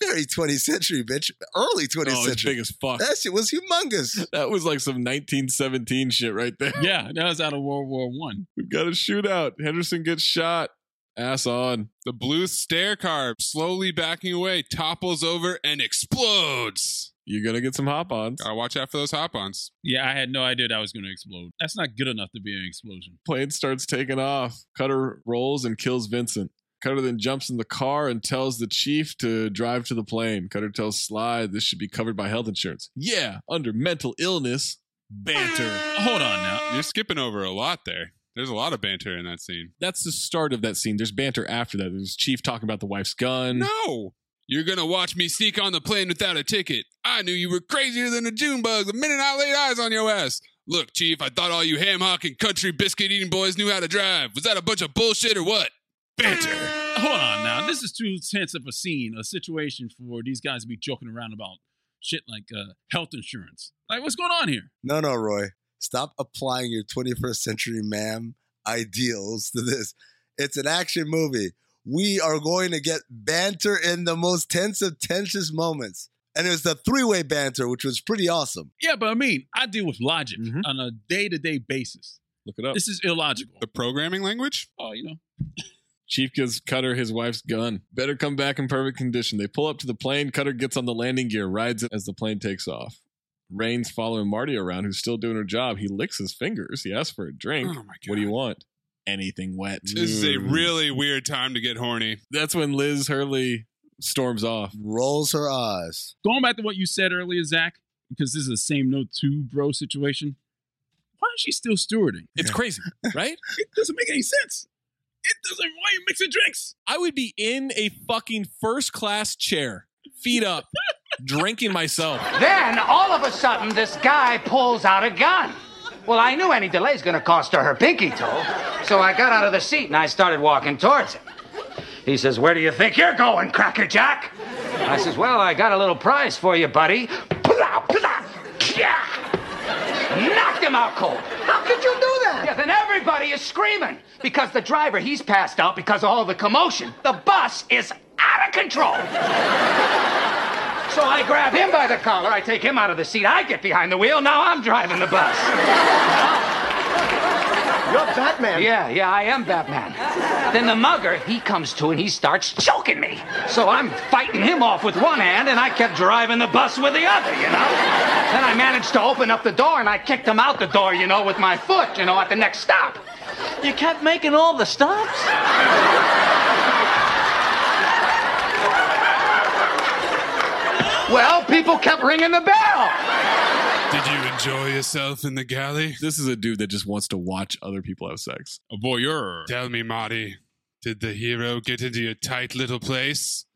H: very 20th century, bitch. Early 20th
A: Oh, it's
H: century.
A: big as fuck.
H: That shit was
A: [laughs]
H: humongous.
A: That was like some 1917 shit right there.
G: Yeah, that was out of World War One.
A: We've got a shootout. Henderson gets shot. Ass on.
F: The blue stair car slowly backing away, topples over, and explodes.
A: You're going to get some hop ons.
F: Gotta watch out for those hop ons.
G: Yeah, I had no idea that was going to explode. That's not good enough to be an explosion.
A: Plane starts taking off. Cutter rolls and kills Vincent. Cutter then jumps in the car and tells the chief to drive to the plane. Cutter tells Sly this should be covered by health insurance. Yeah, under mental illness. Banter.
G: Hold on now.
F: You're skipping over a lot there. There's a lot of banter in that scene.
A: That's the start of that scene. There's banter after that. There's Chief talking about the wife's gun.
G: Mm.
F: No! You're gonna watch me sneak on the plane without a ticket. I knew you were crazier than a June bug the minute I laid eyes on your ass. Look, Chief, I thought all you ham hock and country biscuit eating boys knew how to drive. Was that a bunch of bullshit or what? Banter!
G: Hold on now. This is too tense of a scene, a situation for these guys to be joking around about shit like uh, health insurance. Like, what's going on here?
H: No, no, Roy. Stop applying your 21st century ma'am ideals to this. It's an action movie. We are going to get banter in the most tense of tensiest moments. And it was the three way banter, which was pretty awesome.
G: Yeah, but I mean, I deal with logic
F: Mm-hmm.
G: on a day to day basis.
A: Look it up.
G: This is illogical.
F: Uh, The programming language?
G: Oh, you know.
A: Chief gives Cutter his wife's gun. Better come back in perfect condition. They pull up to the plane. Cutter gets on the landing gear, rides it as the plane takes off. Rain's following Marty around, who's still doing her job. He licks his fingers. He asks for a drink.
F: Oh, my God.
A: What do you want? Anything wet.
F: This is a really weird time to get horny.
A: That's when Liz Hurley storms off.
H: Rolls her eyes.
G: Going back to what you said earlier, Zach, because this is the same no two bro situation. Why is she still stewarding?
A: It's crazy, right?
G: It doesn't make any sense. It doesn't. Why are you mixing drinks?
A: I would be in a fucking first class chair, feet up, drinking myself.
J: Then, all of a sudden, this guy pulls out a gun. Well, I knew any delay's gonna cost her her pinky toe, so I got out of the seat and I started walking towards him. He says, Where do you think you're going, Crackerjack? I says, Well, I got a little prize for you, buddy. Plow, plow, yeah. Knocked him out cold. How could you do that? Yeah, then everybody is screaming because the driver, he's passed out because of all the commotion. The bus is out of control. So I grab him by the collar, I take him out of the seat, I get behind the wheel, now I'm driving the bus. You're Batman. Yeah, yeah, I am Batman. Then the mugger, he comes to and he starts choking me. So I'm fighting him off with one hand and I kept driving the bus with the other, you know? Then I managed to open up the door and I kicked him out the door, you know, with my foot, you know, at the next stop. You kept making all the stops? Well, people kept ringing the bell.
F: Did you enjoy yourself in the galley?
A: This is a dude that just wants to watch other people have sex.
F: A voyeur. Tell me, Marty, did the hero get into your tight little place?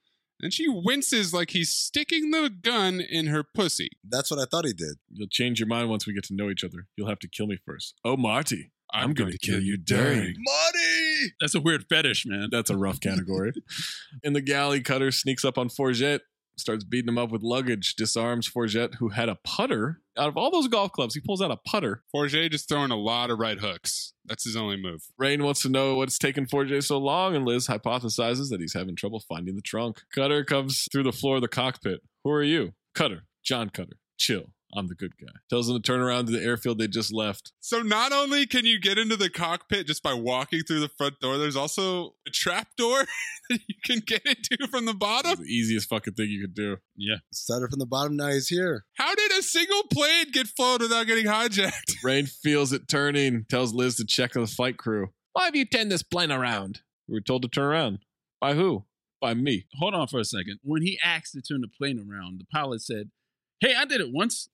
F: And she winces like he's sticking the gun in her pussy.
H: That's what I thought he did.
A: You'll change your mind once we get to know each other. You'll have to kill me first. Oh, Marty. I'm, going to kill you dirty.
H: Marty!
G: That's a weird fetish, man.
A: That's a rough category. [laughs] In the galley, Cutter sneaks up on Forget, starts beating him up with luggage, disarms Forget, who had a putter. Out of all those golf clubs, he pulls out a putter.
F: Forget just throwing a lot of right hooks. That's his only move.
A: Rain wants to know what's taken Forget so long, and Liz hypothesizes that he's having trouble finding the trunk. Cutter comes through the floor of the cockpit. Who are you? Cutter. John Cutter. Chill. I'm the good guy. Tells him to turn around to the airfield they just left.
F: So not only can you get into the cockpit just by walking through the front door, there's also a trap door [laughs] that you can get into from the bottom.
A: The easiest fucking thing you could do.
G: Yeah.
H: Started from the bottom, now he's here.
F: How did a single plane get flown without getting hijacked?
A: [laughs] Rain feels it turning, tells Liz to check on the flight crew. Why have you turned this plane around? We were told to turn around. By who? By me.
G: Hold on for a second. When he asked to turn the plane around, the pilot said, Hey, I did it
A: [laughs]
G: once.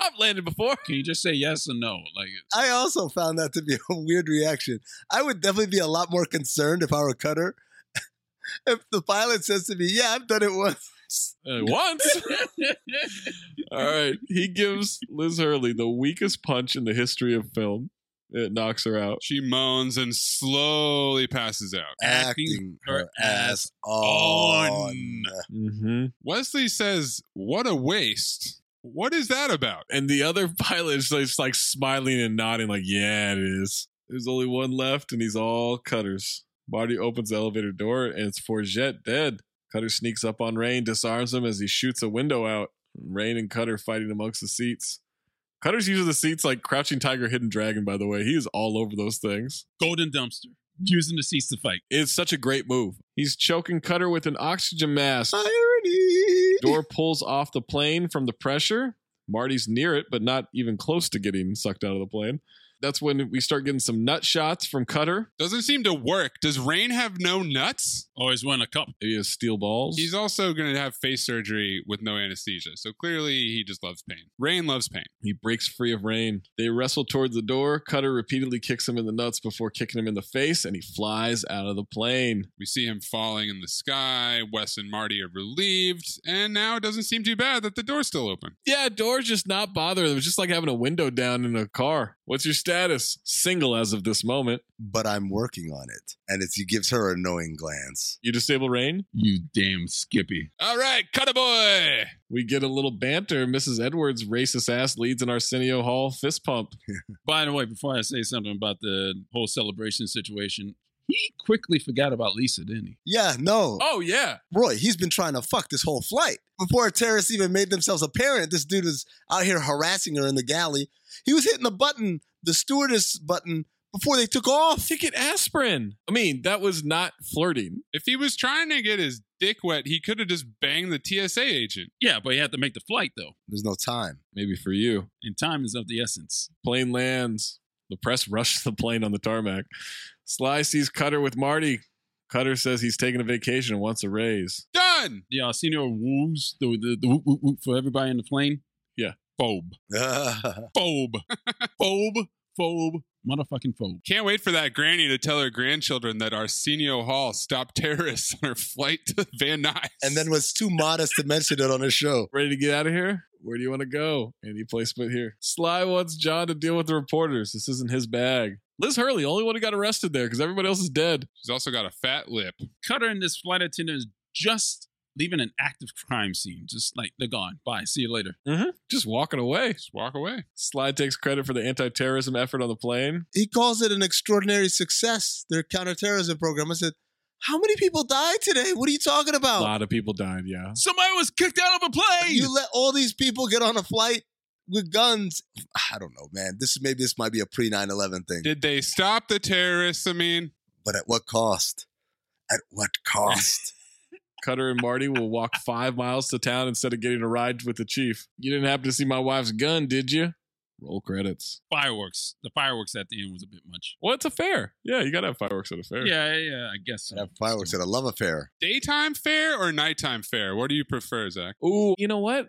A: I've landed before.
G: Can you just say yes or no? Like
H: I also found that to be [laughs] a weird reaction. I would definitely be a lot more concerned if I were Cutter. [laughs] If the pilot says to me, Yeah, I've done it once.
A: Uh,
F: [laughs]
A: once. All right. He gives Liz Hurley the weakest punch in the history of film. It knocks her out.
F: She moans and slowly passes out.
H: Acting her ass on.
A: Mm-hmm.
F: Wesley says, What a waste. What is that about?
A: And the other [laughs] pilot is just like smiling and nodding, like, yeah, it is. There's only one left, and he's all cutters. Marty opens the elevator door, and it's Forget dead. Cutter sneaks up on Rain, disarms him as he shoots a window out. Rain and Cutter fighting amongst the seats. Cutter's using the seats like Crouching Tiger, Hidden Dragon, by the way. He is all over those things.
G: Golden dumpster. Using the seats to fight.
A: It's such a great move. He's choking Cutter with an oxygen mask.
H: Irony.
A: Door pulls off the plane from the pressure. Marty's near it, but not even close to getting sucked out of the plane. That's when we start getting some nut shots from Cutter.
F: Doesn't seem to work. Does Rain have no nuts?
G: Always win a cup.
A: He has steel balls.
F: He's also going to have face surgery with no anesthesia. So clearly he just loves pain. Rain loves pain.
A: He breaks free of Rain. They wrestle towards the door. Cutter repeatedly kicks him in the nuts before kicking him in the face, and he flies out of the plane.
F: We see him falling in the sky. Wes and Marty are relieved. And now it doesn't seem too bad that the door's still open.
A: Yeah, door's just not bothering them. It's just like having a window down in a car. What's your status? Single as of this moment.
H: But I'm working on it. And it's, he gives her a knowing glance.
A: You disable Rain?
G: You damn Skippy.
F: All right, cut a boy.
A: We get a little banter. Mrs. Edwards' racist ass leads an Arsenio Hall
G: [laughs]
A: fist pump.
G: By the way, before I say something about the whole celebration situation, he quickly forgot about Lisa, didn't he?
H: Yeah, no.
A: Oh, yeah.
H: Roy, he's been trying to fuck this whole flight. Before terrorists even made themselves apparent, this dude was out here harassing her in the galley. He was hitting the button, the stewardess button, before they took off.
A: Ticket aspirin. I mean, that was not flirting.
F: If he was trying to get his dick wet, he could have just banged the TSA agent.
G: Yeah, but he had to make the flight, though.
H: There's no [laughs] time.
A: Maybe for you.
G: And time is of the essence.
A: Plane lands. The press rushes the plane on the tarmac. Sly sees Cutter with Marty. Cutter says he's taking a vacation and wants a raise.
F: Done.
G: Yeah, senior woos the the, the whoop, whoop, whoop for everybody in the plane.
A: Yeah,
G: phobe,
F: [laughs]
G: phobe, phobe, phobe, motherfucking phobe.
F: Can't wait for that granny to tell her grandchildren that Arsenio Hall stopped terrorists [laughs] on her flight to Van Nuys.
H: And [laughs] then was too modest to mention it on his show.
A: Ready to get out of here? Where do you want to go? Any place but here. Sly wants John to deal with the reporters. This isn't his bag. Liz Hurley, only one who got arrested there because everybody else is dead.
F: She's also got a fat lip.
G: Cutter and this flight attendant is just leaving an active crime scene. Just like they're gone. Bye. See you later.
A: Mm-hmm. Just walking away.
F: Just walk away.
A: Sly takes credit for the anti-terrorism effort on the plane.
H: He calls it an extraordinary success. Their counterterrorism program. I said, how many people died today? What are you talking
A: A
H: about?
A: lot of people died. Yeah.
G: Somebody was kicked out of a plane.
H: You let all these people get on a flight with guns. [sighs] I don't know, man. This maybe this might be a pre 9/11 thing.
F: Did they stop the terrorists? I mean,
H: but at what cost? At what cost?
A: Cutter and Marty will walk five miles to town instead of getting a ride with the chief. You didn't happen to see my wife's gun, did you? Roll credits.
G: Fireworks. The fireworks at the end was a bit much.
A: Well, it's a fair. Yeah, you gotta have fireworks at a fair.
G: Yeah, yeah, I guess so.
H: Fireworks at a love affair.
F: Daytime fair or nighttime fair? What do you prefer, Zach?
A: Ooh, you know what?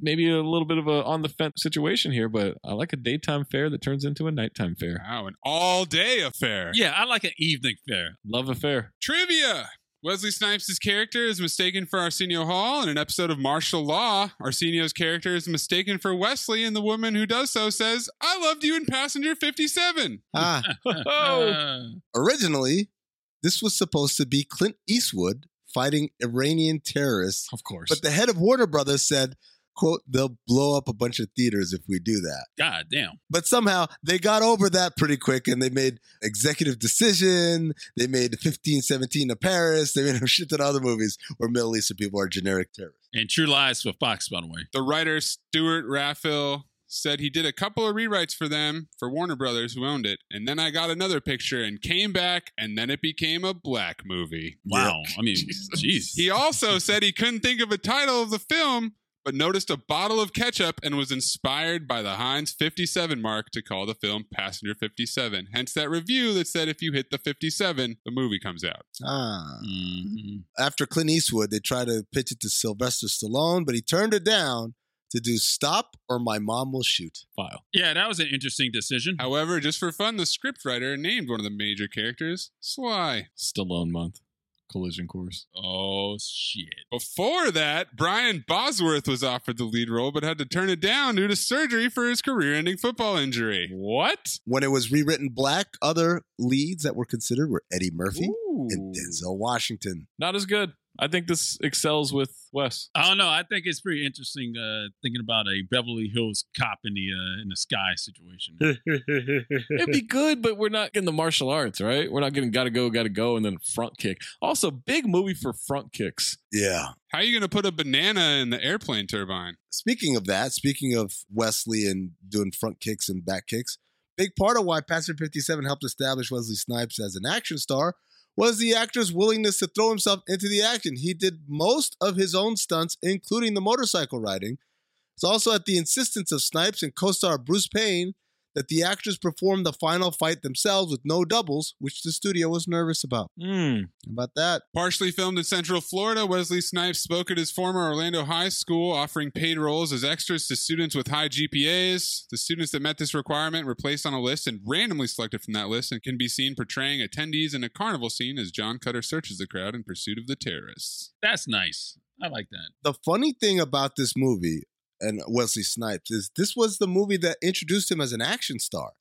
A: Maybe a little bit of a on the fence situation here, but I like a daytime fair that turns into a nighttime fair.
F: Wow, an all day affair.
G: Yeah, I like an evening fair.
A: Love affair.
F: Trivia. Wesley Snipes' character is mistaken for Arsenio Hall in an episode of Martial Law. Arsenio's character is mistaken for Wesley, and the woman who does so says, I loved you in Passenger 57.
H: Ah. [laughs] Originally, this was supposed to be Clint Eastwood fighting Iranian terrorists.
A: [laughs] Of course.
H: But the head of Warner Brothers said, quote, they'll blow up a bunch of theaters if we do that.
G: God damn.
H: But somehow they got over that pretty quick and they made Executive Decision. They made 1517 to Paris. They made [laughs] shit that other movies where Middle Eastern people are generic terrorists.
G: And True Lies for Fox, by the way.
F: The writer Stuart Raffel said he did a couple of rewrites for them for Warner Brothers, who owned it. And then I got another picture and came back, and then it became a black movie.
G: Wow.
F: [laughs]
G: I mean, jeez.
F: He also said he couldn't think of a title of the film, but noticed a bottle of ketchup and was inspired by the Heinz 57 mark to call the film Passenger 57. Hence that review that said if you hit the 57, the movie comes out.
H: Ah. After Clint Eastwood, they tried to pitch it to Sylvester Stallone, but he turned it down to do Stop or My Mom Will Shoot.
A: File.
G: Yeah, that was an interesting decision.
F: However, just for fun, the scriptwriter named one of the major characters Sly.
A: Stallone month. Collision course.
G: Oh, shit.
F: Before that, Brian Bosworth was offered the lead role but had to turn it down due to surgery for his career ending football injury.
A: What?
H: When it was rewritten black, other leads that were considered were Eddie Murphy and Denzel Washington.
A: Not as good. I think this excels with Wes.
G: I don't know. I think it's pretty interesting uh, thinking about a Beverly Hills cop in the uh, in the sky situation.
A: It'd
G: [laughs]
A: be good, but we're not getting the martial arts, right? We're not getting gotta go, gotta go, and then front kick. Also, big movie for front kicks.
H: Yeah.
F: How are you going to put a banana in the airplane turbine?
H: Speaking of that, speaking of Wesley and doing front kicks and back kicks, big part of why Passenger 57 helped establish Wesley Snipes as an action star was the actor's willingness to throw himself into the action. He did most of his own stunts, including the motorcycle riding. It's also at the insistence of Snipes and co star Bruce Payne that the actors performed the final fight themselves with no doubles, which the studio was nervous about.
G: Hmm.
H: How About that.
F: Partially filmed in Central Florida, Wesley Snipes spoke at his former Orlando High School, offering paid roles as extras to students with high GPAs. The students that met this requirement were placed on a list and randomly selected from that list and can be seen portraying attendees in a carnival scene as John Cutter searches the crowd in pursuit of the terrorists.
G: That's nice. I like that.
H: The funny thing about this movie and Wesley Snipes is this was the movie that introduced him as an action star.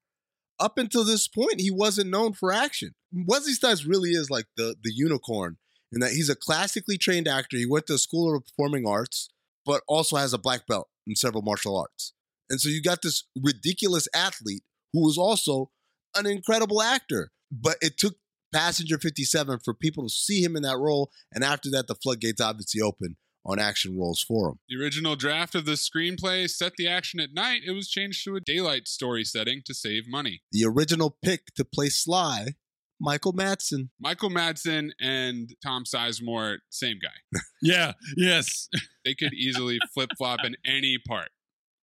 H: Up until this point, he wasn't known for action. Wesley Snipes really is like the the unicorn in that he's a classically trained actor. He went to a school of performing arts, but also has a black belt in several martial arts. And so you got this ridiculous athlete who was also an incredible actor. But it took Passenger 57 for people to see him in that role. And after that, the floodgates obviously opened on action roles for him.
F: The original draft of the screenplay set the action at night. It was changed to a daylight story setting to save money.
H: The original pick to play Sly, Michael Madsen.
F: Michael Madsen and Tom Sizemore, same guy.
G: Yeah. Yes.
F: They could
G: [laughs]
F: easily flip flop in any part,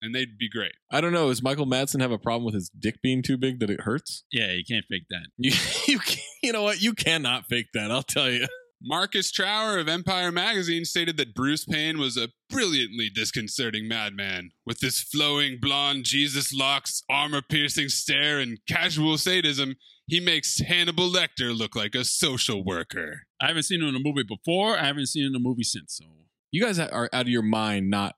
F: and they'd be great.
A: I don't know. Does Michael Madsen have a problem with his dick being too big that it hurts?
G: Yeah, you can't fake that.
A: You, [laughs] you, can- you know what? You cannot fake that. I'll tell you.
F: Marcus Trower of Empire Magazine stated that Bruce Payne was a brilliantly disconcerting madman, with his flowing blonde Jesus locks, armor piercing stare, and casual sadism. He makes Hannibal Lecter look like a social worker.
G: I haven't seen him in a movie before. I haven't seen him in a movie since. So
A: You guys are out of your mind not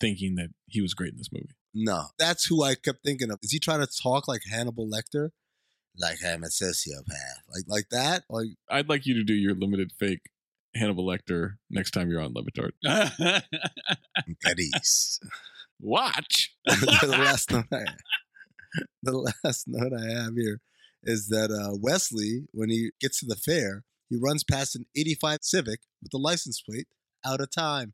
A: thinking that he was great in this movie.
H: No, that's who I kept thinking of. Is he trying to talk like Hannibal Lecter? Like I'm a sociopath, like like that. Like
A: I'd like you to do your limited fake Hannibal Lecter next time you're on Levitard.
H: Cadiz. [laughs]
A: Watch.
H: the last note I the last note I have here is that uh, Wesley, when he gets to the fair, he runs past an '85 Civic with the license plate out of time.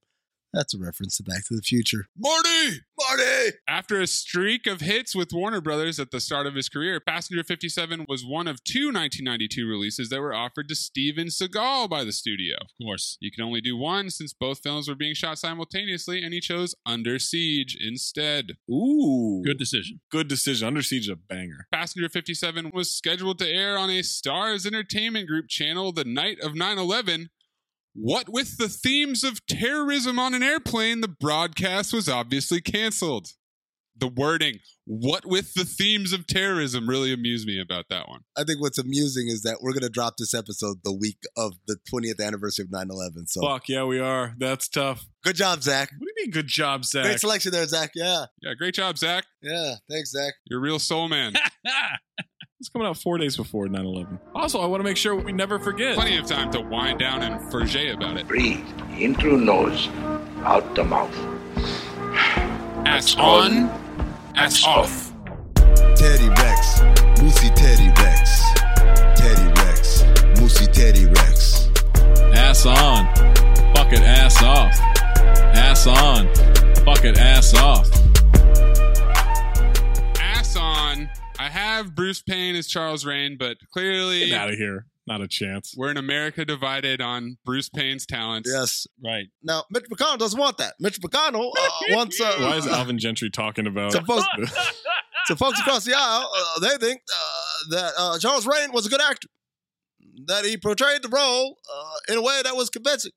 H: That's a reference to Back to the Future.
F: Marty! Marty! After a streak of hits with Warner Brothers at the start of his career, Passenger 57 was one of two 1992 releases that were offered to Steven Seagal by the studio. Of course. You can only do one since both films were being shot simultaneously, and he chose Under Siege instead. Ooh.
G: Good decision.
A: Good decision. Under Siege is a banger.
F: Passenger 57 was scheduled to air on a Stars Entertainment Group channel the night of 9 11. What with the themes of terrorism on an airplane, the broadcast was obviously canceled. The wording, what with the themes of terrorism, really amused me about that one.
H: I think what's amusing is that we're going to drop this episode the week of the 20th anniversary of 9 11. So,
A: Fuck, yeah, we are. That's tough.
H: good job, Zach.
A: What do you mean, good job, Zach?
H: Great selection there, Zach. Yeah.
F: Yeah, great job, Zach.
H: Yeah. Thanks, Zach.
F: You're a real soul
A: [laughs]
F: man.
A: It's coming out four days before 9 11. Also, I want to make sure we never forget.
F: Plenty of time to wind down and Ferget about it.
M: Breathe in through nose, out the mouth.
F: Ass on, ass off.
D: Teddy Rex, Moosey Teddy Rex, Teddy Rex, Moosey Teddy Rex.
A: Ass on. Fuck it, ass off. Ass on. Fuck it, ass off.
F: Ass on. I have Bruce Payne as Charles Rain, but clearly.
A: Get out of here. Not a chance.
F: We're in America divided on Bruce Payne's talents.
H: Yes.
G: Right.
H: Now, Mitch McConnell doesn't want that. Mitch McConnell
A: [laughs]
H: uh, wants. Uh,
A: Why is Alvin Gentry talking [laughs] about
H: So folks, so folks across the aisle, uh, they think uh, that uh, Charles Rain was a good actor, that he portrayed the role uh, in a way that was convincing.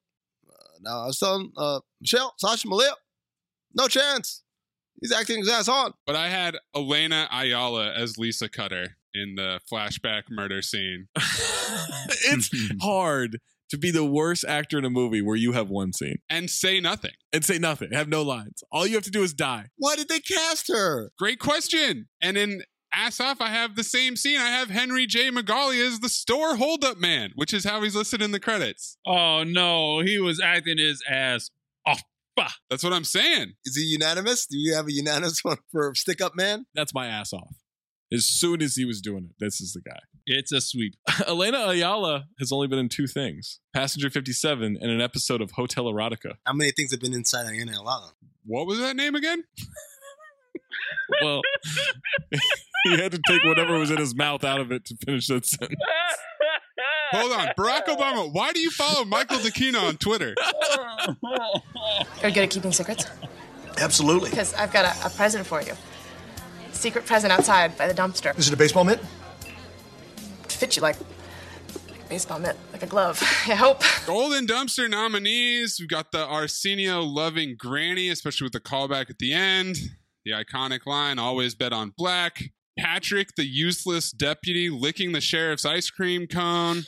H: Uh, now I was telling uh, Michelle, Sasha Malia, no chance. He's acting his ass on.
F: But I had Elena Ayala as Lisa Cutter in the flashback murder scene.
A: [laughs] it's hard to be the worst actor in a movie where you have one scene
F: [laughs] and say nothing.
A: and say nothing, have no lines. All you have to do is die.
H: Why did they cast her?
F: Great question. And in Ass Off, I have the same scene. I have Henry J. Magali as the store holdup man, which is how he's listed in the credits.
G: Oh no, he was acting his ass off.
F: That's what I'm saying.
H: Is he unanimous? Do you have a unanimous [laughs] one for Stick Up Man?
A: That's my ass off. As soon as he was doing it, this is the guy.
G: It's a sweep.
A: [laughs] Elena Ayala has only been in two things Passenger 57 and an episode of Hotel Erotica.
H: How many things have been inside Ayana Alana?
F: What was that name again?
A: Well, [laughs] he had to take whatever was in his mouth out of it to finish that sentence.
F: Hold on. Barack Obama, why do you follow Michael DeKina on
G: [laughs]
F: Twitter?
E: Are you good at keeping secrets?
M: Absolutely.
E: Because I've got a, a present for you. Secret present outside by the dumpster.
M: Is it a baseball mitt?
E: It fits you like a baseball mitt, like a glove. [laughs] I hope.
F: Golden Dumpster nominees. We've got the Arsenio loving granny, especially with the callback at the end. The iconic line, always bet on black. Patrick, the useless deputy, licking the sheriff's ice cream cone.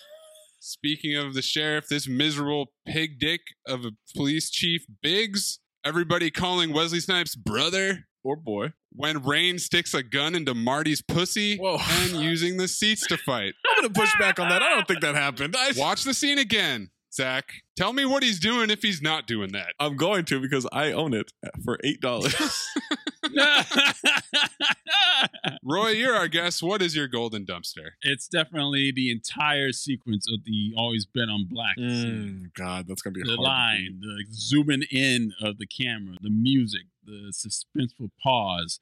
F: Speaking of the sheriff, this miserable pig dick of a police chief, Biggs. Everybody calling Wesley Snipes brother.
A: Or boy.
F: When Rain sticks a gun into Marty's pussy and using the seats to fight.
A: I'm going to push back on that. I don't think that happened. I,
G: [laughs]
F: Watch the scene again, Zach. Tell me what he's doing if he's not doing
G: [laughs]
F: that.
A: I'm going to because I own it for $8.
F: Roy, you're our guest. What is your golden dumpster?
G: It's definitely the entire sequence of the always been on black. scene.
A: Mm, God, that's going to be
G: The
A: hard.
G: line, the zooming in of the camera, the music, the suspenseful pause.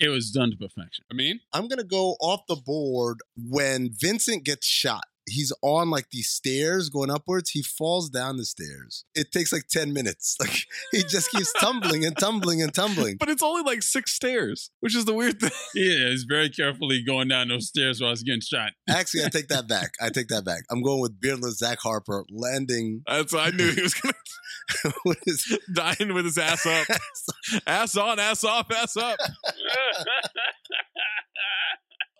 G: It was done to perfection.
F: I mean,
H: I'm gonna go off the board when Vincent gets shot. He's on like these stairs going upwards. He falls down the stairs. It takes like 10 minutes. [laughs] Like he just keeps tumbling and tumbling and tumbling.
A: But it's only like six stairs, which is the weird thing. [laughs]
G: Yeah, it's very carefully going down those stairs while I was getting shot.
H: Actually, I take that back. I take that back. I'm going with beardless Zach Harper landing [laughs]
A: That's I knew he was [laughs] going
H: with his
A: to dying with his ass
G: [laughs]
A: up. ass on, ass off, ass up.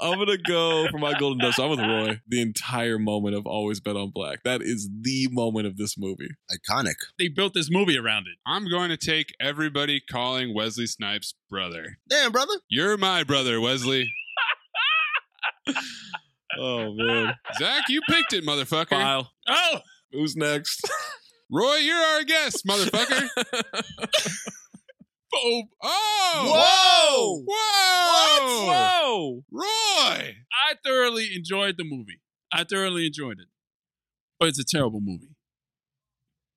A: I'm gonna go for my golden dust. I'm with Roy. The entire moment of always bet on black. That is the moment of this movie.
H: iconic.
G: They built this movie around it.
F: I'm going to take everybody calling Wesley Snipes brother.
H: Damn, brother.
F: You're my brother, Wesley.
A: [laughs] Oh man.
F: Zach, you picked it, motherfucker.
A: File.
G: Oh,
A: Who's next?
F: [laughs] Roy, you're our guest,
A: [laughs]
F: motherfucker.
A: Boom.
F: Oh! Whoa! Whoa!
G: whoa!
F: Roy!
G: I thoroughly enjoyed the movie. I thoroughly enjoyed it, but it's a terrible movie.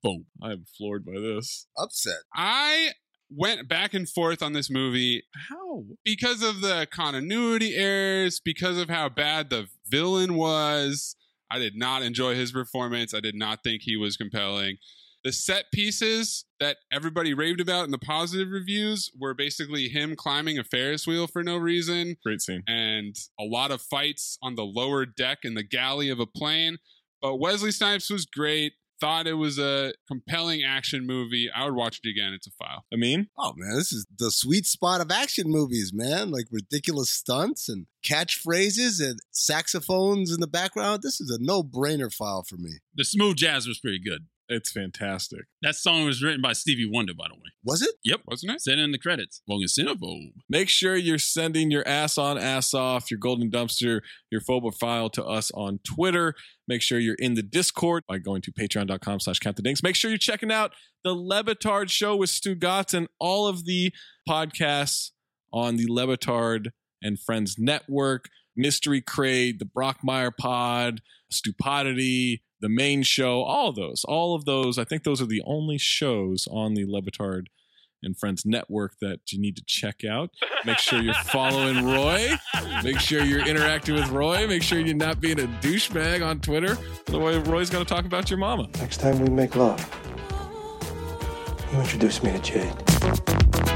G: phobe.
A: I'm floored by this.
H: Upset.
F: I went back and forth on this movie. How? Because of the continuity errors, because of how bad the villain was. I did not enjoy his performance. I did not think he was compelling. The set pieces that everybody raved about in the positive reviews were basically him climbing a Ferris wheel for no reason.
A: Great scene.
F: and a lot of fights on the lower deck in the galley of a plane. But Wesley Snipes was great. Thought it was a compelling action movie. I would watch it again. It's a file.
A: I mean,
H: Oh man, this is the sweet spot of action movies, man. Like ridiculous stunts and catchphrases and saxophones in the background. This is a no-brainer file for me.
G: The smooth jazz was pretty good.
A: It's fantastic.
G: That song was written by Stevie Wonder, by the way.
H: Was it?
G: Yep.
F: Wasn't it?
G: Said it in the credits. Logan Cinephobe.
A: Make sure you're sending your ass on, ass off, your golden dumpster, your phobophile to us on Twitter. Make sure you're in the Discord by going to patreon.com slash count the dinks. Make sure you're checking out the Levitard show with Stu Gotts and all of the podcasts on the Levitard and Friends Network, Mystery Crate, the Brockmeyer Pod, Stupidity, the main show, all of those. All of those. I think those are the only shows on the Levitard and Friends Network that you need to check out. Make sure you're following Roy. Make sure you're interacting with Roy. Make sure you're not being a douchebag on Twitter. Otherwise, Roy's going to talk about your mama.
X: Next time we make love, you introduce me to Jade.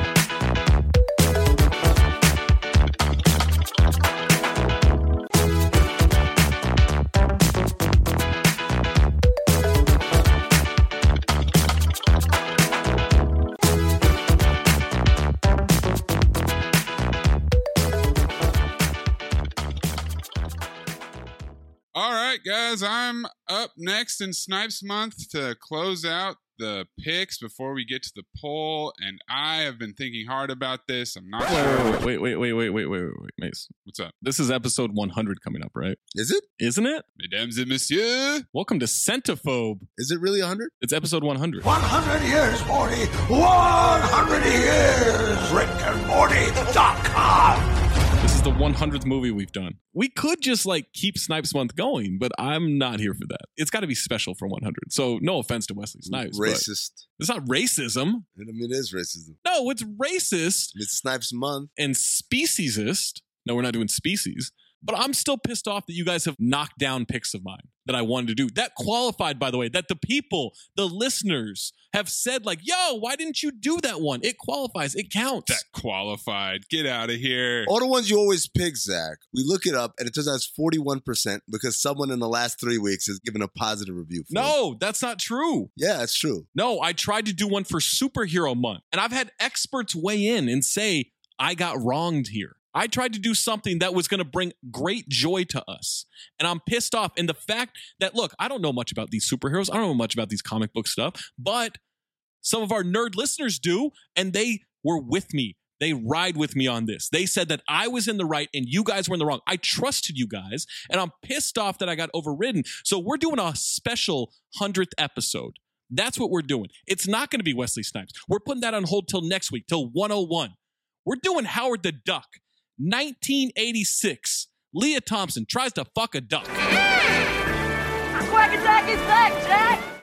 F: All right, guys, I'm up next in Snipes Month to close out the picks before we get to the poll. And I have been thinking hard about this. I'm not sure.
A: Wait, wait, wait, wait, wait, wait, wait, wait, wait, Mace.
F: What's up?
A: This is episode 100 coming up, right?
H: Is it?
A: Isn't it?
F: Mesdames and messieurs.
A: Welcome to Centophobe.
H: Is it really 100?
A: It's episode 100.
R: 100 years, Morty. 100 years. RickandMorty.com.
A: This is the 100th movie we've done. We could just like keep Snipes Month going, but I'm not here for that. It's got to be special for 100. So, no offense to Wesley Snipes. but
H: Racist.
A: It's not racism.
H: I mean, it is racism.
A: No, it's racist.
H: It's Snipes Month.
A: and speciesist. No, we're not doing species. But I'm still pissed off that you guys have knocked down picks of mine that I wanted to do. That qualified, by the way, that the people, the listeners have said, like, yo, why didn't you do that one? It qualifies, it counts.
F: That qualified. Get out of here.
H: All the ones you always pick, Zach. We look it up, and it turns out it's 41% because someone in the last three weeks has given a positive review. For it.
A: no, that's not true.
H: Yeah, it's true.
A: No, I tried to do one for superhero month, and I've had experts weigh in and say, I got wronged here. I tried to do something that was going to bring great joy to us. And I'm pissed off. And the fact that, look, I don't know much about these superheroes. I don't know much about these comic book stuff, but some of our nerd listeners do. And they were with me. They ride with me on this. They said that I was in the right and you guys were in the wrong. I trusted you guys. And I'm pissed off that I got overridden. So we're doing a special 100th episode. That's what we're doing. It's not going to be Wesley Snipes. We're putting that on hold till next week, till 101. We're doing Howard the Duck, 1986. Leah Thompson tries to fuck a duck.
W: Quack attack is back, Jack!